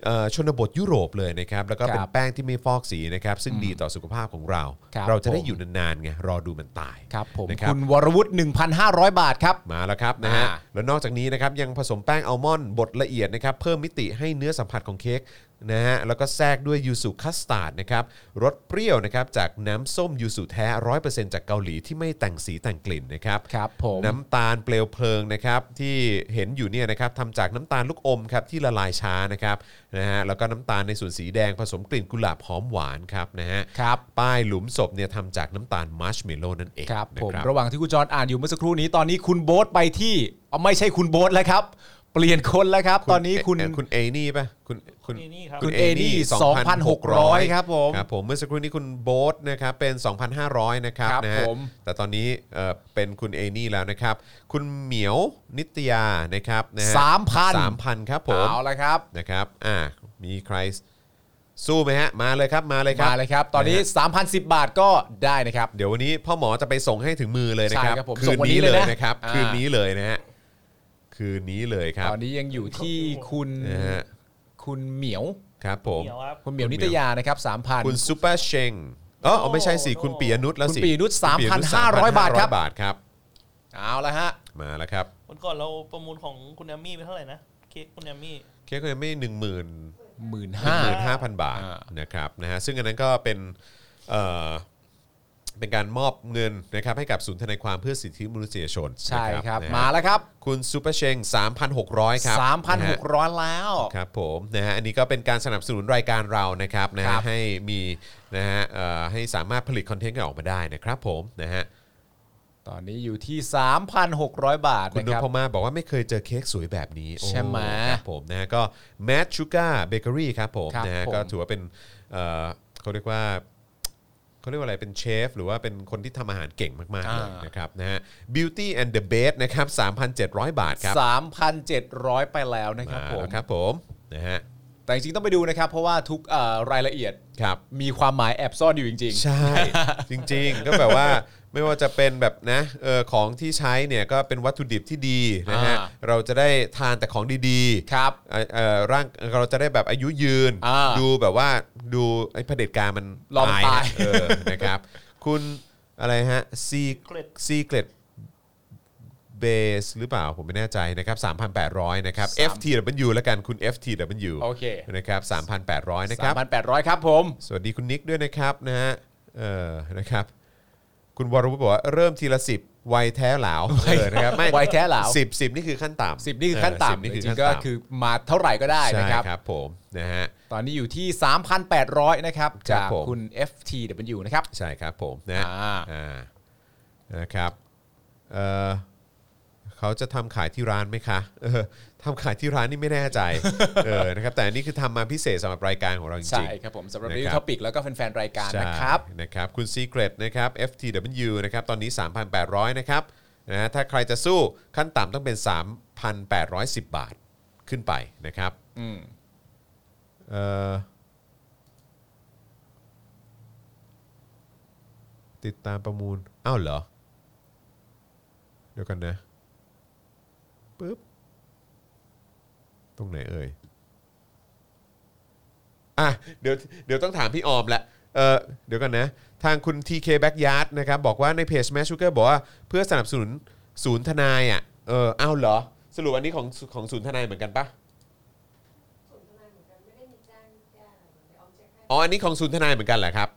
B: เอ่อชนบทยุโรปเลยนะครับ แล้วก็เป็น
C: ครับ
B: แป้งที่ไม่ฟอกสีนะครับ ซึ่งดีต่อสุขภาพของเรา
C: ครับ
B: เราจะได้
C: ผม
B: อยู่นานๆไงรอดูมันตาย
C: ครับผม
B: นะรับ
C: คุณวรวุฒิ1,500 บาทครับ
B: มาแล้วครับนะฮะ
C: อ่า
B: แล้วนอกจากนี้นะครับยังผสมแป้งอัลมอนด์บดละเอียดนะครับเพิ่มมิติให้เนื้อสัมผัสของเค้กนะฮะแล้วก็แทรกด้วยยูสุคัสตาร์ดนะครับรสเปรี้ยวนะครับจากน้ำส้มยูสุแท้ 100%จากเกาหลีที่ไม่แต่งสีแต่งกลิ่นนะครับ
C: ครับผม
B: น้ำตาลเปลวเพลิงนะครับที่เห็นอยู่เนี่ยนะครับทำจากน้ำตาลลูกอมครับที่ละลายช้านะครับนะฮะแล้วก็น้ำตาลในส่วนสีแดงผสมกลิ่นกุหลาบหอมหวานครับนะฮะ
C: ครับ
B: ป้ายหลุมศพเนี่ยทำจากน้ำตาลมัชเมลโล่นั่นเอง
C: ครับผม
B: นะ
C: ระหว่างที่คุณจรอ่านอยู่เมื่อสักครู่นี้ตอนนี้คุณโบ๊ทไปที่เอาไม่ใช่คุณโบ๊ทแล้วครับ เปลี่ยนคนแล้วครับ ตอนนี้คุณ
B: เคุณเอนี่ป่ะคุณคุณ
D: เอนี่ครับ
C: คุณเอนี่2,600ครับผม
B: ครับผมเมื่อสักครู่นี้คุณโบ๊ทนะครับเป็น 2,500นะครับ
C: ครับ
B: นะฮะ
C: ผม
B: แต่ตอนนี้เอ่อเป็นคุณเอนี่แล้วนะครับ คุณเหมียวนิตยานะครับนะฮะ
C: 3,000
B: สามพันครับผม
C: เอาละครับ
B: นะครับอ่ามีใครสู้ไหมฮะมาเลยครับมาเลยครับ
C: มาเลยครับ ตอนนี้ 3,010 บาทก็ได้นะครับ
B: เดี๋ยววันนี้พ่อหมอจะไปส่งให้ถึงมือเลยนะครับ
C: ใช่ครับผม
B: คื
C: ส่
B: น
C: งวันนี้
B: นี้
C: เล
B: เลยย
C: นะ
B: นะครับ
C: อ่า
B: คืนนี้เลยนะฮะคืนนี้เลยครับ
C: ตอนนี้ยังอยู่ที่คุณ
B: นะฮะ
C: คุณเหมียว
B: ครับผม
D: เดี๋ยวครับ
C: คุณเหมียวนิตยานะครับ
B: คุณ
C: 3,000
B: ซูเปอร์เชงอ๋อเอาไม่ใช่สิ
D: โอ้โห
B: คุณปียนุชแล้วสิ
C: คุณปียนุช
B: คุณปียนุช
C: 3,500บาทครับ
B: บาทครับ
C: เอาละฮะ
B: มาแล้วครับ
D: วันก่อนเราประมูลของคุณแอมมี่ไปเท่าไหร่นะเค้กคุณแอมมี่
B: เค้กก็ยังไม่หนึ่งหมื่น
C: หมื่น
B: หนึ่
C: ห้า
B: งหมื่นห้าพันบาท
C: อ่า
B: นะครับนะฮะซึ่งอันนั้นก็เป็นเอ่อเป็นการมอบเงินนะครับให้กับศูนย์ทนายความเพื่อสิทธิมนุษยชน
C: ใช่
B: นะครับ นะฮะ
C: มาแล้วครับ
B: คุณซูเปอร์เชง3,600 ครับนะฮะ
C: 3,600 แล้ว
B: ครับผมนะฮะอันนี้ก็เป็นการสนับสนุนรายการเรานะครับนะ
C: ครั
B: ฮะ
C: บ
B: ให้มีนะฮะเอ่อให้สามารถผลิตคอนเทนต์กันออกมาได้นะครับผมนะฮะ
C: ตอนนี้อยู่ที่ 3,600 บาท
B: คุณ
C: นะ
B: น
C: ครับ
B: พมาศบอกว่าไม่เคยเจอเค้กสวยแบบนี้โอ้
C: ใช่ไหม
B: ครับผมนะฮะก็แมทชูการ์เบเกอรี่ครับผม
C: ครับ
B: นะฮะ
C: ผม
B: ก็ถือว่าเป็นเอ่อเขาเรียกว่าเขาเรียกว่าอะไรเป็นเชฟ หรือว่าเป็นคนที่ทำอาหารเก่งมากๆเลยนะครับนะฮะ Beauty and the Beast นะครับ 3,700 บาทครับ
C: 3,700 ไปแล้วนะครับ
B: มา
C: ผม
B: แล้วครับผมนะฮะ
C: แต่จริงๆต้องไปดูนะครับ เพราะว่าทุกเอ่อรายละเอียด
B: ครับ
C: มีความหมายแอบซ่อนอยู่จริง
B: ใช่ จริง ๆ ก็แบบว่าไม่ว่าจะเป็นแบบนะเออของที่ใช้เนี่ยก็เป็นวัตถุดิบที่ดีนะฮะ
C: อ่า
B: เราจะได้ทานแต่ของดี
C: ๆครับ
B: ๆเอ่อเอ่อร่างเราจะได้แบบอายุยืน
C: อ่า
B: ดูแบบว่าดูไอ้เผด็จการมัน
C: รอมันตาย
B: นะเออ นะครับ คุณอะไรฮะซีซีเกรดเบสหรือเปล่าผมไม่แน่ใจนะครับ 3,800 นะครับ FTW แล้วกันคุณ FTW
C: โอเค
B: นะครับ3,800 นะครับ
C: 3,800 ครับผม
B: สวัสดีคุณนิกด้วยนะครับนะฮะ เออนะครับ คุณวรวุฒิบอกว่าเริ่มทีละสิบวัยแท้เหลาเออนะครับไม่
C: วัยแท้เหลา
B: สิบสิบนี่คือขั้นต่ำ
C: 10 นี่คือขั้น
B: เสิบ
C: ต่ำจ
B: นี่คือ
C: ริ
B: ขั้น
C: งๆก็
B: ต่ำ
C: คือมาเท่าไหร่ก็ได้
B: ใช่
C: นะครับ
B: ครับผมนะฮะ
C: ตอนนี้อยู่ที่ 3,800 นะครับ
B: ครั
C: จา
B: บ
C: ก
B: ผม
C: คุณ FTW นะครับ
B: ใช่ครับผมนะ
C: อ่า
B: อ่านะครับเออเขาจะทำขายที่ร้านไหมคะเออทำขายที่ร้านนี่ไม่แน่ใจ เออนะครับแต่อันนี่คือทำมาพิเศษสำหรับรายการของเราจ
C: ใช่
B: ริงๆ
C: ครับผมสำหรับ
B: นะครับ
C: รีวิวท็อปิกแล้วก็แฟนๆรายการ
B: ใช่
C: นะครับ
B: นะครับ คุณ Secret นะครับ FTW นะครับ ตอนนี้ 3,800 นะครับนะฮะถ้าใครจะสู้ขั้นต่ำต้องเป็น 3,810 บาทขึ้นไปนะครับ
C: อืม
B: เอ่อติดตามประมูล อ้าวเหรอ เดี๋ยวกันนะปึ๊บ ตรงไหนเอ่ย อ่ะเดี๋ยวเดี๋ยวต้องถามพี่ออมละเออเดี๋ยวกันนะ ทางคุณ TK Backyard นะครับบอกว่าในเพจ Smash Sugar บอกว่าเพื่อสนับสนุนศูนย์ทนายอ่ะเอออ้าวเหรอ สรุปอันนี้ของของศูนย์ทนายเหมือนกันปะอ๋ออันนี้ของศูนย์ทนายเหมือนกันเหรอครับ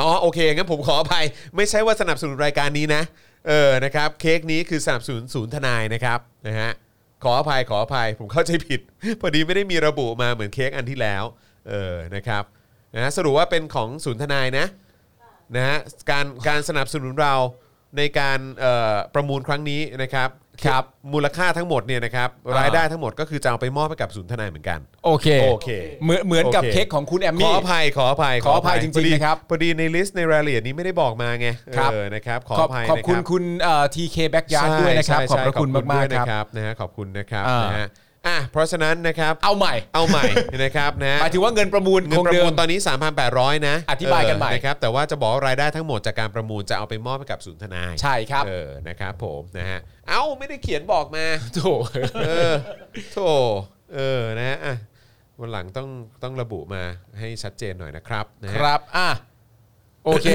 B: อ๋อโอเคงั้นผมขออภัยไม่ใช่ว่าสนับสนุนรายการนี้นะเออนะครับเค้กนี้คือสนับสนุนศูนย์ทนายนะครับนะฮะขออภัยขออภัยผมเข้าใจผิด พอดีไม่ได้มีระบุมาเหมือนเค้กอันที่แล้วเออนะครับนะฮะสรุปว่าเป็นของศูนย์ทนายนะ นะฮะการการสนับสนุนเราในการเอ่อประมูลครั้งนี้นะครับ
C: ครับ
B: มูลค่าทั้งหมดเนี่ยนะครับ
C: อ่าร
B: รายได้ทั้งหมดก็คือจะเอาไปมอบให้กับศูนย์ทนายเหมือนกัน
C: โอเค
B: โอเค
C: เหมือนเหมือนกับ
B: โอเค
C: เค้กของคุณแอม
B: ขอ
C: มี่
B: อภัยขออภัย
C: ขออภัยจริงๆ
B: พอดี
C: นะครับ
B: พอดีในลิสต์ในรายละเอียดนี้ไม่ได้บอกมาไง
C: ครับ
B: เออนะครับขอ
C: ข
B: อ
C: อบ
B: ภัย
C: ขอบคุณ
B: นะรั
C: คุณทีเคแบ็กยาร์ด
B: ใช่
C: ด้วยนะครับ
B: ใช่
C: ขอบ
B: ใช่
C: พระคุณมาก
B: ด้วย
C: ๆครับ
B: นะครับนะฮะขอบคุณนะครับ
C: อ่าน
B: นะฮะอ่ะเพราะฉะนั้นนะครับ
C: เอาใหม่
B: เอาใหม่ นะครับนะ
C: หมายถึงว่าเงินประมูล
B: เงิ
C: คน ง
B: ประ
C: เดิ
B: มู
C: ม
B: ลตอนนี้ 3,800 นะ
C: อธิบายกันใหม่
B: เนะครับแต่ว่าจะบอกว่ารายได้ทั้งหมดจากการประมูลจะเอาไปมอบให้กับศูนย์ทนาย
C: ใช่ครับ
B: เออนะครับผมนะฮะเอ้าไม่ได้เขียนบอกมา
C: โถ
B: เออโถเออนะอ่ะวันหลังต้องต้องระบุมาให้ชัดเจนหน่อยนะครับนะฮะ
C: ครับ อ่ะ โอเค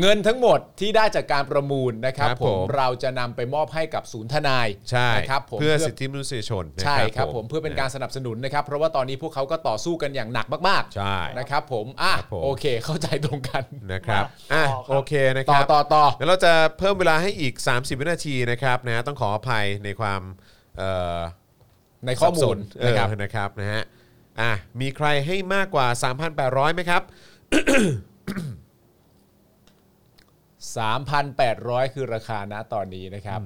C: เงินทั้งหมดที่ได้จากการประมูลนะครับ
B: ครับ
C: ผ
B: ผม ม
C: เราจะนำไปมอบให้กับศูนย์ทนาย
B: ใช่
C: นะครับผม
B: เพื่อสิทธิมนุษยชนนะ
C: ใช่ครับผมเพื่อเป็นการ
B: ะ
C: สนับสนุนนะครับ เพราะว่าตอนนี้พวกเขาก็ต่อสู้กันอย่างหนักมาก
B: ใช่
C: ๆนะครับผมอ่ะ
B: ครับผม
C: โอเค เข้าใจตรงกัน
B: นะครับ
D: มา
B: อ่ะ
D: ต่อครับ
B: โอเคนะค
C: ต่อ
B: รับ
C: ต่อต่อ
B: แล้วเราจะเพิ่มเวลาให้อีก 30 วินาทีนะครับนะต้องขออภัยในความเอ่อ
C: ในข้อมู
B: สับส
C: ล
B: เออ
C: นะครับ
B: นะครับนะฮะอ่ะมีใครให้มากกว่า 3,800ไหมครับ
C: 3,800 คือราคาณตอนนี้นะครับ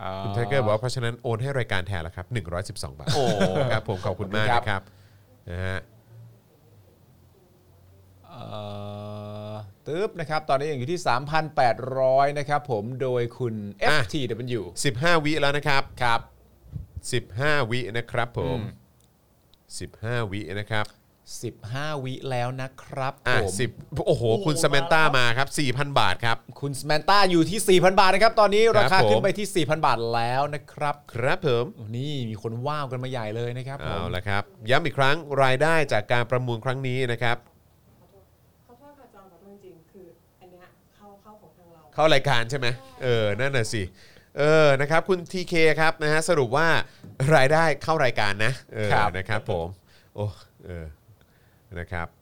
C: อ่า
B: คุณไทเกอร์บอกว่าเพราะฉะนั้นโอนให้รายการแทนแล้วครับ 112 บาท
C: โอ้
B: ครับผมขอบคุณมาก
C: ขอบคุณครับ
B: นะครับนะฮะ
C: เอ่อตึ๊บนะครับ ตอนนี้ยังอยู่ที่ 3,800 นะครับผมโดยคุณ
B: อ่ะ
C: FTW
B: 15 วิแล้วนะครับ
C: ครับ
B: 15 วินะครับผม 15 วินะครับ
C: 15 วิแล้วนะครับ
B: อ่ะ
C: ผม
B: สิบโอ้โห คุณสแมนต้ามาครับ 4,000 บาทครับ
C: คุณสแมนต้าอยู่ที่ 4,000 บาทนะครับ ตอนนี้
B: ครับ
C: ราคา
B: ผ
C: ขึ้น
B: ม
C: ไปที่ 4,000 บาทแล้วนะครับ
B: ครับผม
C: นี่มีคนว้าวกันมาใหญ่เลยนะครับผ
B: เอา
C: ม
B: ละครับ ย้ำอีกครั้งรายได้จากการประมูลครั้งนี้นะครับ
F: เขาโทษค่ะจอมขอโทษจริงๆคืออันเนี้ยเข้าเข้าของทางเรา
B: เข้ารายการใช่ไหมเออ นั่นน่ะสิ เออ นะครับ คุณ TK ครับนะฮะสรุปว่ารายได้เข้ารายการนะ เออ นะครับผม โอ้ เออ นะครับ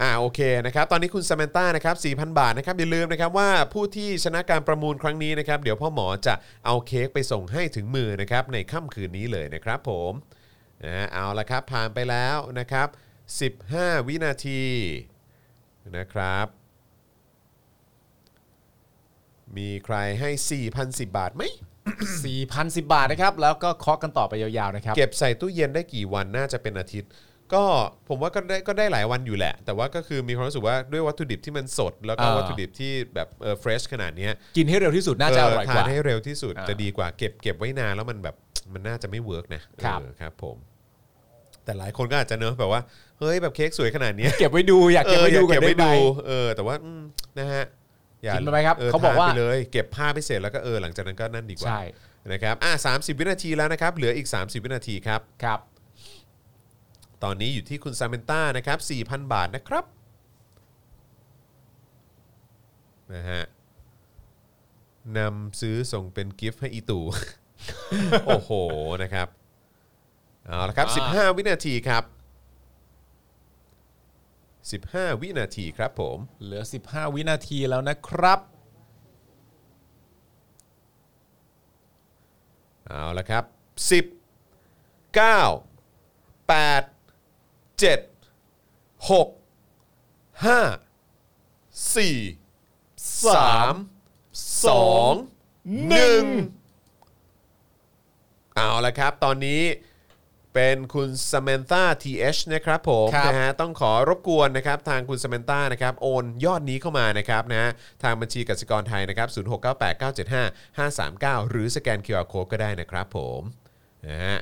B: อ่าโอเคนะครับ ตอนนี้คุณส m มนต้านะครับ4,000 บาทนะครับอย่าลืมนะครับว่าผู้ที่ชนะการประมูลครั้งนี้นะครับ เดี๋ยวพ่อหมอจะเอาเค้กไปส่งให้ถึงมือนะครับในค่ำคืนนี้เลยนะครับผมนะเอาละครับผ่านไปแล้วนะครับ 15 วินาทีนะครับ มีใครให้ 4,010 บาทไหม
C: 4,010 บาทนะครับ แล้วก็เคาะกันต่อไปยาวๆนะครับ
B: เก็บใส่ตู้เย็นได้กี่วันน่าจะเป็นอาทิตย์ ก็ผมว่าก็ได้ก็ได้หลายวันอยู่แหละ แต่ว่าก็คือมีความรู้สึกว่าด้วยวัตถุดิบที่มันสด แล้วก็
C: อ่า
B: วัตถุดิบที่แบบเออเฟรชขนาดเนี้ย
C: กินให้เร็วที่สุดน่าจะอร่อย
B: เทาก น
C: ว่า
B: ให้เร็วที่สุด
C: อ่า
B: จะดีกว่าเก็บเก็บไว้นานแล้วมันแบบมันน่าจะไม่เวิร์กนะครับ เออครับผม แต่หลายคนก็อาจจะเนอะแบบว่าเฮ้ยแบบเค้กสวยขนาดเนี้ย
C: เก็บไว้ดูอยากเก็บไว้ดู
B: ออ
C: กัน
B: เก็บ
C: ได้
B: ไว้
C: ไหม
B: ดูเออ แต่ว่าอืมนะฮะอย่า
C: กินไปครับเขาบอก
B: ทน
C: ว่า
B: ไปเลยเก็บผ้าไปเสร็จแล้วก็เออหลังจากนั้นก็นั่นดีกว่า
C: ใช่
B: นะครับ อ่ะ30 วินาทีแล้วนะครับ เหลืออีก 30 วินาทีครับ
C: ครับ
B: ตอนนี้อยู่ที่คุณซาเมนต้านะครับ 4,000 บาทนะครับ นะฮะนำซื้อส่งเป็นกิฟต์ให้อีตู่ โอ้โห นะครับ เอาละครับ
C: อ่า
B: 15 วินาทีครับ 15 วินาทีครับผม
C: เหลือ 15 วินาทีแล้วนะครับ
B: เอาละครับ 10 9 8 7 6 5 4 3 2 1 เอาละครับ ตอนนี้เป็นคุณส m มน t า TH นะครับผม
C: ครับ
B: นะฮะต้องขอรบกวนนะครับทางคุณส m มน t านะครับโอนยอดนี้เข้ามานะครับนะฮะทางบัญชีกสิกรไทยนะครับ0698975539 หรือสแกน QR Code ก็ได้นะครับผมนะฮะ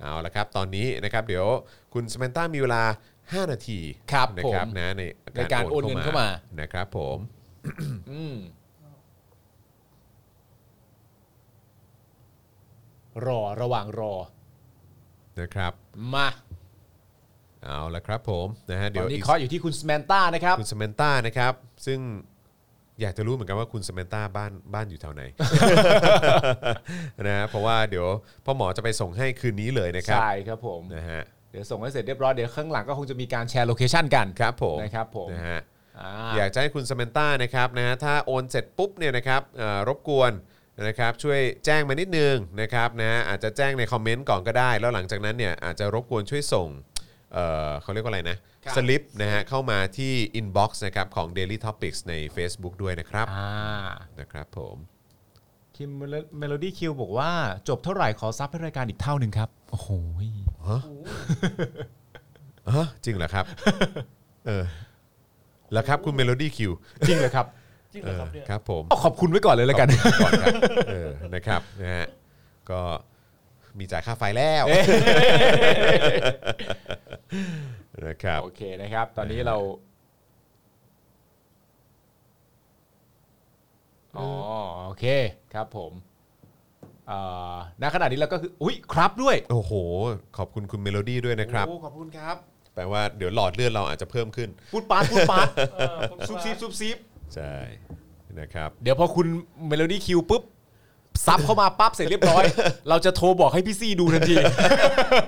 B: เอาละครับ ตอนนี้นะครับเดี๋ยวคุณส m มน t ามีเวลา 5 นาที
C: ครับ
B: นะครับ
C: ผม
B: นะใน
C: ในการโอนเงินเข้ามา
B: นะครับผม
C: อืมรอระหว่างรอ
B: นะครับ
C: มา
B: เอาละครับผมนะฮะ
C: ต
B: เดี๋ย
C: อ
B: วน
C: นี้
B: อีก
C: เคาะอยู่ที่คุณสแมนต้านะครับ
B: คุณสเมนต้านะครับ ซึ่งอยากจะรู้เหมือนกันว่าคุณสเมนต้าบ้านบ้านอยู่แถวไหน นะฮะเพราะว่าเดี๋ยวพ่อหมอจะไปส่งให้คืนนี้เลยนะครับ
C: ใช่ครับผม
B: นะฮะ
C: เดี๋ยวส่งให้เสร็จเรียบร้อย เดี๋ยวข้างหลังก็คงจะมีการแชร์โลเคชันกัน
B: ครับผม
C: นะครับผม
B: นะฮะ
C: อ่า
B: อยากจะให้คุณสเมนต้านะครับนะฮะถ้าโอนเสร็จปุ๊บเนี่ยนะครับเอ่อรบกวนนะครับช่วยแจ้งมานิดนึงนะครับนะฮะอาจจะแจ้งในคอมเมนต์ก่อนก็ได้ แล้วหลังจากนั้นเนี่ยอาจจะรบกวนช่วยส่งเอ่อเขาเรียกว่าอะไรนะสลิปนะฮะเข้ามาที่ inbox นะครับของ Daily Topics ใน Facebook ด้วยนะครับ
C: อ่า
B: นะครับผม
C: คิมเมโลดี้คิวบอกว่า จบเท่าไหร่ขอซับให้รายการอีกเท่าหนึ่งครับ โอ้โหย
B: ฮะจริงเหร อครับ เออแล้วครับคุณเมโลดี้คิว
C: จริงเลยครับ
D: จริงเหรอครับเนี่ย
B: ครับผม
C: ขอบคุณไว้ก่อนเลยแล้วกัน
B: ขอบคุณก่อน ครับเออนะครับนะฮะก็มีจ่ายค่าไฟ แล้วนะครับ
C: โอเคนะครับ ตอนนี้เรา อ๋อ โอเคครับผมเอ่อณขณะนี้เราก็คือ อุ้ยครับด้วย
B: โอ้โห ขอบคุณคุณเมโลดี้ด้วยนะครับ
C: โอ้ขอบคุณครับ
B: แปลว่าเดี๋ยวหลอดเลือดเราอาจจะเพิ่มขึ้น
C: พูดปาดพูดปาด
D: เออผม
C: ซุบซิบซุบซิบ
B: ใช่นะครับ
C: เดี๋ยวพอคุณเมโลดี้คิวปุ๊บ ซับเข้ามาปั๊บเสร็จเรียบร้อย เราจะโทรบอกให้พี่ซี่ดูทันที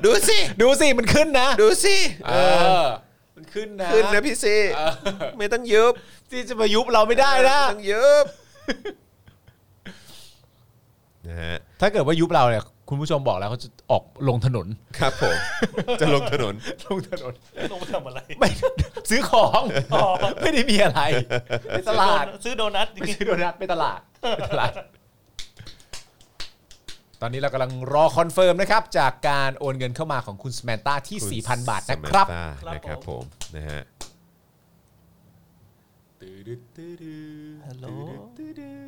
B: ดูสิ
C: ดูสิ มันขึ้นนะ
B: ดูสิ
C: เออ มันขึ้นนะ
B: ขึ้นนะพี่ซี
C: เออ
B: ไม่ต้องยุบ
C: ที่จะมายุบเราไม่ได้นะ
B: ไม่ต้องยุบนะฮะ
C: ถ้าเกิดว่ายุบเราเนี่ยคุณผู้ชมบอกแล้วเขาจะออกลงถนน
B: ครับ ผม จะลงถนน
C: ลงถนน
D: ลงไปทำอะไร
C: ไม่ ซื้อของ
D: อ๋อ
C: ไม่ได้มีอะไรไปตลาด
D: ซื้อโดนัทจ
C: ไป
D: ริง
C: ซื้อโดนัท ไปตลาดไปตลาด ตอนนี้เรากำลังรอคอนเฟิร์มนะครับ จากการโอนเงินเข้ามาของคุณสแมนต้าที่ 4,000 บาทนะครับ
B: Samantha นะครับผมนะฮะ
D: ๆฮัลโหล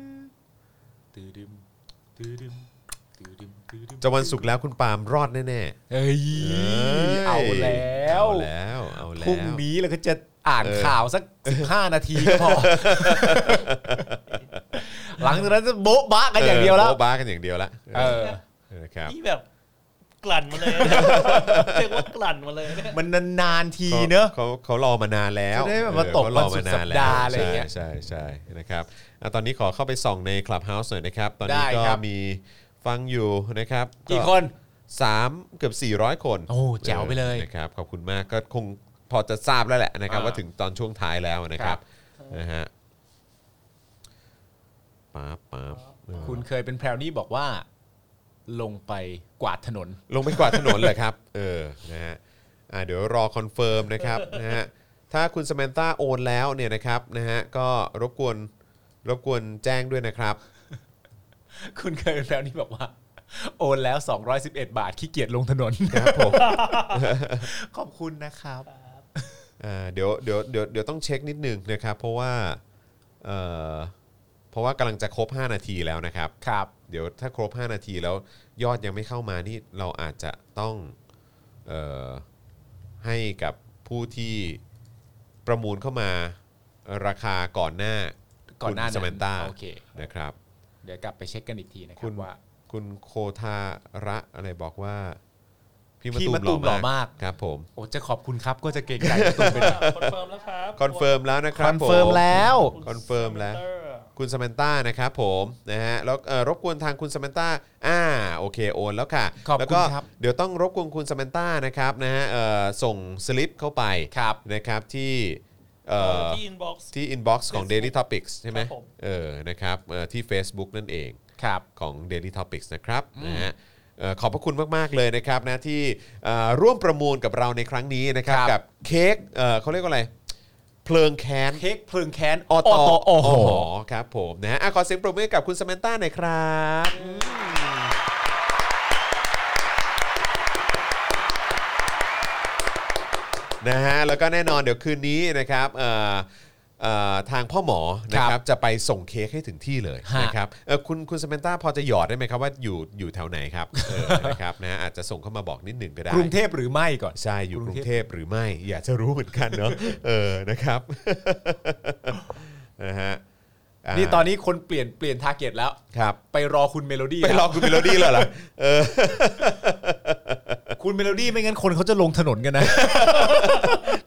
B: จะวันศุกร์แล้วคุณปาล์มรอดแน่
C: เอ้ย
B: ๆย
C: เอาแล้ว
B: เอาแล้วเอาแล้
C: พรุ่ง
B: ว
C: นี้เราก็จะอ่าน
B: เออ
C: ข่าวสัก 15 นาทีก็พอ หลังจากนั้นจะโบ๊ะบะกันอย่างเดียวแล้ว
B: โบ๊ะบ้ากันอย่างเดียวละ
C: เออ
B: นะครับ
D: นี่แบบกลั่นมา เลยเรียกว่ากลั่นมาเลยเนี่ย
C: มันนานๆทีเนอะ
B: เขาเขารอมานานแล้ว
C: จะได้แบบมา
B: เออ
C: ตก
B: เข
C: วันสุดสัปดาห์อะไรอย่างเงี้ย
B: ใช่ใช่ใช่นะครับอ่ะตอนนี้ขอเข้าไปส่องใน Clubhouse หน่อยนะครับ ตอนนี้
C: ได้
B: ก็
C: ครับ
B: มีฟังอยู่นะครับ
C: กี่คน
B: สามเกือบ 400 คน
C: โอ้แจ๋วไปเลย
B: ออนะครับขอบคุณมากก็คงพอจะทราบแล้วแหละนะครับ
C: อ่า
B: ว่าถึงตอนช่วงท้ายแล้วนะครับนะฮะป๊าบป๊าบเออ
C: คุณเคยเป็นแพรวนี่บอกว่า ลงไปกวาดถนน
B: ลงไปกวาดถนนเลยครับ เออนะฮะอ่ะเดี๋ยวรอคอนเฟิร์มนะครับ นะฮะ ถ้าคุณสม a นต้าโอนแล้วเนี่ยนะครับนะฮะก็รบกวนรบกวนแจ้งด้วยนะครับ
C: คุณเคยเป็นแพรวนี่บอกว่า โอนแล้ว 211 บาทขี้เกียจลงถนน
B: ครับผม
C: ขอบคุณนะครับ
B: อ่าเดี๋ยวเดี๋ยวเดี๋ยวเดี๋ยวต้องเช็คนิดนึงนะครับ เพราะว่าเอ่อเพราะว่ากำลังจะครบ 5 นาทีแล้วนะครับ
C: ครับ
B: เดี๋ยวถ้าครบ 5 นาทีแล้วยอดยังไม่เข้ามานี่เราอาจจะต้องเอ่อให้กับผู้ที่ประมูลเข้ามาราคาก่อนหน้า
C: ก่อนหน้า
B: สมนต้า
C: โอเค
B: นะครับ
C: เดี๋ยวกลับไปเช็คกันอีกทีนะค
B: คุ
C: รับ
B: ณ
C: ว่า
B: คุณโคทาระอะไรบอกว่า พี่
C: พี่
B: มะ
C: มะตู
B: ตูม
C: ม
B: ห
C: หล่
B: ล่อมาม
C: อาก ก
B: ครับผม
C: โอ้จะขอบคุณครับก็จะเกรงใจพี่ตูมเป็น
D: คอนเฟิร์มแล้วครับ
B: คอนเฟิร์มแล้วนะค
C: ครับ อนเฟิร์ม
B: ผ
C: แล้ว
D: ณ
B: คอนเฟิร์มแล้ว
D: Center
B: คุณสม a นต้านะครับผมนะฮะแล้วเอ่อรบกวนทางคุณสม a นต้าอ่าโอเคโอนแล้วค่ะ
C: ขอบคุณ
B: แล้วก็
C: ครับ
B: เดี๋ยวต้องรบกวนคุณสม a นต้านะครับนะฮะเอ่อส่งสลิปเข้าไป
C: ครับ
B: นะครับที่เอ่
D: เอ่อ
B: อ
D: ที่อินบ็อกซ์
B: ที่ inbox ของ Daily Topics ใช่ไหม
D: ครับผม
B: เออนะครับเอ่อที่ Facebook นั่นเอง
C: ครับ
B: ของ Daily Topics นะครับนะฮะเอ่อขอบพระคุณมาก ๆ เลยนะครับนะที่เอ่อร่วมประมูลกับเราในครั้งนี้นะครับ
C: ครับ
B: กับเค้กเอ่อเขาเรียกว่าอะไร เพลิงแค้น
C: เค้กเพลิงแค้น
B: อต
C: ตโอ้โห
B: ครับผมนะฮะอ่ะขอเสียงปรบมือให้กับคุณสมนต้าหน่อยครับนะฮะแล้วก็แน่นอนเดี๋ยวคืนนี้นะครับเอ่อเอ่อทางพ่อหมอนะค
C: ครั
B: รับบจะไปส่งเค้กให้ถึงที่เลย
C: ฮะ
B: นะครับ ครับเออคุณคุณสมนต้าพอจะหยอดได้ไหมครับว่าอยู่อยู่แถวไหนครับเอ อนะครับนะอาจจะส่งเข้ามาบอกนิดหนึ่งก็ได้
C: กรุงเทพหรือไม่ก่อน
B: ใช่อยู่ก
C: กรุ
B: รุง
C: ง
B: เท
C: เท
B: พ
C: พ
B: หรือไม่อยากจะรู้เหมือนกันเนาะ เออนะครับ นะฮะา
C: นี่ตอนนี้คนเปลี่ยนเปลี่ยนทาร์เก็ตแล้ว
B: ครับ
C: ไปรอคุณเมโลดี้
B: ไปรอคุณเมโลดี้เลยเหรอเออ
C: คุณเมโลดี้ไม่งั้นคนเขาจะลงถนนกันนะ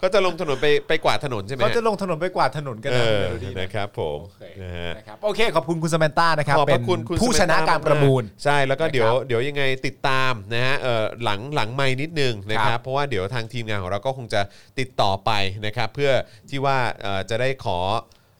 B: ก็จะลงถนนไปไปกวาดถนนใช่ไหม
C: เขาจะลงถนนไปกวาดถนนกัน
B: เอ
C: นะ
B: อ
C: เมโลดี้นะ
B: นะครับผม
C: โอเค
B: นะฮะ
C: นะครับโอเค ขอบคุณคุณสแมนต้านะครับ
B: ขอบพ
C: เป็
B: ระ
C: น
B: คุณคุณ
C: ผู้ชนะการประมูล
B: ใช่แล้วก็เดี๋ยว
C: นะครับ
B: เดี๋ยวยังไงติดตามนะฮะเอ่อหลังหลังไม่นิดนึงนะค
C: ครั
B: รับบ เพราะว่าเดี๋ยวทางทีมงานของเราก็คงจะติดต่อไปนะครับ เพื่อที่ว่าเอ่อจะได้ขอ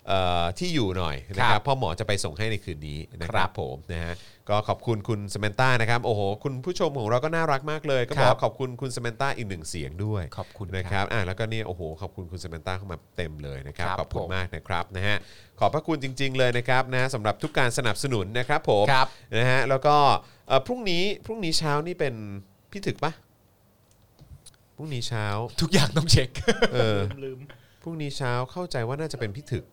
B: เอ่อที่อยู่หน่อยนะค
C: ครั
B: รับบ พ่อหมอจะไปส่งให้ในคืนนี้นะค
C: ครั
B: รับบ ผมนะฮะก็ขอบคุณคุณสมนต้านะครับโอ้โหคุณผู้ชมของเราก็น่ารักมากเลย ก็บอ
C: ครั
B: ก
C: บ
B: ขอบคุณคุณสมนต้าอีกหนึ่งเสียงด้วย
C: ขอบคุณ
B: นะครับอ่ะแล้วก็เนี่ยโอ้โห ขอบคุณคุณสมนต้าเข้ามาเต็มเลยนะครับ
C: ครับ
B: ขอบคุณ
C: ผม
B: มากนะครับนะฮะ ขอบพระคุณจริง ๆ เลยนะครับนะสำหรับทุกการสนับสนุนนะครับผม
C: ครับ
B: นะฮะ แล้วก็เอ่อพรุ่งนี้ พรุ่งนี้เช้านี่เป็นพี่ถึกปะพรุ่งนี้เช้า
C: ทุกอย่างต้องเช็ค
B: เออ
D: ลืมลืม
B: พรุ่งนี้เช้าเข้าใจว่าน่าจะเป็นพี่ถึก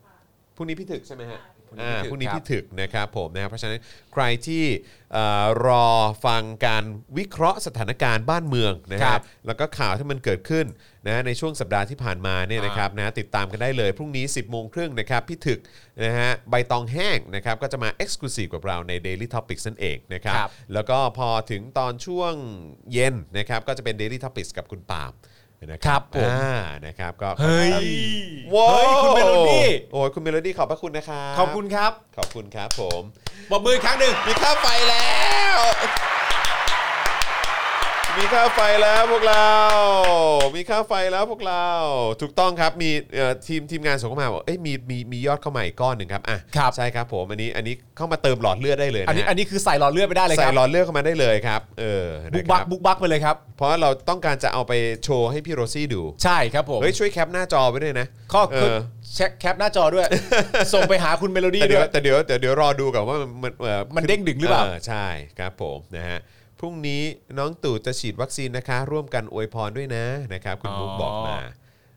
B: พรุ่งนี้พี่ถึกใช่ไหมฮะ
C: พรุ่งนี้
B: อ่า
C: พี่ถึก
B: พรุ่งนี้
C: ครับ
B: พี่ถึกนะครับผมนะครับเพราะฉะนั้นใครที่เอ่อรอฟังการวิเคราะห์สถานการณ์บ้านเมืองนะค
C: ค
B: รั
C: รั
B: บบ แล้วก็ข่าวที่มันเกิดขึ้นนะในช่วงสัปดาห์ที่ผ่านมาเนี่ย
C: อ่าน
B: นะครับนะติดตามกันได้เลย พรุ่งนี้ 10บโมงครึ่งนะครับพี่ถึกนะฮะใบตองแห้งนะครับก็จะมา Exclusive กับเราใน Daily Topics นั่นเองนะครับ
C: ครับ
B: แล้วก็พอถึงตอนช่วงเย็นนะครับก็จะเป็น Daily Topics กับคุณปาล์มนะครับอ่านะครับก็
C: เฮ้ย
B: ว้าว
C: เฮ้ยคุณเมโลดี้
B: โอ้ยคุณเมโลดี้ขอบพระคุณนะครับ
C: ขอบคุณครับ
B: ขอบคุณครับผม
C: ปรบมืออีกครั้งหนึ่ง
B: มีค่าไฟแล้ว มีค่าไฟแล้วพวกเรา มีค่าไฟแล้วพวกเรา ถูกต้องครับมีเอ่อทีมทีมงานส่งเข้ามาบอกเอ้ยมีมีมียอดเข้ามาอีกก้อนหนึ่งครับอ่ะ
C: ครับ
B: ใช่ครับผมอันนี้อันนี้เข้ามาเติมหลอดเลือดได้เลยนะ
C: อันนี้อันนี้คือใส่หลอดเลือดไปได้เลยค
B: ใส่
C: รับ
B: หลอดเลือดเข้ามาได้เลยครับ เออ
C: บุ
B: นะ
C: ก
B: ค
C: บั
B: รั
C: ก
B: บ
C: บุกบักไปเลยครับ
B: เพราะเราต้องการจะเอาไปโชว์ให้พี่โรซี่ดู
C: ใช่ครับผม
B: เฮ้ยช่วยแคปหน้าจอไว้ด้วยนะ
C: ข้อ
B: เ
C: คือเช็คแคปหน้าจอด้วย ส่งไปหาคุณเมโลดี้
B: แต่
C: ด้
B: เดี๋ยว
C: วย
B: แต่เดี๋ยวแต่เดี๋ยวรอดูก่อนว่ามันมันอ่อ
C: มันเด้งดึงหรือเปล่า
B: ใช่ครับผมนะฮะพรุ่งนี้น้องตู่จะฉีดวัคซีนนะคะ ร่วมกันอวยพรด้วยนะนะครับ คุณบุ๊กบอกมา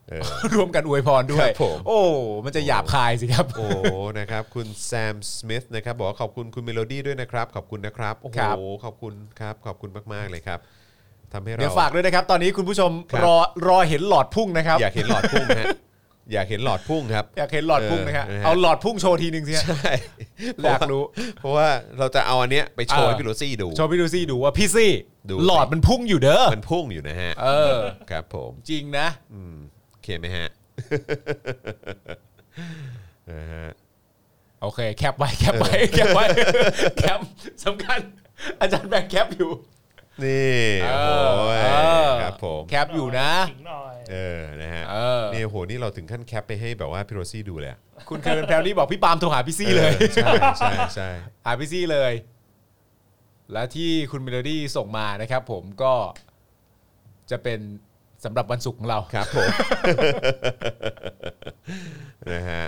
B: เออ
C: รวมกันอวยพรด้ว
B: ค
C: ย
B: รับผม
C: โอ้ มันจะหยาบคายสิครับ
B: โอ้โหนะครับ คุณแซมสมิธนะครับบอกว่าขอบคุณคุณเมโลดี้ด้วยนะครับ ขอบคุณนะครับ โอ้โห
C: ครับ
B: ขอบคุณครับ ขอบคุณมากๆเลยครับทำให้เรา
C: เดี๋ยวฝากด้วยนะครับ ตอนนี้คุณผู้ชม
B: ครับ
C: รอรอเห็นหลอดพุ่งนะครับ
B: อยากเห็นหลอดพุ่งนะฮะอยากเห็นหลอดพุ่งครับ
C: อยากเห็นหลอดพุ่งนะฮะ
B: เออนะฮะ
C: เอาหลอดพุ่งโชว์ทีหนึ่งสิฮะ
B: ใช่
C: อยากรู้
B: เพราะว่าเราจะเอาอันเนี้ยไปโชว์
C: เออ
B: ให้พี่โรซี่ดู
C: โชว์พี่ดูซี่ดูว่าพี่ซี่
B: ดู
C: หลอดมันพุ่งอยู่เด้อ
B: มันพุ่งอยู่นะฮะ
C: เออ
B: ครับผม
C: จริงนะ
B: อืมโอเคไหมฮะ นะฮะ
C: โอเค แคปไว้แคปไว้แคปไว้แคปสำคัญ อาจารย์แบงค์แคปอยู่
B: นี่โอ้โห
C: เออ
B: ครับผม
C: แคปอยู่นะ
D: ขิงหน่อย
B: เออนะฮะ
C: เออ
B: นี่โอ้โหนี่เราถึงขั้นแคปไปให้แบบว่าพี่โรซี่ดูเลยอะ
C: คุณเคยเป็นแพลวนี่บอกพี่ปาล์มโทรหาพี่ซี่เลย
B: ออใช่ใช่ใช่
C: หาพี่ซี่เลย และที่คุณเมโลดี้ส่งมานะครับผมก็จะเป็นสำหรับวันศุกร์ของเรา
B: ครับผมนะฮะ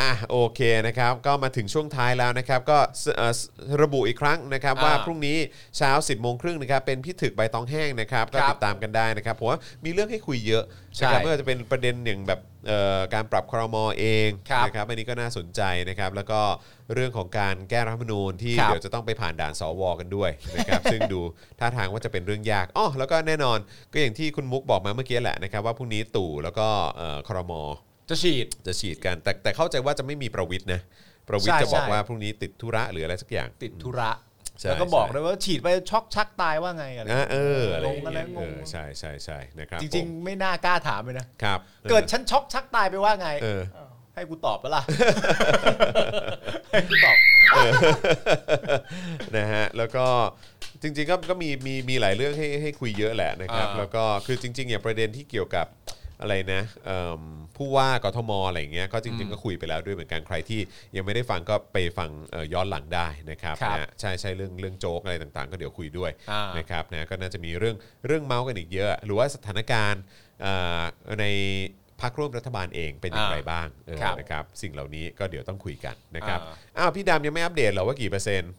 B: อ่ะโอเคนะครับ ก็มาถึงช่วงท้ายแล้วนะครับ ก็สเอ่อสระบุอีกครั้งนะครับ
C: อ่า
B: ว่าพรุ่งนี้เช้า 10บโมงครึ่งนะครับ เป็นพี่ถึกใบตองแห้งนะครับ ก็
C: ครับ
B: ติดตามกันได้นะครับผมว่ามีเรื่องให้คุยเยอะ
C: ใช่
B: นะครับไม่ว่าจะเป็นประเด็นอย่างแบบเอ่อการปรับครมเอง
C: ครับ
B: นะครับอันนี้ก็น่าสนใจนะครับ แล้วก็เรื่องของการแก้รัฐธรรมนูญที่
C: ครับ
B: เดี๋ยวจะต้องไปผ่านด่านสวกันด้วย นะครับ ซึ่งดูท่าทางว่าจะเป็นเรื่องยากอ๋อแล้วก็แน่นอนก็อย่างที่คุณมุกบอกมาเมื่อกี้แหละนะครับ ว่าพรุ่งนี้ตู่แล้วก็เอ่อครม
C: จะฉีด
B: จะฉีดกัน แต่แต่เข้าใจว่าจะไม่มีประวิทย์นะประวิท
C: ใช่
B: ย์จะบอก
C: ใช่
B: ว่าพรุ่งนี้ติดธุระหรืออะไรสักอย่าง
C: ติดธุระ
B: ใช่
C: แล้วก็บอกเลยว่าฉีดไปช็อกชักตายว่าไงอะไร
B: นะเอออะไรอย่าง
C: งงกั
B: เงี้ย
C: นแล้วงง
B: เออใช่ใช่ใช่นะครับ
C: จริง
B: ผม
C: ๆ ไม่น่ากล้าถามเลยนะ
B: ครับ
C: เกิดฉันช็อกชักตายไปว่าไง
B: เออ
D: อ้าว
C: ให้กูตอบ ปะล่ะ ให้กูตอบ
B: นะฮะแล้วก็จริงๆก็ก็มีมีมีหลายเรื่องให้ให้คุยเยอะแหละนะครับ
C: อ่า
B: แล้วก็คือจริงๆอย่างประเด็นที่เกี่ยวกับอะไรนะเอิ่มผู้ว่ากทมอะไรอย่างเงี้ยก็จริง ๆ ก็คุยไปแล้วด้วยเหมือนกันใครที่ยังไม่ได้ฟังก็ไปฟังเอ่อย้อนหลังได้นะครับ
C: ครับ
B: นะฮะใช่ใช่เรื่องเรื่องโจ๊กอะไรต่างๆ ก็เดี๋ยวคุยด้วย
C: อ่าน
B: นะครับนะก็น่าจะมีเรื่องเรื่องเมาส์กันอีกเยอะ หรือว่าสถานการณ์อ่าในพักร่วมรัฐบาลเองเป็นอย่างไรบ้างเออ
C: ครับ
B: นะครับสิ่งเหล่านี้ก็เดี๋ยวต้องคุยกันนะครับ
C: อ่า
B: อ้าวพี่ดำยังไม่อัปเดตเหรอว่ากี่เปอร์เซ็นต์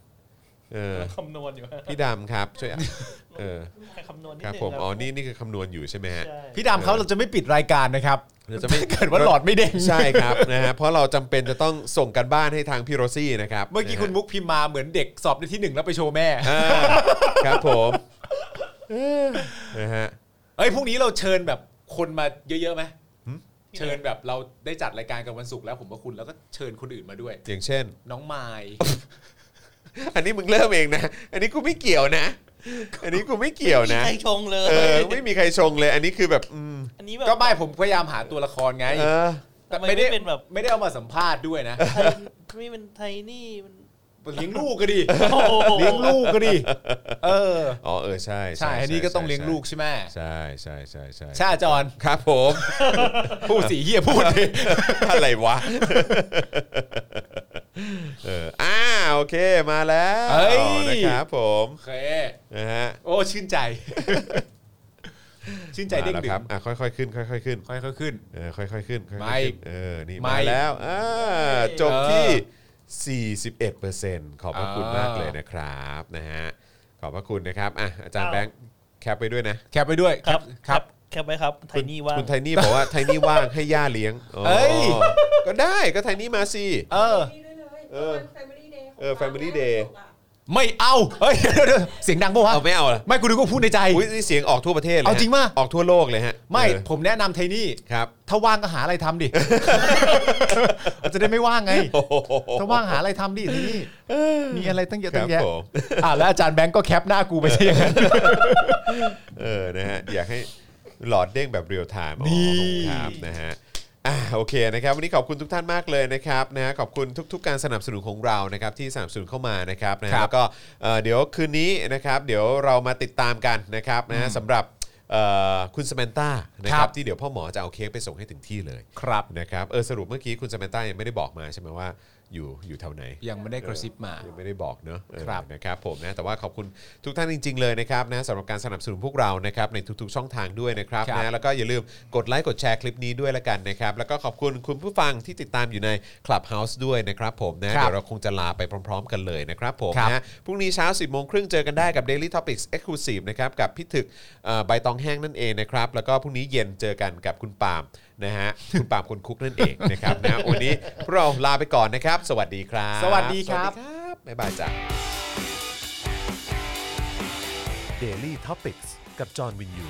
B: เอ อ
D: คำนวณอยู่ฮ ะ
B: พี่ดำครับช่วยเออ
D: ใครคำนวณนิด
B: ครับ
D: นึง
B: ผม
D: แล้ว
B: อ๋อนี่นี่คือคำนวณอยู่ใช่ไหมฮะ
D: ใช่
C: พี่ดำเขาเราจะไม่ปิดรายการนะครับ
B: เราจะไม่
C: เกิดว่าหลอดไม่เด้ง
B: ใช่ครับนะฮะเพราะเราจำเป็นจะต้องส่งกันบ้านให้ทางพี่โรซี่นะครับ
C: เมื่อกี้คุณ
B: นะฮะ
C: มุกพิมพ์มาเหมือนเด็กสอบได้ที่หนึ่งแล้วไปโชว์แม่
B: อ่าครับผมเออนะฮะ
C: เอ้ยพรุ่งนี้เราเชิญแบบคนมาเยอะๆไหม
B: หึ
C: เชิญแบบเราได้จัดรายการกันวันศุกร์แล้วผมกับคุณแล้วก็เชิญคนอื่นมาด้วย
B: อย่างเช่น
C: น้องไมาย
B: อันนี้มึงเริ่มเองนะ อันนี้กูไม่เกี่ยวนะ อันนี้กูไม่เกี่ยวนะ
D: ไม่มีใครชงเลย
B: เออไม่มีใครชงเลย อันนี้คือแบบอืม
D: อันนี้แบบ
C: ก็ไม่ผมพยายามหาตัวละครไง
B: เออ
D: ทำไม
C: ไม่ได้
D: ไม่เป็นแบบ
C: ไม่ได้เอามาสัมภาษณ์ด้วยนะ
D: ไทยไม่เป็นไทยนี่มัน
C: เลี้ยงลูกก็ดี
D: โอ้โห
C: เลี้ยงลูกก็ดี เออ
B: อ๋อเออใช่
C: ใช่อันนี้ก็ต้องเลี้ยงลูกใช่ไหม
B: ใช่ใช่ใช่ใช่
C: ใช่จอน
B: ครับผม
C: พูดสีเหี้ยพูดดิ
B: อะไรวะ เอออ่าโอเคมาแล้วนะครับผม
C: โอเค
B: นะฮะ
C: โอ้ชื่นใจ ชื่นใจเด้ง
B: มา
C: ดึ
B: แล้วครั
C: ง
B: บอ่ะค่อยๆขึ้น ค่อย ๆขึ้น
C: ค่อยๆขึ้น
B: เออค่อยๆขึ้นค่อยๆ
C: ไม่
B: ขึ้นเออนี่
C: ไม่
B: มาแล้วอ่าจบที่ 41%ขอบพระคุณ
C: อ่าม
B: มากเลยนะครับนะฮะขอบพระคุณนะครับอ่ะอาจารย์แบงค์แคปไปด้วยนะ
C: แคปไปด้วย
D: ครับ
C: ครับ
D: แคปไว้ครับไทนี่ว่า
B: คุณไทนี่บอกว่า ไทนี่ว่างให้ย่าเลี้ยงอ๋อ
C: เอ้ย
B: ก็ได้ก็ไทนี่มาสิ
C: เออ
F: นี่ด้วยเลย
B: เออ
F: แฟมิลี่เดย์
B: เออ Family Day
C: ไม่เอาเฮ้ยเดี๋ยวเดี๋ยวเสียงดังปะวะ
B: เอาไม่เอาล่ะ
C: ไม่กูดูก็พูดในใจ
B: อุ้ยนี่เสียงออกทั่วประเทศเลยฮะ
C: เอาจริงป่ะ
B: ออกทั่วโลกเลยฮะ
C: ไม่
B: เออ
C: ผมแนะนำไทนี่
B: ครับ
C: ถ้าว่างก็หาอะไรทำดิ จะได้ไม่ว่างไง ถ้าว่างหาอะไรทำดิไทนี่มีอะไรตั้งเยอะตั้
B: ค
C: ง
B: รั
C: แยะ
B: บผม
C: อ่ะแล้วอาจารย์แบงก์ก็แคปหน้ากูไปใช่ยังไง
B: เออนะฮะอยากให้หลอดเด้งแบบเรียลไทม์
C: นี่
B: ครับนะฮะอ่ะโอเคนะครับวันนี้ขอบคุณทุกท่านมากเลยนะครับนะฮะขอบคุณทุก ๆ การสนับสนุนของเรานะครับที่สนับสนุนเข้ามานะครับนะฮะแล้วก็เอ่อเดี๋ยวคืนนี้นะครับเดี๋ยวเรามาติดตามกันนะครับนะฮะสำหรับเอ่อคุณสแมนต้านะค
C: ครั
B: รับบ ที่เดี๋ยวพ่อหมอจะเอาเค้กไปส่งให้ถึงที่เลย
C: ครับ
B: นะครับเออสรุปเมื่อกี้คุณสแมนต้ายังไม่ได้บอกมาใช่ไหมว่าอยู่อยู่แถวไหน
C: ยังไม่ได้กระซิบมา
B: ยังไม่ได้บอกเนอะเออ
C: ครับ
B: นะครับผมนะแต่ว่าขอบคุณทุกท่านจริง ๆ เลยนะครับนะสำหรับการสนับสนุนพวกเรานะครับในทุกๆช่องทางด้วยนะครับ
C: ครับ
B: นะแล้วก็อย่าลืมกดไลค์กดแชร์คลิปนี้ด้วยละกันนะครับแล้วก็ขอบคุณคุณผู้ฟังที่ติดตามอยู่ใน Clubhouse ด้วยนะครับผมนะครับ เดี๋ยวเราคงจะลาไปพร้อม ๆ กันเลยนะครับผม
C: ครับ
B: นะพรุ่งนี้เช้า 10บโมงครึ่งเจอกันได้กับ Daily Topics Exclusive นะครับกับพี่ถึกเอ่อใบตองแห้งนั่นเองนะครับแล้วก็พรุ่งนี้เย็นเจอกันกับคุณปาล์มนะฮะคุณปาล์มคนคุกนั่นเองนะครับนะวันนี้พวกเราลาไปก่อนนะครับสวัสดีครับ
C: สวัสดีครับ
B: สวัสดีครับ บ๊ายบายจ้ะ
A: Daily t o p i c กกับจอห์นวินยู